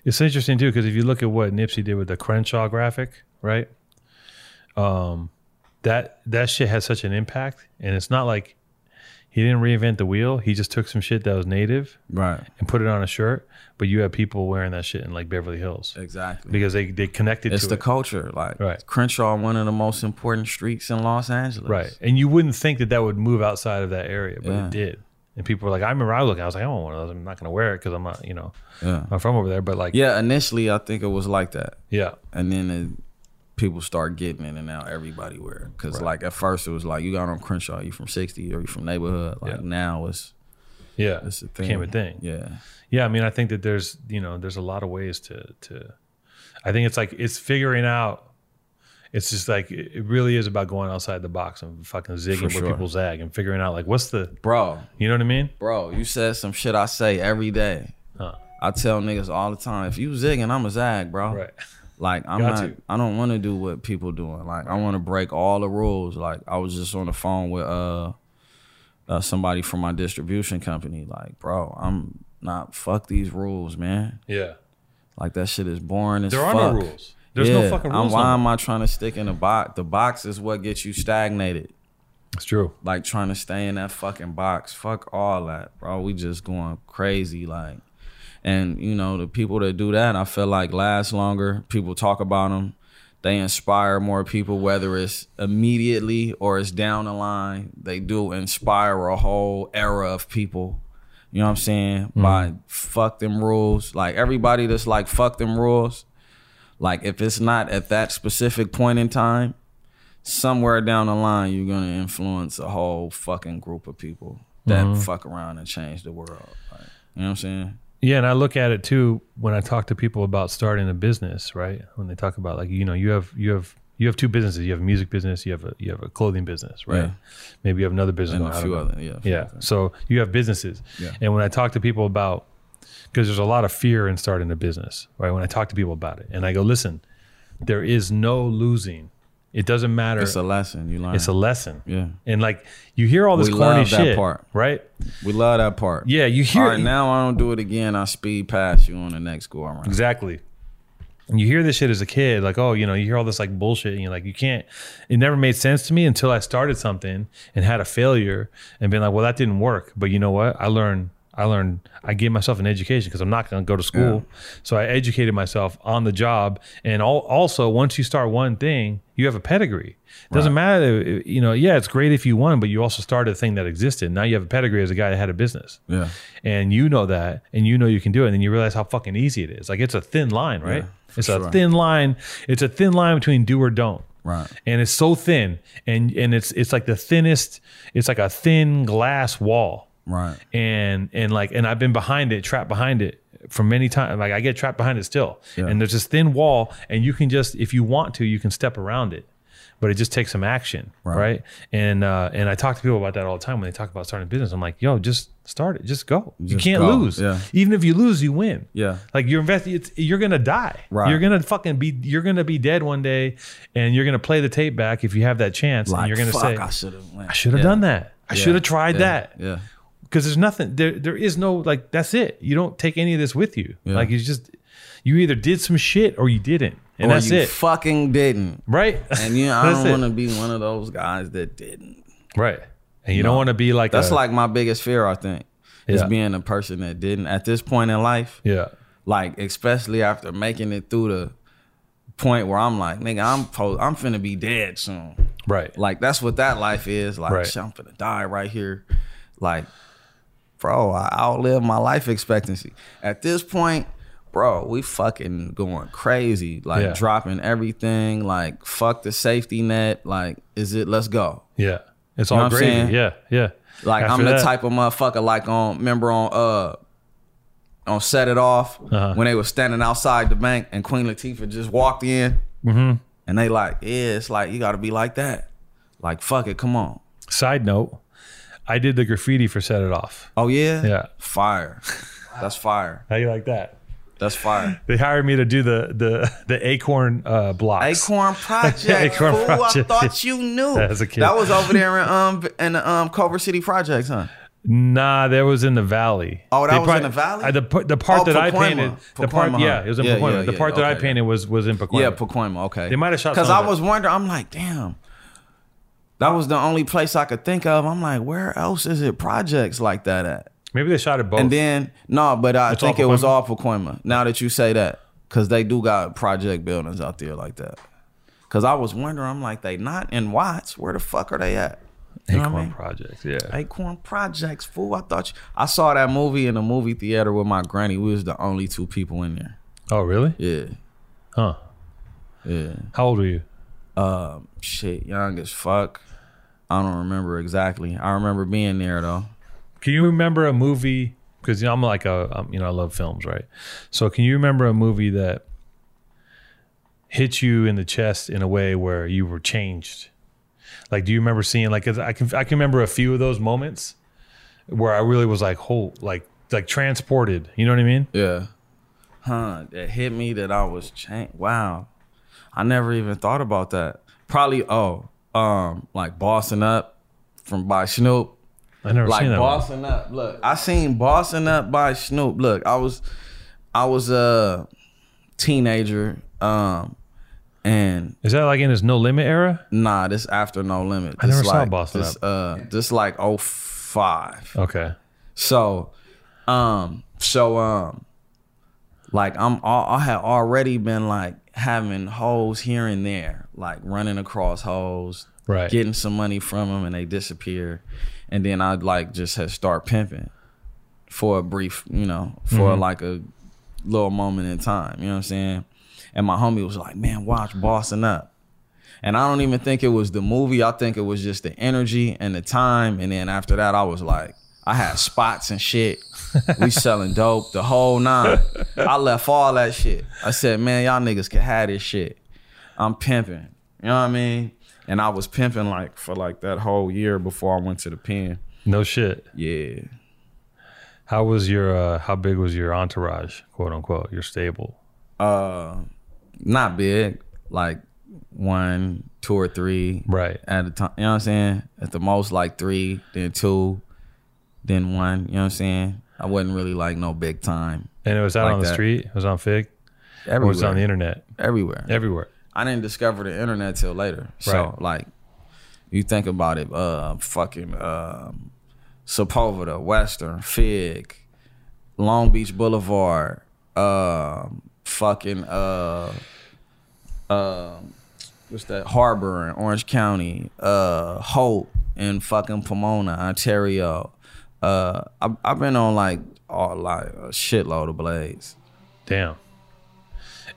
Speaker 2: It's interesting too because if you look at what Nipsey did with the Crenshaw graphic, right? Um, that that shit has such an impact, and it's not like he didn't reinvent the wheel. He just took some shit that was native
Speaker 1: Right.
Speaker 2: and put it on a shirt. But you have people wearing that shit in like Beverly Hills
Speaker 1: Exactly.
Speaker 2: because they they connected
Speaker 1: It's
Speaker 2: to
Speaker 1: the
Speaker 2: it.
Speaker 1: culture. Like
Speaker 2: Right.
Speaker 1: Crenshaw, one of the most important streets in Los Angeles.
Speaker 2: Right. And you wouldn't think that that would move outside of that area, but
Speaker 1: Yeah.
Speaker 2: it did. And people were like, I remember I was looking, I was like, I want one of those. I'm not going to wear it because I'm not, you know,
Speaker 1: Yeah.
Speaker 2: I'm from over there. But like,
Speaker 1: Yeah. Initially, I think it was like that.
Speaker 2: yeah.
Speaker 1: and then it, people start getting it, and now everybody wear it. Cause like at first it was like you got on Crenshaw, you from sixty or you from neighborhood. Like
Speaker 2: Yeah.
Speaker 1: now it's
Speaker 2: Yeah.
Speaker 1: it's a thing.
Speaker 2: Became a thing.
Speaker 1: Yeah,
Speaker 2: yeah i mean i think that there's you know there's a lot of ways to to i think it's like it's figuring out it's just like it it really is about going outside the box and fucking zigging
Speaker 1: For
Speaker 2: where
Speaker 1: sure.
Speaker 2: people zag and figuring out like what's the
Speaker 1: bro,
Speaker 2: you know what i mean
Speaker 1: bro, you said some shit I say every day.
Speaker 2: Huh.
Speaker 1: I tell niggas all the time, if you zigging, I'm a zag, bro.
Speaker 2: right
Speaker 1: Like I'm
Speaker 2: Got
Speaker 1: not.
Speaker 2: to.
Speaker 1: I don't want to do what people doing. Like I want to break all the rules. Like I was just on the phone with uh, uh somebody from my distribution company. Like, bro, I'm not. Fuck these rules, man.
Speaker 2: yeah
Speaker 1: Like that shit is boring as
Speaker 2: there
Speaker 1: fuck.
Speaker 2: are no rules there's no
Speaker 1: Yeah,
Speaker 2: fucking
Speaker 1: I'm-
Speaker 2: rules
Speaker 1: why
Speaker 2: on
Speaker 1: am I trying to stick in a box? The box is what gets you stagnated.
Speaker 2: that. it's true
Speaker 1: Like trying to stay in that fucking box. Fuck all that, bro. We just going crazy. Like And you know, the people that do that, I feel like last longer. People talk about them. They inspire more people, whether it's immediately or it's down the line. They do inspire a whole era of people. You know what I'm saying? By fuck them rules. Like everybody that's like fuck them rules. Like if it's not at that specific point in time, somewhere down the line you're gonna influence a whole fucking group of people that
Speaker 2: Mm-hmm.
Speaker 1: fuck around and change the world. Like, you know what I'm saying?
Speaker 2: Yeah, and I look at it too when I talk to people about starting a business, right? When they talk about like you know you have you have you have two businesses, you have a music business, you have a you have a clothing business, right?
Speaker 1: Yeah.
Speaker 2: Maybe you have another business.
Speaker 1: And
Speaker 2: going,
Speaker 1: a
Speaker 2: I
Speaker 1: few
Speaker 2: don't know.
Speaker 1: other yeah.
Speaker 2: Yeah. So you have businesses.
Speaker 1: Yeah.
Speaker 2: And when I talk to people about, because there's a lot of fear in starting a business, right? When I talk to people about it and I go, listen, there is no losing. It doesn't matter.
Speaker 1: It's a lesson. You learn.
Speaker 2: It's a lesson.
Speaker 1: Yeah.
Speaker 2: And like you hear all this
Speaker 1: We
Speaker 2: corny
Speaker 1: love that
Speaker 2: shit,
Speaker 1: part.
Speaker 2: right?
Speaker 1: we love that part.
Speaker 2: Yeah. You
Speaker 1: All
Speaker 2: hear
Speaker 1: right, now I don't do it again. I speed past you on the next go around.
Speaker 2: Exactly. And you hear this shit as a kid, like, oh, you know, you hear all this like bullshit, and you're like, you can't. It never made sense to me until I started something and had a failure and been like, well, that didn't work. But you know what? I learned. I learned. I gave myself an education because I'm not going to go to school. So I educated myself on the job, and all, also once you start one thing, you have a pedigree. It doesn't matter, you know. Yeah, it's great if you won, but you also started a thing that existed. Now you have a pedigree as a guy that had a business
Speaker 1: Yeah.
Speaker 2: and you know that and you know you can do it and then you realize how fucking easy it is like it's a thin line right it's a
Speaker 1: sure.
Speaker 2: thin line it's a thin line between do or don't
Speaker 1: Right.
Speaker 2: and it's so thin and and it's it's like the thinnest it's like a thin glass wall
Speaker 1: Right.
Speaker 2: and and like and I've been behind it, trapped behind it for many times. Like I get trapped behind it still.
Speaker 1: Yeah.
Speaker 2: And there's this thin wall, and you can just, if you want to, you can step around it, but it just takes some action, right?
Speaker 1: Right.
Speaker 2: And uh, and I talk to people about that all the time when they talk about starting a business. I'm like, yo, just start it, just go. you
Speaker 1: Just
Speaker 2: can't
Speaker 1: go.
Speaker 2: lose.
Speaker 1: Yeah.
Speaker 2: Even if you lose, you win.
Speaker 1: Yeah.
Speaker 2: Like you're investing, it's, you're gonna die.
Speaker 1: Right.
Speaker 2: You're gonna fucking be. You're gonna be dead one day, and you're gonna play the tape back if you have that chance. and
Speaker 1: Like,
Speaker 2: you're gonna
Speaker 1: fuck,
Speaker 2: say,
Speaker 1: I should have went.
Speaker 2: I should have
Speaker 1: Yeah.
Speaker 2: done that. I
Speaker 1: Yeah.
Speaker 2: should have tried
Speaker 1: Yeah.
Speaker 2: that
Speaker 1: Yeah.
Speaker 2: because there's nothing there there is no like that's it you don't take any of this with you
Speaker 1: Yeah.
Speaker 2: like it's just you either did some shit or you didn't and
Speaker 1: or
Speaker 2: that's
Speaker 1: you
Speaker 2: it
Speaker 1: fucking didn't.
Speaker 2: right
Speaker 1: And you know, I
Speaker 2: That's
Speaker 1: don't
Speaker 2: it.
Speaker 1: want to be one of those guys that didn't.
Speaker 2: right and you don't want to be like
Speaker 1: That's
Speaker 2: a-
Speaker 1: like my biggest fear, I think, is
Speaker 2: Yeah.
Speaker 1: being a person that didn't at this point in life.
Speaker 2: yeah
Speaker 1: Like, especially after making it through the point where I'm like, nigga, I'm po- I'm finna be dead soon.
Speaker 2: right
Speaker 1: Like, that's what that life is. Like,
Speaker 2: Right.
Speaker 1: shit, I'm finna die right here. Like, bro, I outlived my life expectancy. At this point, bro, we fucking going crazy. Like,
Speaker 2: Yeah.
Speaker 1: dropping everything. Like, fuck the safety net. Like, is it? Let's go.
Speaker 2: yeah it's
Speaker 1: know
Speaker 2: all
Speaker 1: what I'm
Speaker 2: gravy
Speaker 1: saying?
Speaker 2: yeah yeah
Speaker 1: Like
Speaker 2: After
Speaker 1: I'm the
Speaker 2: that-
Speaker 1: type of motherfucker like on remember on uh on Set It Off
Speaker 2: Uh-huh.
Speaker 1: when they were standing outside the bank and Queen Latifah just walked in
Speaker 2: Mm-hmm.
Speaker 1: and they like, yeah, it's like you gotta be like that. Like fuck it, come on.
Speaker 2: side note i did the graffiti for set it off
Speaker 1: Oh yeah?
Speaker 2: Yeah.
Speaker 1: Fire. That's fire.
Speaker 2: how you like that
Speaker 1: That's fire.
Speaker 2: they hired me to do the the the acorn uh blocks
Speaker 1: Acorn Project.
Speaker 2: Acorn
Speaker 1: fool,
Speaker 2: Project.
Speaker 1: I thought you knew.
Speaker 2: As a kid.
Speaker 1: That was over there in um in the um Culver City Projects, huh?
Speaker 2: Nah, that was in the valley.
Speaker 1: Oh, that was
Speaker 2: prob-
Speaker 1: in the valley?
Speaker 2: Uh, the, p- the part
Speaker 1: Oh,
Speaker 2: that I
Speaker 1: Pacoima.
Speaker 2: painted, the part,
Speaker 1: Pacoima,
Speaker 2: yeah,
Speaker 1: huh?
Speaker 2: it was in
Speaker 1: Yeah,
Speaker 2: Pacoima.
Speaker 1: yeah,
Speaker 2: the
Speaker 1: yeah,
Speaker 2: part that I
Speaker 1: okay, yeah.
Speaker 2: painted was was in Pacoima.
Speaker 1: Yeah, Pacoima. Okay.
Speaker 2: They might have shot
Speaker 1: Because
Speaker 2: some
Speaker 1: I
Speaker 2: of it.
Speaker 1: was wondering, I'm like, damn. That was the only place I could think of. I'm like, where else is it projects like that at?
Speaker 2: Maybe they shot it both.
Speaker 1: And then no, but I
Speaker 2: It's all
Speaker 1: think it was
Speaker 2: Pacoima?
Speaker 1: all Pacoima. Now that you say that, because they do got project buildings out there like that. Because I was wondering, I'm like, they not in Watts. Where the fuck are they at? You know what I
Speaker 2: Acorn
Speaker 1: mean?
Speaker 2: Projects, yeah.
Speaker 1: Acorn Projects, fool. I thought you, I saw that movie in the movie theater with my granny. We was the only two people in there.
Speaker 2: oh, really?
Speaker 1: Yeah,
Speaker 2: Huh.
Speaker 1: yeah.
Speaker 2: How old were you?
Speaker 1: um shit young as fuck i don't remember exactly i remember being there though
Speaker 2: Can you remember a movie? Because you know, I'm like a, I'm, you know, I love films, right? So, can you remember a movie that hit you in the chest in a way where you were changed? Like, do you remember seeing like? 'cause I can, I can remember a few of those moments where I really was like, whole, like, like transported. You know what I mean?
Speaker 1: yeah huh that hit me that i was changed wow i never even thought about that probably oh um like bossing up from by snoop
Speaker 2: I never
Speaker 1: like
Speaker 2: seen that. one.
Speaker 1: bossing up look i seen bossing up by snoop look i was i was a teenager um and
Speaker 2: Is that like in his No Limit era?
Speaker 1: Nah, this after no limit.
Speaker 2: I
Speaker 1: This
Speaker 2: never saw
Speaker 1: like,
Speaker 2: Boston
Speaker 1: this, Uh, this like 05.
Speaker 2: Okay.
Speaker 1: So, um, so um, like I'm all, I had already been like having holes here and there, like running across holes,
Speaker 2: Right.
Speaker 1: getting some money from them and they disappear. And then I'd like just had start pimping for a brief, you know, for like a little moment in time, you know what I'm saying? And my homie was like, "Man, watch Bossing Up." And I don't even think it was the movie. I think it was just the energy and the time. And then after that, I was like, I had spots and shit. We selling dope, the whole nine. I left all that shit. I said, man, y'all niggas can have this shit. I'm pimping. You know what I mean? And I was pimping like for like that whole year before I went to the pen.
Speaker 2: No shit.
Speaker 1: Yeah.
Speaker 2: How was your? Uh, how big was your entourage, quote unquote, your stable?
Speaker 1: Uh not big. Like one, two or three.
Speaker 2: Right.
Speaker 1: at a time. You know what I'm saying? At the most, like three, then two, then one. You know what I'm saying? I wasn't really like no big time.
Speaker 2: And it was out
Speaker 1: Like
Speaker 2: on the
Speaker 1: that.
Speaker 2: street. It was on Fig. It
Speaker 1: Everywhere.
Speaker 2: was on the internet.
Speaker 1: Everywhere.
Speaker 2: Everywhere.
Speaker 1: I didn't discover the internet till later. So
Speaker 2: Right.
Speaker 1: like, you think about it, uh, fucking um, Sepulveda, Western, Fig, Long Beach Boulevard, um, fucking uh, um, what's that? Harbor in Orange County, uh, Hope in fucking Pomona, Ontario. Uh, I, I've been on like all like a shitload of blades.
Speaker 2: Damn.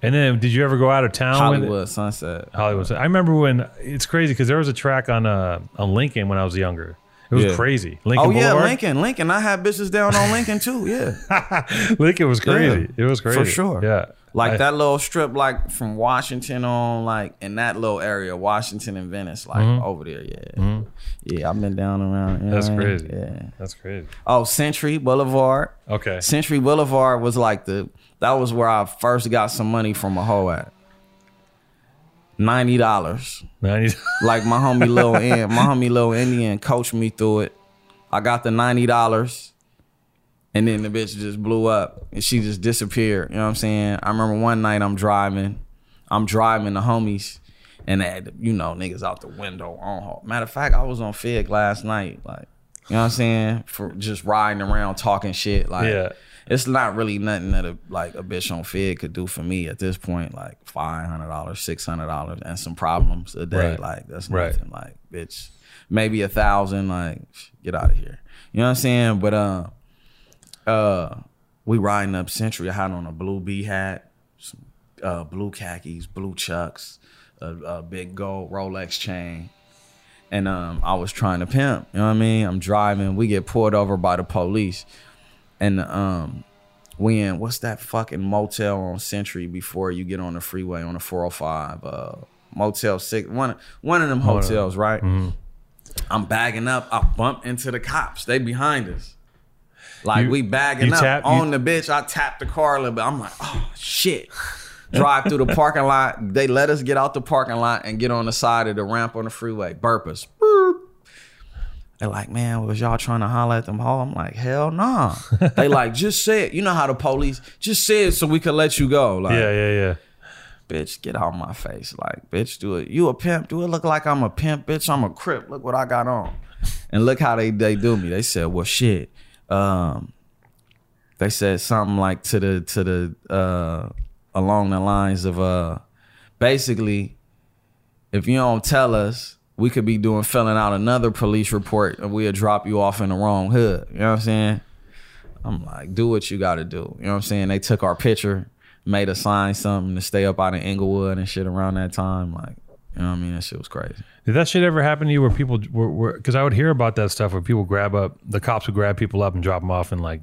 Speaker 2: And then, did you ever go out of town? with it?
Speaker 1: Hollywood Sunset.
Speaker 2: Hollywood. I remember when it's crazy because there was a track on uh on Lincoln when I was younger. It was
Speaker 1: Yeah.
Speaker 2: crazy.
Speaker 1: Oh
Speaker 2: Lincoln
Speaker 1: yeah,
Speaker 2: Boulevard.
Speaker 1: Lincoln, Lincoln. I had bitches down on Lincoln too. Yeah,
Speaker 2: Lincoln was crazy.
Speaker 1: Yeah,
Speaker 2: it was
Speaker 1: for
Speaker 2: crazy
Speaker 1: sure.
Speaker 2: Yeah,
Speaker 1: like
Speaker 2: I-
Speaker 1: that little strip, like from Washington on, like in that little area, Washington and Venice, like over there. Yeah, yeah. I've been down around. you know
Speaker 2: Mm-hmm. That's
Speaker 1: what I mean?
Speaker 2: crazy.
Speaker 1: Yeah.
Speaker 2: That's crazy.
Speaker 1: Oh, Century Boulevard.
Speaker 2: Okay.
Speaker 1: Century Boulevard was like the that was where I first got some money from a hoe at. Ninety dollars.
Speaker 2: Nineties.
Speaker 1: Like my homie Lil N, my homie Lil Indian coached me through it. I got the ninety dollars, and then the bitch just blew up and she just disappeared. You know what I'm saying? I remember one night I'm driving, I'm driving the homies, and they had, you know niggas out the window on her. Matter of fact, I was on Fig last night, like you know what I'm saying, for just riding around talking shit. Like
Speaker 2: Yeah.
Speaker 1: it's not really nothing that a like a bitch on Fig could do for me at this point. Like five hundred dollars, six hundred dollars, and some problems a day.
Speaker 2: Right.
Speaker 1: Like that's
Speaker 2: Right.
Speaker 1: nothing. Like bitch, maybe a thousand. Like get out of here. You know what I'm saying? But uh, uh, we riding up Century. I had on a blue bee hat, some uh, blue khakis, blue chucks, a, a big gold Rolex chain. And um, I was trying to pimp. You know what I mean? I'm driving. We get pulled over by the police and um we in what's that fucking motel on Century before you get on the freeway on the 405 uh motel six one one of them hotels right
Speaker 2: Mm-hmm.
Speaker 1: I'm bagging up I bump into the cops they behind us like
Speaker 2: You-
Speaker 1: we bagging
Speaker 2: you
Speaker 1: up
Speaker 2: tap- you-
Speaker 1: on the bitch I tap the car a little bit I'm like oh shit drive through the parking lot they let us get out the parking lot and get on the side of the ramp on the freeway burp us Boop. They're like, man, was y'all trying to holler at them hall? I'm like, hell nah. they like, just say it. You know how the police just say it so we could let you go. Like,
Speaker 2: yeah, yeah, yeah.
Speaker 1: bitch, get out my face. Like, bitch, do it. You a pimp? Do it look like I'm a pimp, bitch? I'm a crip. Look what I got on. And look how they they do me. They said, well, shit. Um, they said something like to the to the uh along the lines of uh basically if you don't tell us we could be doing filling out another police report and we'll drop you off in the wrong hood you know what i'm saying i'm like do what you gotta do you know what i'm saying they took our picture made us sign something to stay up out in inglewood and shit around that time like you know what i mean that shit was crazy
Speaker 2: Did that shit ever happen to you where people were- were? Because I would hear about that stuff where people grab up the cops would grab people up and drop them off in like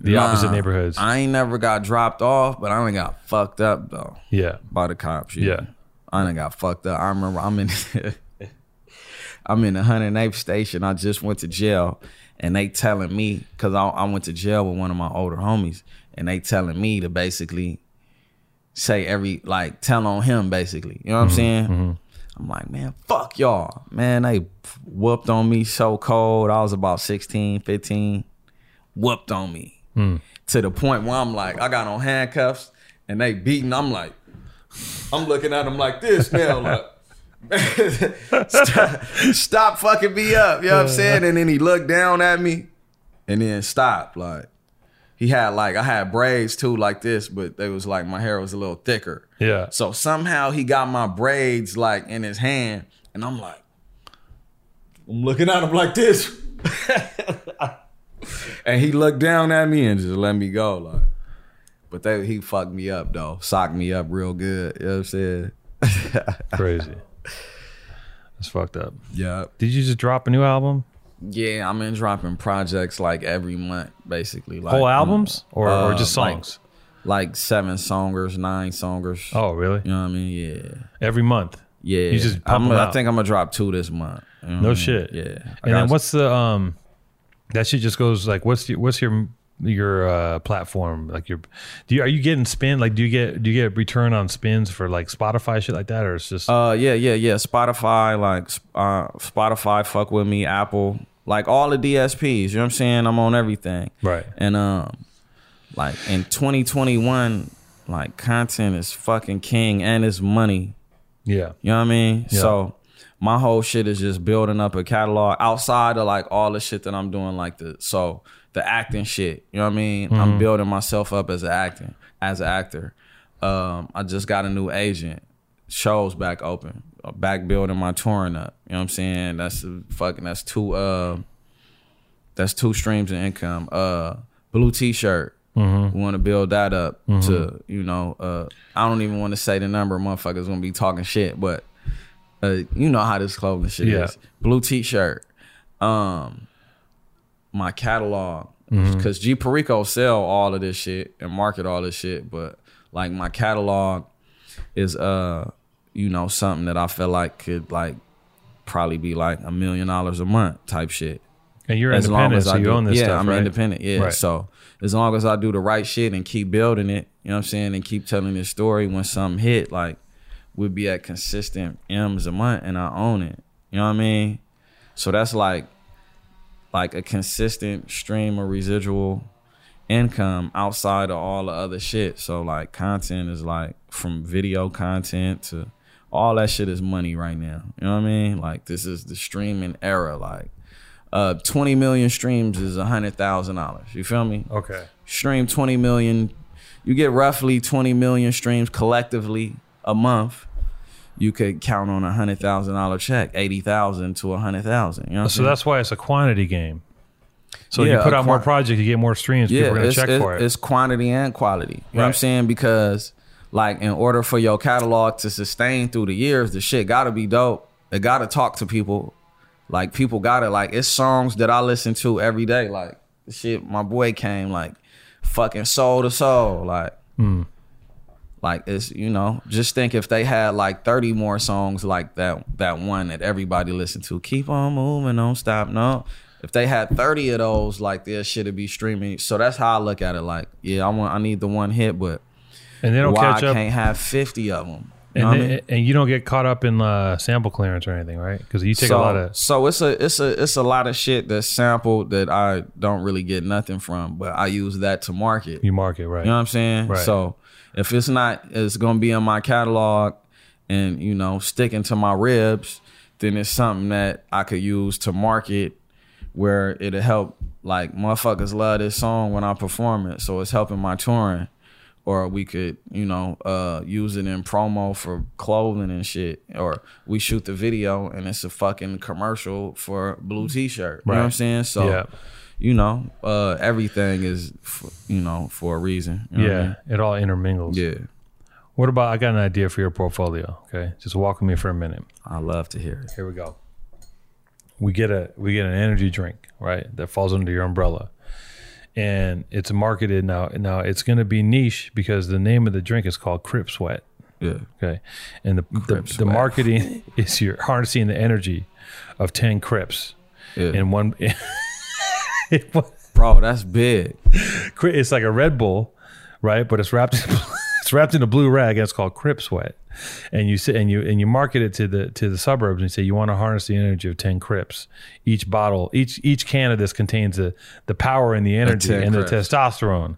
Speaker 2: the opposite
Speaker 1: Nah,
Speaker 2: neighborhoods.
Speaker 1: i ain't never got dropped off but i only got fucked up though
Speaker 2: yeah,
Speaker 1: by the cops.
Speaker 2: Yeah.
Speaker 1: I done got fucked up. I remember I'm in I'm in the 108th station. I just went to jail and they telling me, cause I, I went to jail with one of my older homies, and they telling me to basically say every like tell on him basically. You know what I'm saying? I'm like, man, fuck y'all. Man, they whooped on me so cold. I was about 16, 15. Whooped on me to the point where I'm like, I got on handcuffs and they beating. I'm like, I'm looking at them like this now. Like, stop, stop fucking me up. You know what I'm saying? And then he looked down at me and then stopped. Like, he had like I had braids too, like this, but they was like my hair was a little thicker.
Speaker 2: Yeah.
Speaker 1: So somehow he got my braids like in his hand, and I'm like, I'm looking at him like this, and he looked down at me and just let me go. Like, but they he fucked me up though, socked me up real good. You know what I'm saying?
Speaker 2: Crazy. That's fucked up.
Speaker 1: Yep.
Speaker 2: Did you just drop a new album?
Speaker 1: Yeah, I'm in dropping projects like every month, basically. Like
Speaker 2: Whole albums or, or
Speaker 1: uh,
Speaker 2: just
Speaker 1: like-
Speaker 2: songs?
Speaker 1: like seven songers, nine songers.
Speaker 2: oh, really?
Speaker 1: You know what I mean? Yeah.
Speaker 2: Every month.
Speaker 1: Yeah.
Speaker 2: You just pump
Speaker 1: I'm,
Speaker 2: 'em
Speaker 1: I
Speaker 2: out.
Speaker 1: think I'm gonna drop two this month. You know what I
Speaker 2: No
Speaker 1: mean?
Speaker 2: shit.
Speaker 1: Mm, Yeah. I
Speaker 2: And then
Speaker 1: got-
Speaker 2: what's the um that shit just goes like what's your what's your your uh platform like your do you are you getting spin like do you get do you get return on spins for like Spotify shit like that or it's just
Speaker 1: Uh, yeah, yeah, yeah. Spotify, like sp- uh, Spotify, fuck with me. Apple, like all the DSPs. You know what I'm saying? I'm on everything.
Speaker 2: Right.
Speaker 1: And um, like in 2021, like content is fucking king and it's money.
Speaker 2: yeah
Speaker 1: You know what I mean? So my whole shit is just building up a catalog outside of like all the shit that I'm doing, like the so the acting shit. You know what I mean? I'm building myself up as an acting as an actor. Um, I just got a new agent. Shows back open, back building my touring up. You know what I'm saying? That's fucking. That's two. Uh, that's two streams of income. Uh, blue T-shirt. We want to build that up to you know. Uh, I don't even want to say the number. Motherfuckers gonna be talking shit, but uh, you know how this clothing shit
Speaker 2: Yeah.
Speaker 1: is. Blue T-shirt. Um, my catalog because G Perico sell all of this shit and market all this shit, but like my catalog is uh you know something that I feel like could like probably be like a million dollars a month type shit
Speaker 2: and you're independent so you
Speaker 1: do,
Speaker 2: own this
Speaker 1: yeah,
Speaker 2: stuff
Speaker 1: I'm
Speaker 2: right?
Speaker 1: independent. Yeah,
Speaker 2: Right.
Speaker 1: so as long as I do the right shit and keep building it, you know what I'm saying, and keep telling this story. When something hit, like we'll be at consistent m's a month, and I own it. You know what I mean? So that's like like a consistent stream of residual income outside of all the other shit. So like content is like from video content to all that shit is money right now. You know what I mean? Like this is the streaming era. Like uh 20 million streams is a hundred thousand dollars. You feel me?
Speaker 2: okay
Speaker 1: Stream 20 million, you get roughly 20 million streams collectively a month. You could count on a hundred thousand dollar check, eighty thousand to a hundred thousand. You know what I'm
Speaker 2: so
Speaker 1: saying?
Speaker 2: that's why it's a quantity game so you
Speaker 1: Yeah,
Speaker 2: put
Speaker 1: a
Speaker 2: out more
Speaker 1: quan-
Speaker 2: projects you get more streams people are gonna
Speaker 1: it's,
Speaker 2: check
Speaker 1: it's-
Speaker 2: for it
Speaker 1: it's quantity and quality. You know what I'm
Speaker 2: Right.
Speaker 1: saying? Because like in order for your catalog to sustain through the years, the shit gotta be dope. It gotta talk to people. Like people gotta like it's songs that I listen to every day. Like the shit my boy came like fucking soul to soul. Like like it's you know, just think if they had like 30 more songs like that that one that everybody listened to, keep on moving, don't stop, no. If they had 30 of those, like their shit would be streaming. So that's how I look at it. Like, yeah, I want I need the one hit, but
Speaker 2: and they don't
Speaker 1: why I
Speaker 2: catch up
Speaker 1: can't have 50 of them? You know
Speaker 2: and,
Speaker 1: what I mean?
Speaker 2: they- and you don't get caught up in uh, sample clearance or anything right because you take
Speaker 1: so,
Speaker 2: a lot of
Speaker 1: so it's a it's a it's a lot of shit that's sampled that I don't really get nothing from, but I use that to market.
Speaker 2: you market right
Speaker 1: You know what I'm saying?
Speaker 2: Right.
Speaker 1: So if it's not, it's gonna be in my catalog, and you know, sticking to my ribs, then it's something that I could use to market, where it'll help. Like motherfuckers love this song when I perform it, so it's helping my touring. Or we could, you know, uh, use it in promo for clothing and shit. Or we shoot the video and it's a fucking commercial for blue T-shirt. You know what I'm
Speaker 2: Right.
Speaker 1: saying? So
Speaker 2: Yeah.
Speaker 1: you know, uh, everything is, f you know, for a reason. You know what I
Speaker 2: yeah it all intermingles
Speaker 1: mean? Yeah.
Speaker 2: What about I got an idea for your portfolio? Okay, just walk with me for a minute.
Speaker 1: I love to hear it.
Speaker 2: Here we go. We get a we get an energy drink right that falls under your umbrella, and it's marketed now. Now it's going to be niche because the name of the drink is called Crip Sweat.
Speaker 1: Yeah.
Speaker 2: Okay, and the the, the
Speaker 1: Sweat.
Speaker 2: marketing is you're harnessing the energy of ten Crips
Speaker 1: Yeah.
Speaker 2: in one.
Speaker 1: Bro, that's big.
Speaker 2: Cri- it's like a Red Bull, right? But it's wrapped it's wrapped in a blue rag and it's called Crip Sweat. And you sit and you and you market it to the to the suburbs and you say you want to harness the energy of ten Crips. Each bottle, each each can of this contains the the power and the energy
Speaker 1: 10
Speaker 2: and the
Speaker 1: Crips.
Speaker 2: testosterone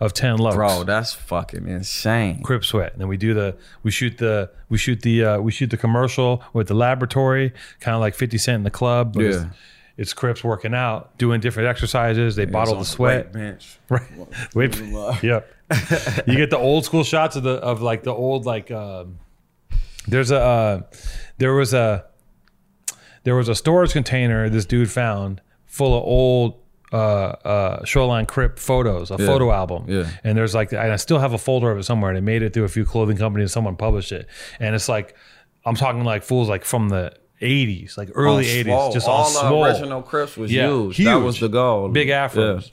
Speaker 2: of ten lux.
Speaker 1: Bro, that's fucking insane.
Speaker 2: Crip Sweat. And then we do the we shoot the we shoot the uh, we shoot the commercial with the laboratory, kind of like Fifty Cent in the club. But it's-
Speaker 1: Yeah.
Speaker 2: It's, It's Crips working out, doing different exercises. They bottle the sweat.
Speaker 1: bench.
Speaker 2: Right. Wait.
Speaker 1: Love.
Speaker 2: Yep. you get the old school shots of the of like the old like um there's a uh, there was a there was a storage container this dude found full of old uh, uh, shoreline crip photos, a photo album,
Speaker 1: Yeah.
Speaker 2: and there's like, and I still have a folder of it somewhere. And it made it through a few clothing companies, and someone published it, and it's like, I'm talking like fools like from the '80s, like early
Speaker 1: On
Speaker 2: '80s,
Speaker 1: swole.
Speaker 2: just
Speaker 1: Oh, all
Speaker 2: all
Speaker 1: the
Speaker 2: swole.
Speaker 1: original Crips was
Speaker 2: Yeah,
Speaker 1: huge. That
Speaker 2: huge.
Speaker 1: was the goal.
Speaker 2: Big afros.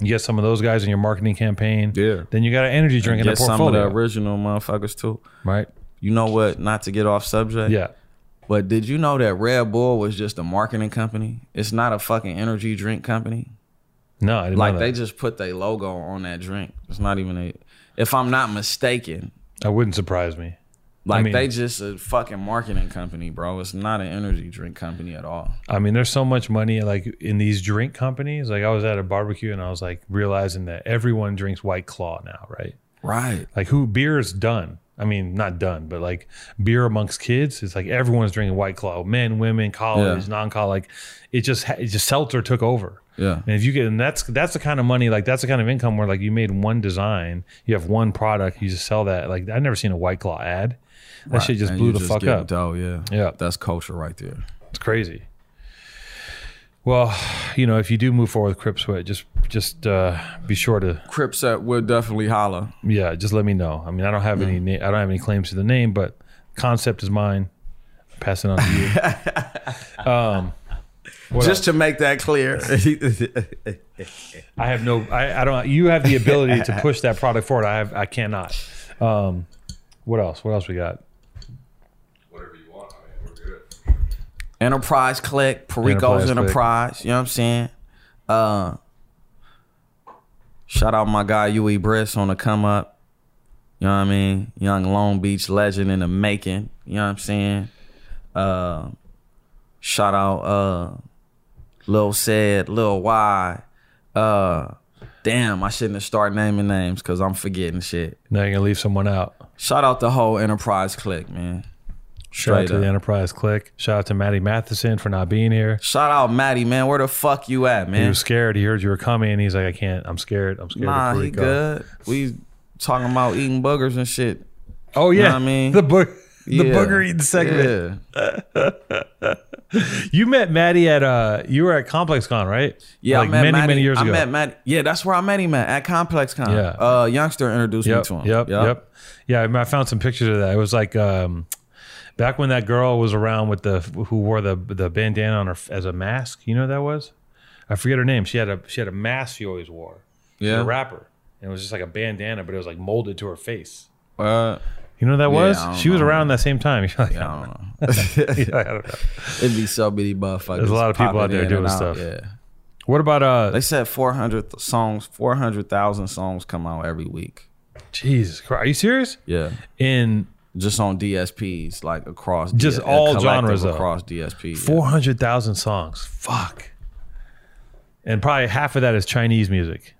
Speaker 2: You get some of those guys in your marketing campaign.
Speaker 1: Yeah.
Speaker 2: Then you got an energy drink
Speaker 1: Yeah.
Speaker 2: in the
Speaker 1: Get some of
Speaker 2: portfolio,
Speaker 1: the original motherfuckers too.
Speaker 2: right?
Speaker 1: You know what? Not to get off subject.
Speaker 2: Yeah.
Speaker 1: But did you know that Red Bull was just a marketing company? It's not a fucking energy drink company.
Speaker 2: No, I didn't
Speaker 1: Like
Speaker 2: know
Speaker 1: they
Speaker 2: that.
Speaker 1: just put their logo on that drink. It's not even a. If I'm not mistaken,
Speaker 2: That wouldn't surprise me.
Speaker 1: like
Speaker 2: mean-
Speaker 1: they just a fucking marketing company, bro. It's not an energy drink company at all.
Speaker 2: I mean, there's so much money like in these drink companies. Like I was at a barbecue and I was like realizing that everyone drinks White Claw now, right?
Speaker 1: Right.
Speaker 2: Like who beer is done. I mean, not done, but like beer amongst kids, it's like everyone's drinking White Claw. Men, women, college,
Speaker 1: Yeah.
Speaker 2: non-college. Like it just ha- it just seltzer took over.
Speaker 1: Yeah.
Speaker 2: And if you get and that's that's the kind of money, like that's the kind of income where like you made one design, you have one product, you just sell that. Like I've never seen a White Claw ad. That shit just blew the fuck up.
Speaker 1: Oh yeah.
Speaker 2: Yeah.
Speaker 1: That's culture right there.
Speaker 2: It's crazy. Well, you know, if you do move forward with Crip Sweat, just just uh, be sure to
Speaker 1: Crips at will definitely holler.
Speaker 2: yeah, just let me know. I mean, I don't have any na- I don't have any claims to the name, but concept is mine. Pass it on to you.
Speaker 1: Just to make that clear.
Speaker 2: I have no I, I don't you have the ability to push that product forward. I have I cannot. Um, what else? What else we got?
Speaker 3: Whatever you want. I mean, we're good.
Speaker 1: Enterprise Click, Perico's
Speaker 2: Enterprise
Speaker 1: Enterprise,
Speaker 2: Click.
Speaker 1: you know what I'm saying? Uh shout out my guy Yui Briss on the come up. You know what I mean? Young Long Beach legend in the making. You know what I'm saying? Uh shout out uh Lil Said, Lil Y. Uh damn, I shouldn't have started naming names because I'm forgetting shit.
Speaker 2: Now you're gonna leave someone out.
Speaker 1: Shout out the whole Enterprise Click, man.
Speaker 2: Shout out
Speaker 1: Straight
Speaker 2: to the
Speaker 1: up.
Speaker 2: Enterprise Click. Shout out to Maddie Matheson for not being here.
Speaker 1: Shout out Maddie, man. Where the fuck you at, man?
Speaker 2: He was scared. He heard you were coming. He's like, I can't. I'm scared. I'm scared.
Speaker 1: Nah,
Speaker 2: of
Speaker 1: he
Speaker 2: Perico."
Speaker 1: good. We talking about eating boogers and shit.
Speaker 2: Oh yeah,
Speaker 1: what I mean?
Speaker 2: the book, the
Speaker 1: Yeah.
Speaker 2: booger eating segment.
Speaker 1: Yeah.
Speaker 2: You met Maddie at uh, you were at ComplexCon, right?
Speaker 1: Yeah,
Speaker 2: like
Speaker 1: I met
Speaker 2: many
Speaker 1: Maddie,
Speaker 2: many years
Speaker 1: I
Speaker 2: ago.
Speaker 1: met Maddie. Yeah, that's where I met him at, at Complex Con.
Speaker 2: Yeah.
Speaker 1: Uh, youngster introduced me
Speaker 2: yep,
Speaker 1: to him.
Speaker 2: yep, yep, Yeah, I, mean, I found some pictures of that. It was like um, back when that girl was around with the who wore the the bandana on her f- as a mask. You know who that was? I forget her name. She had a she had a mask she always wore. She was
Speaker 1: Yeah.
Speaker 2: a rapper, and it was just like a bandana, but it was like molded to her face.
Speaker 1: Uh,
Speaker 2: You know who that
Speaker 1: Yeah,
Speaker 2: was?
Speaker 1: I don't
Speaker 2: she was
Speaker 1: know.
Speaker 2: around that same time. You're like,
Speaker 1: I
Speaker 2: I
Speaker 1: don't know.
Speaker 2: don't know. I don't know.
Speaker 1: It'd be so many motherfuckers.
Speaker 2: There's a lot of people
Speaker 1: popping
Speaker 2: out there
Speaker 1: in
Speaker 2: doing
Speaker 1: and out.
Speaker 2: stuff.
Speaker 1: Yeah.
Speaker 2: What about uh?
Speaker 1: They said 400 th- songs, 400,000 songs come out every week.
Speaker 2: Jesus Christ, are you serious?
Speaker 1: Yeah.
Speaker 2: In
Speaker 1: Just on DSPs, like across
Speaker 2: Just
Speaker 1: D-
Speaker 2: all
Speaker 1: collective
Speaker 2: genres, though.
Speaker 1: across DSPs. yeah.
Speaker 2: Four hundred thousand songs. Fuck. And probably half of that is Chinese music,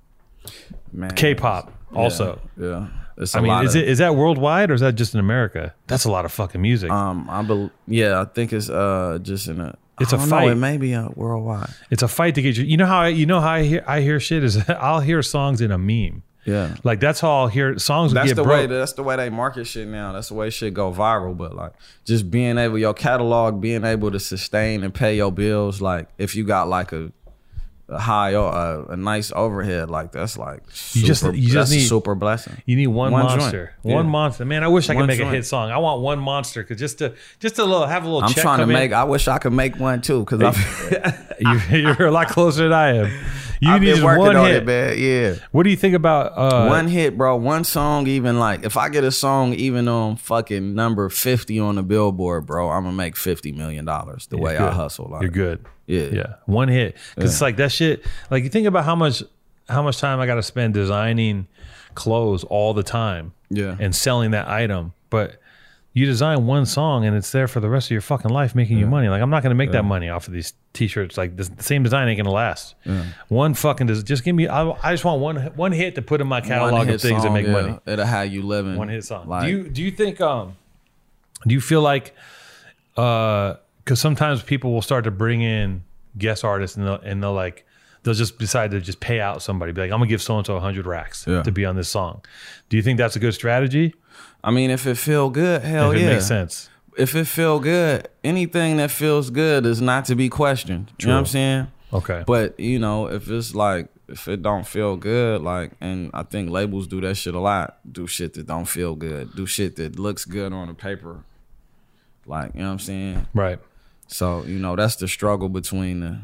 Speaker 1: Man.
Speaker 2: K-pop. Also,
Speaker 1: Yeah. It's
Speaker 2: I
Speaker 1: a lot
Speaker 2: mean, is
Speaker 1: of-
Speaker 2: it is that worldwide or is that just in America? That's a lot of fucking music.
Speaker 1: Um, I bel yeah, I think it's uh just in a.
Speaker 2: It's
Speaker 1: I
Speaker 2: a
Speaker 1: don't know,
Speaker 2: fight.
Speaker 1: it may be uh, worldwide.
Speaker 2: it's a fight to get you. You know how I, you know how I hear I hear shit is I'll hear songs in a meme.
Speaker 1: Yeah,
Speaker 2: Like that's how I'll hear songs will
Speaker 1: that's
Speaker 2: get
Speaker 1: the way.
Speaker 2: broke.
Speaker 1: That's the way they market shit now. That's the way shit go viral. But like, just being able your catalog, being able to sustain and pay your bills. Like, if you got like a, a high or a, a nice overhead, like that's like super,
Speaker 2: You just- you just
Speaker 1: that's a
Speaker 2: need-
Speaker 1: super blessing.
Speaker 2: you need one,
Speaker 1: One joint.
Speaker 2: monster,
Speaker 1: Yeah.
Speaker 2: one monster. Man, I wish I could
Speaker 1: One
Speaker 2: make a
Speaker 1: joint.
Speaker 2: hit song. I want one monster because just to just to little have a little.
Speaker 1: I'm
Speaker 2: check
Speaker 1: trying to
Speaker 2: come in.
Speaker 1: make. I wish I could make one too because I've,
Speaker 2: You're, you're a lot closer than I am. You
Speaker 1: I've
Speaker 2: need
Speaker 1: been
Speaker 2: just
Speaker 1: working
Speaker 2: one
Speaker 1: on
Speaker 2: hit.
Speaker 1: it, man. Yeah.
Speaker 2: What do you think about uh,
Speaker 1: one hit, bro. One song, even like if I get a song, even on fucking number fifty on the Billboard, bro, I'm gonna make fifty million dollars the way I
Speaker 2: good.
Speaker 1: hustle. Like,
Speaker 2: You're good.
Speaker 1: Yeah.
Speaker 2: Yeah. One hit. Cause it's like that shit. Like you think about how much how much time I gotta spend designing clothes all the time.
Speaker 1: Yeah.
Speaker 2: And selling that item. But you design one song and it's there for the rest of your fucking life making you money. Like I'm not gonna make that money off of these t-shirts. Like this, the same design ain't gonna last. One fucking des- just give me I, I just want one one hit to put in my catalog
Speaker 1: hit
Speaker 2: of things
Speaker 1: song,
Speaker 2: that make
Speaker 1: yeah.
Speaker 2: money.
Speaker 1: It'll how you living.
Speaker 2: One hit song.
Speaker 1: Like,
Speaker 2: do you do you think um do you feel like uh because sometimes people will start to bring in guest artists and they'll and they'll like they'll just decide to just pay out somebody. Be like, I'm gonna give so and so hundred racks
Speaker 1: Yeah.
Speaker 2: to be on this song. Do you think that's a good strategy?
Speaker 1: I mean, if it feel good, hell
Speaker 2: if it
Speaker 1: yeah.
Speaker 2: makes sense.
Speaker 1: If it feel good, anything that feels good is not to be questioned. You know what I'm
Speaker 2: True.
Speaker 1: saying?
Speaker 2: Okay.
Speaker 1: But you know, if it's like if it don't feel good, like and I think labels do that shit a lot. Do shit that don't feel good. Do shit that looks good on the paper. Like, you know what I'm saying?
Speaker 2: right.
Speaker 1: So, you know, that's the struggle between the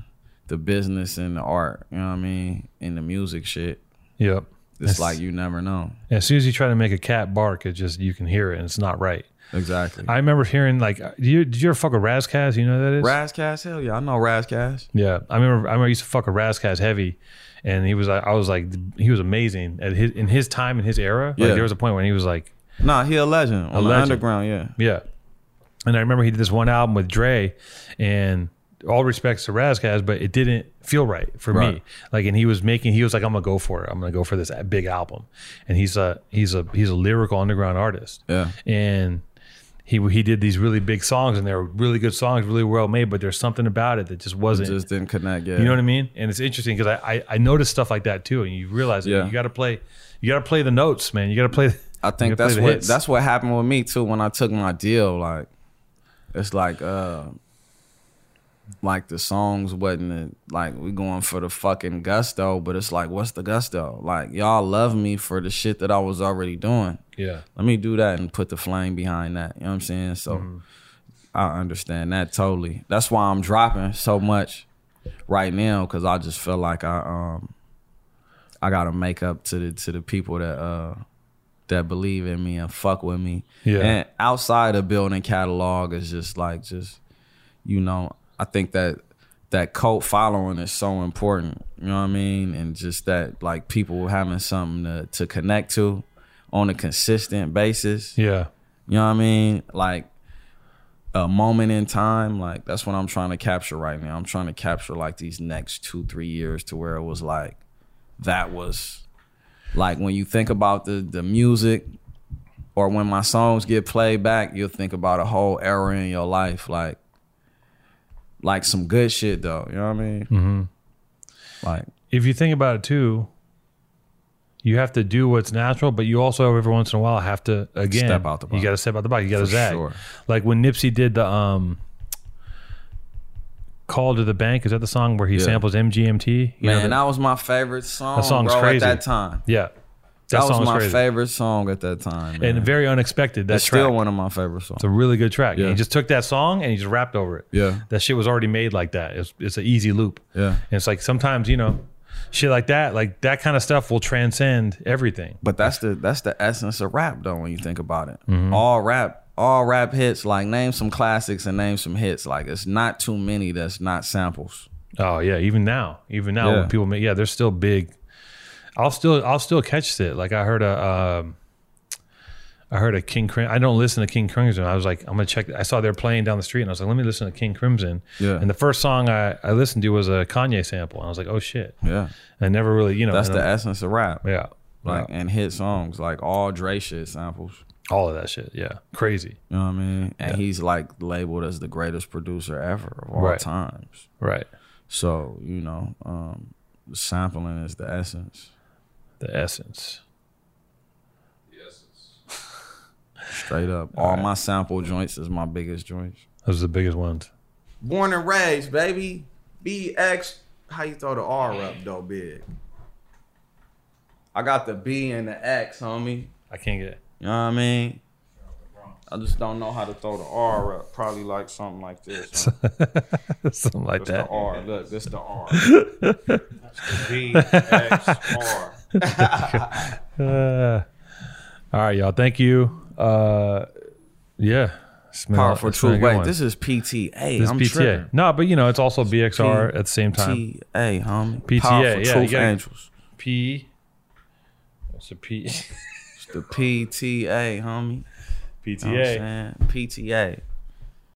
Speaker 1: the business and the art, you know what I mean? And the music shit.
Speaker 2: Yep.
Speaker 1: It's like you never know.
Speaker 2: as soon as you try to make a cat bark, it just you can hear it and it's not right.
Speaker 1: Exactly.
Speaker 2: I remember hearing like, uh, do you did you ever fuck with Razkaz? You know who that is?
Speaker 1: Razcast, hell yeah, I know Razcast.
Speaker 2: Yeah, I remember. I remember I used to fuck with Razkaz heavy, and he was. like- I was like, he was amazing at his in his time in his era.
Speaker 1: Yeah.
Speaker 2: Like there was a point when he was like,
Speaker 1: Nah, he a legend on the
Speaker 2: legend.
Speaker 1: underground, yeah.
Speaker 2: yeah. And I remember he did this one album with Dre, and all respects to Razkaz, but it didn't feel right for
Speaker 1: Right.
Speaker 2: me. Like, and he was making. He was like, I'm gonna go for it. I'm gonna go for this big album. And he's a he's a he's a lyrical underground artist.
Speaker 1: Yeah.
Speaker 2: and he he did these really big songs, and they were really good songs, really well made. But there's something about it that just wasn't.
Speaker 1: Just didn't connect yet.
Speaker 2: You know what I mean? And it's interesting because I, I I noticed stuff like that too, and you realize
Speaker 1: Yeah.
Speaker 2: it. you got to play, you got to play the notes, man. You got to play.
Speaker 1: I
Speaker 2: you
Speaker 1: think
Speaker 2: gotta
Speaker 1: that's
Speaker 2: play the
Speaker 1: what
Speaker 2: hits.
Speaker 1: that's what happened with me too when I took my deal. Like it's like uh like the songs wasn't it- like we going for the fucking gusto, but it's like what's the gusto? Like y'all love me for the shit that I was already doing.
Speaker 2: yeah.
Speaker 1: Let me do that and put the flame behind that. You know what I'm saying? So
Speaker 2: Mm-hmm.
Speaker 1: I understand that totally. That's why I'm dropping so much right now because I just feel like I um I gotta make up to the to the people that uh that believe in me and fuck with me.
Speaker 2: Yeah.
Speaker 1: And outside of building catalog is just like just you know, I think that that cult following is so important. You know what I mean? And just that like people having something to, to connect to on a consistent basis.
Speaker 2: Yeah.
Speaker 1: You know what I mean? Like a moment in time, like that's what I'm trying to capture right now. I'm trying to capture like these next two, three years to where it was like that was like when you think about the the music or when my songs get played back, you'll think about a whole era in your life, like like some good shit though. You know what I mean? Mm-hmm. Like
Speaker 2: If you think about it too, you have to do what's natural, but you also every once in a while have to again
Speaker 1: Step out the box.
Speaker 2: You got to step out the box. You got to
Speaker 1: For
Speaker 2: zag.
Speaker 1: sure.
Speaker 2: Like when Nipsey did the um. Call to the bank. Is that the song where he
Speaker 1: Yeah.
Speaker 2: samples MGMT? You know
Speaker 1: man,
Speaker 2: that-
Speaker 1: that was my favorite song,
Speaker 2: song's
Speaker 1: bro,
Speaker 2: crazy.
Speaker 1: at that time.
Speaker 2: yeah,
Speaker 1: That, was
Speaker 2: song's
Speaker 1: my
Speaker 2: crazy.
Speaker 1: favorite song at that time. man.
Speaker 2: and very unexpected. That
Speaker 1: That's
Speaker 2: track.
Speaker 1: still one of my favorite songs.
Speaker 2: It's a really good track. And
Speaker 1: Yeah.
Speaker 2: he just took that song and he just rapped over it.
Speaker 1: Yeah.
Speaker 2: That shit was already made like that. It's it's an easy loop.
Speaker 1: Yeah.
Speaker 2: And it's like sometimes, you know, shit like that, like that kind of stuff will transcend everything.
Speaker 1: But that's the that's the essence of rap though when you think about it. All rap all rap hits like name some classics and name some hits like it's not too many that's not samples.
Speaker 2: Oh yeah, even now. Even now
Speaker 1: Yeah.
Speaker 2: when people make yeah, they're still big. I'll still I'll still catch it. Like I heard a um I heard a King Crimson. I don't listen to King Crimson. I was like, I'm gonna check. I saw they're playing down the street, and I was like, let me listen to King Crimson.
Speaker 1: Yeah.
Speaker 2: And the first song I, I listened to was a Kanye sample, and I was like, oh shit.
Speaker 1: Yeah.
Speaker 2: I never really, you know,
Speaker 1: That's
Speaker 2: and
Speaker 1: the
Speaker 2: I'm-
Speaker 1: essence of rap.
Speaker 2: yeah,
Speaker 1: Like and hit songs like all Dre shit samples.
Speaker 2: all of that shit. Yeah, crazy.
Speaker 1: You know what I mean? And he's like labeled as the greatest producer ever of all
Speaker 2: Right.
Speaker 1: times.
Speaker 2: Right.
Speaker 1: So, you know, um sampling is the essence.
Speaker 2: The essence.
Speaker 3: The essence.
Speaker 1: Straight up. All, my sample joints is my biggest joints.
Speaker 2: Those are the biggest ones.
Speaker 1: Born and raised, baby. BX. How you throw the R up though, big? I got the B and the X, homie.
Speaker 2: I can't get.
Speaker 1: You know what I mean? I just don't know how to throw the R up. Probably like something like this. Huh?
Speaker 2: Something like
Speaker 1: This the
Speaker 2: that.
Speaker 1: R. Look, this the R. It's the B X R.
Speaker 2: Uh, all right, y'all. Thank you. Uh, yeah. It's been a-
Speaker 1: Powerful
Speaker 2: it's been a
Speaker 1: truth.
Speaker 2: good
Speaker 1: Wait,
Speaker 2: one.
Speaker 1: this is PTA.
Speaker 2: This is
Speaker 1: I'm
Speaker 2: PTA.
Speaker 1: tripping.
Speaker 2: No, but you know, it's also BXR
Speaker 1: P-
Speaker 2: at the same time.
Speaker 1: PTA, homie.
Speaker 2: PTA,
Speaker 1: Powerful
Speaker 2: yeah,
Speaker 1: truth
Speaker 2: you gotta-
Speaker 1: angels.
Speaker 2: P. It's a P.
Speaker 1: It's the PTA, homie. You know what
Speaker 2: PTA.
Speaker 1: I'm saying? PTA.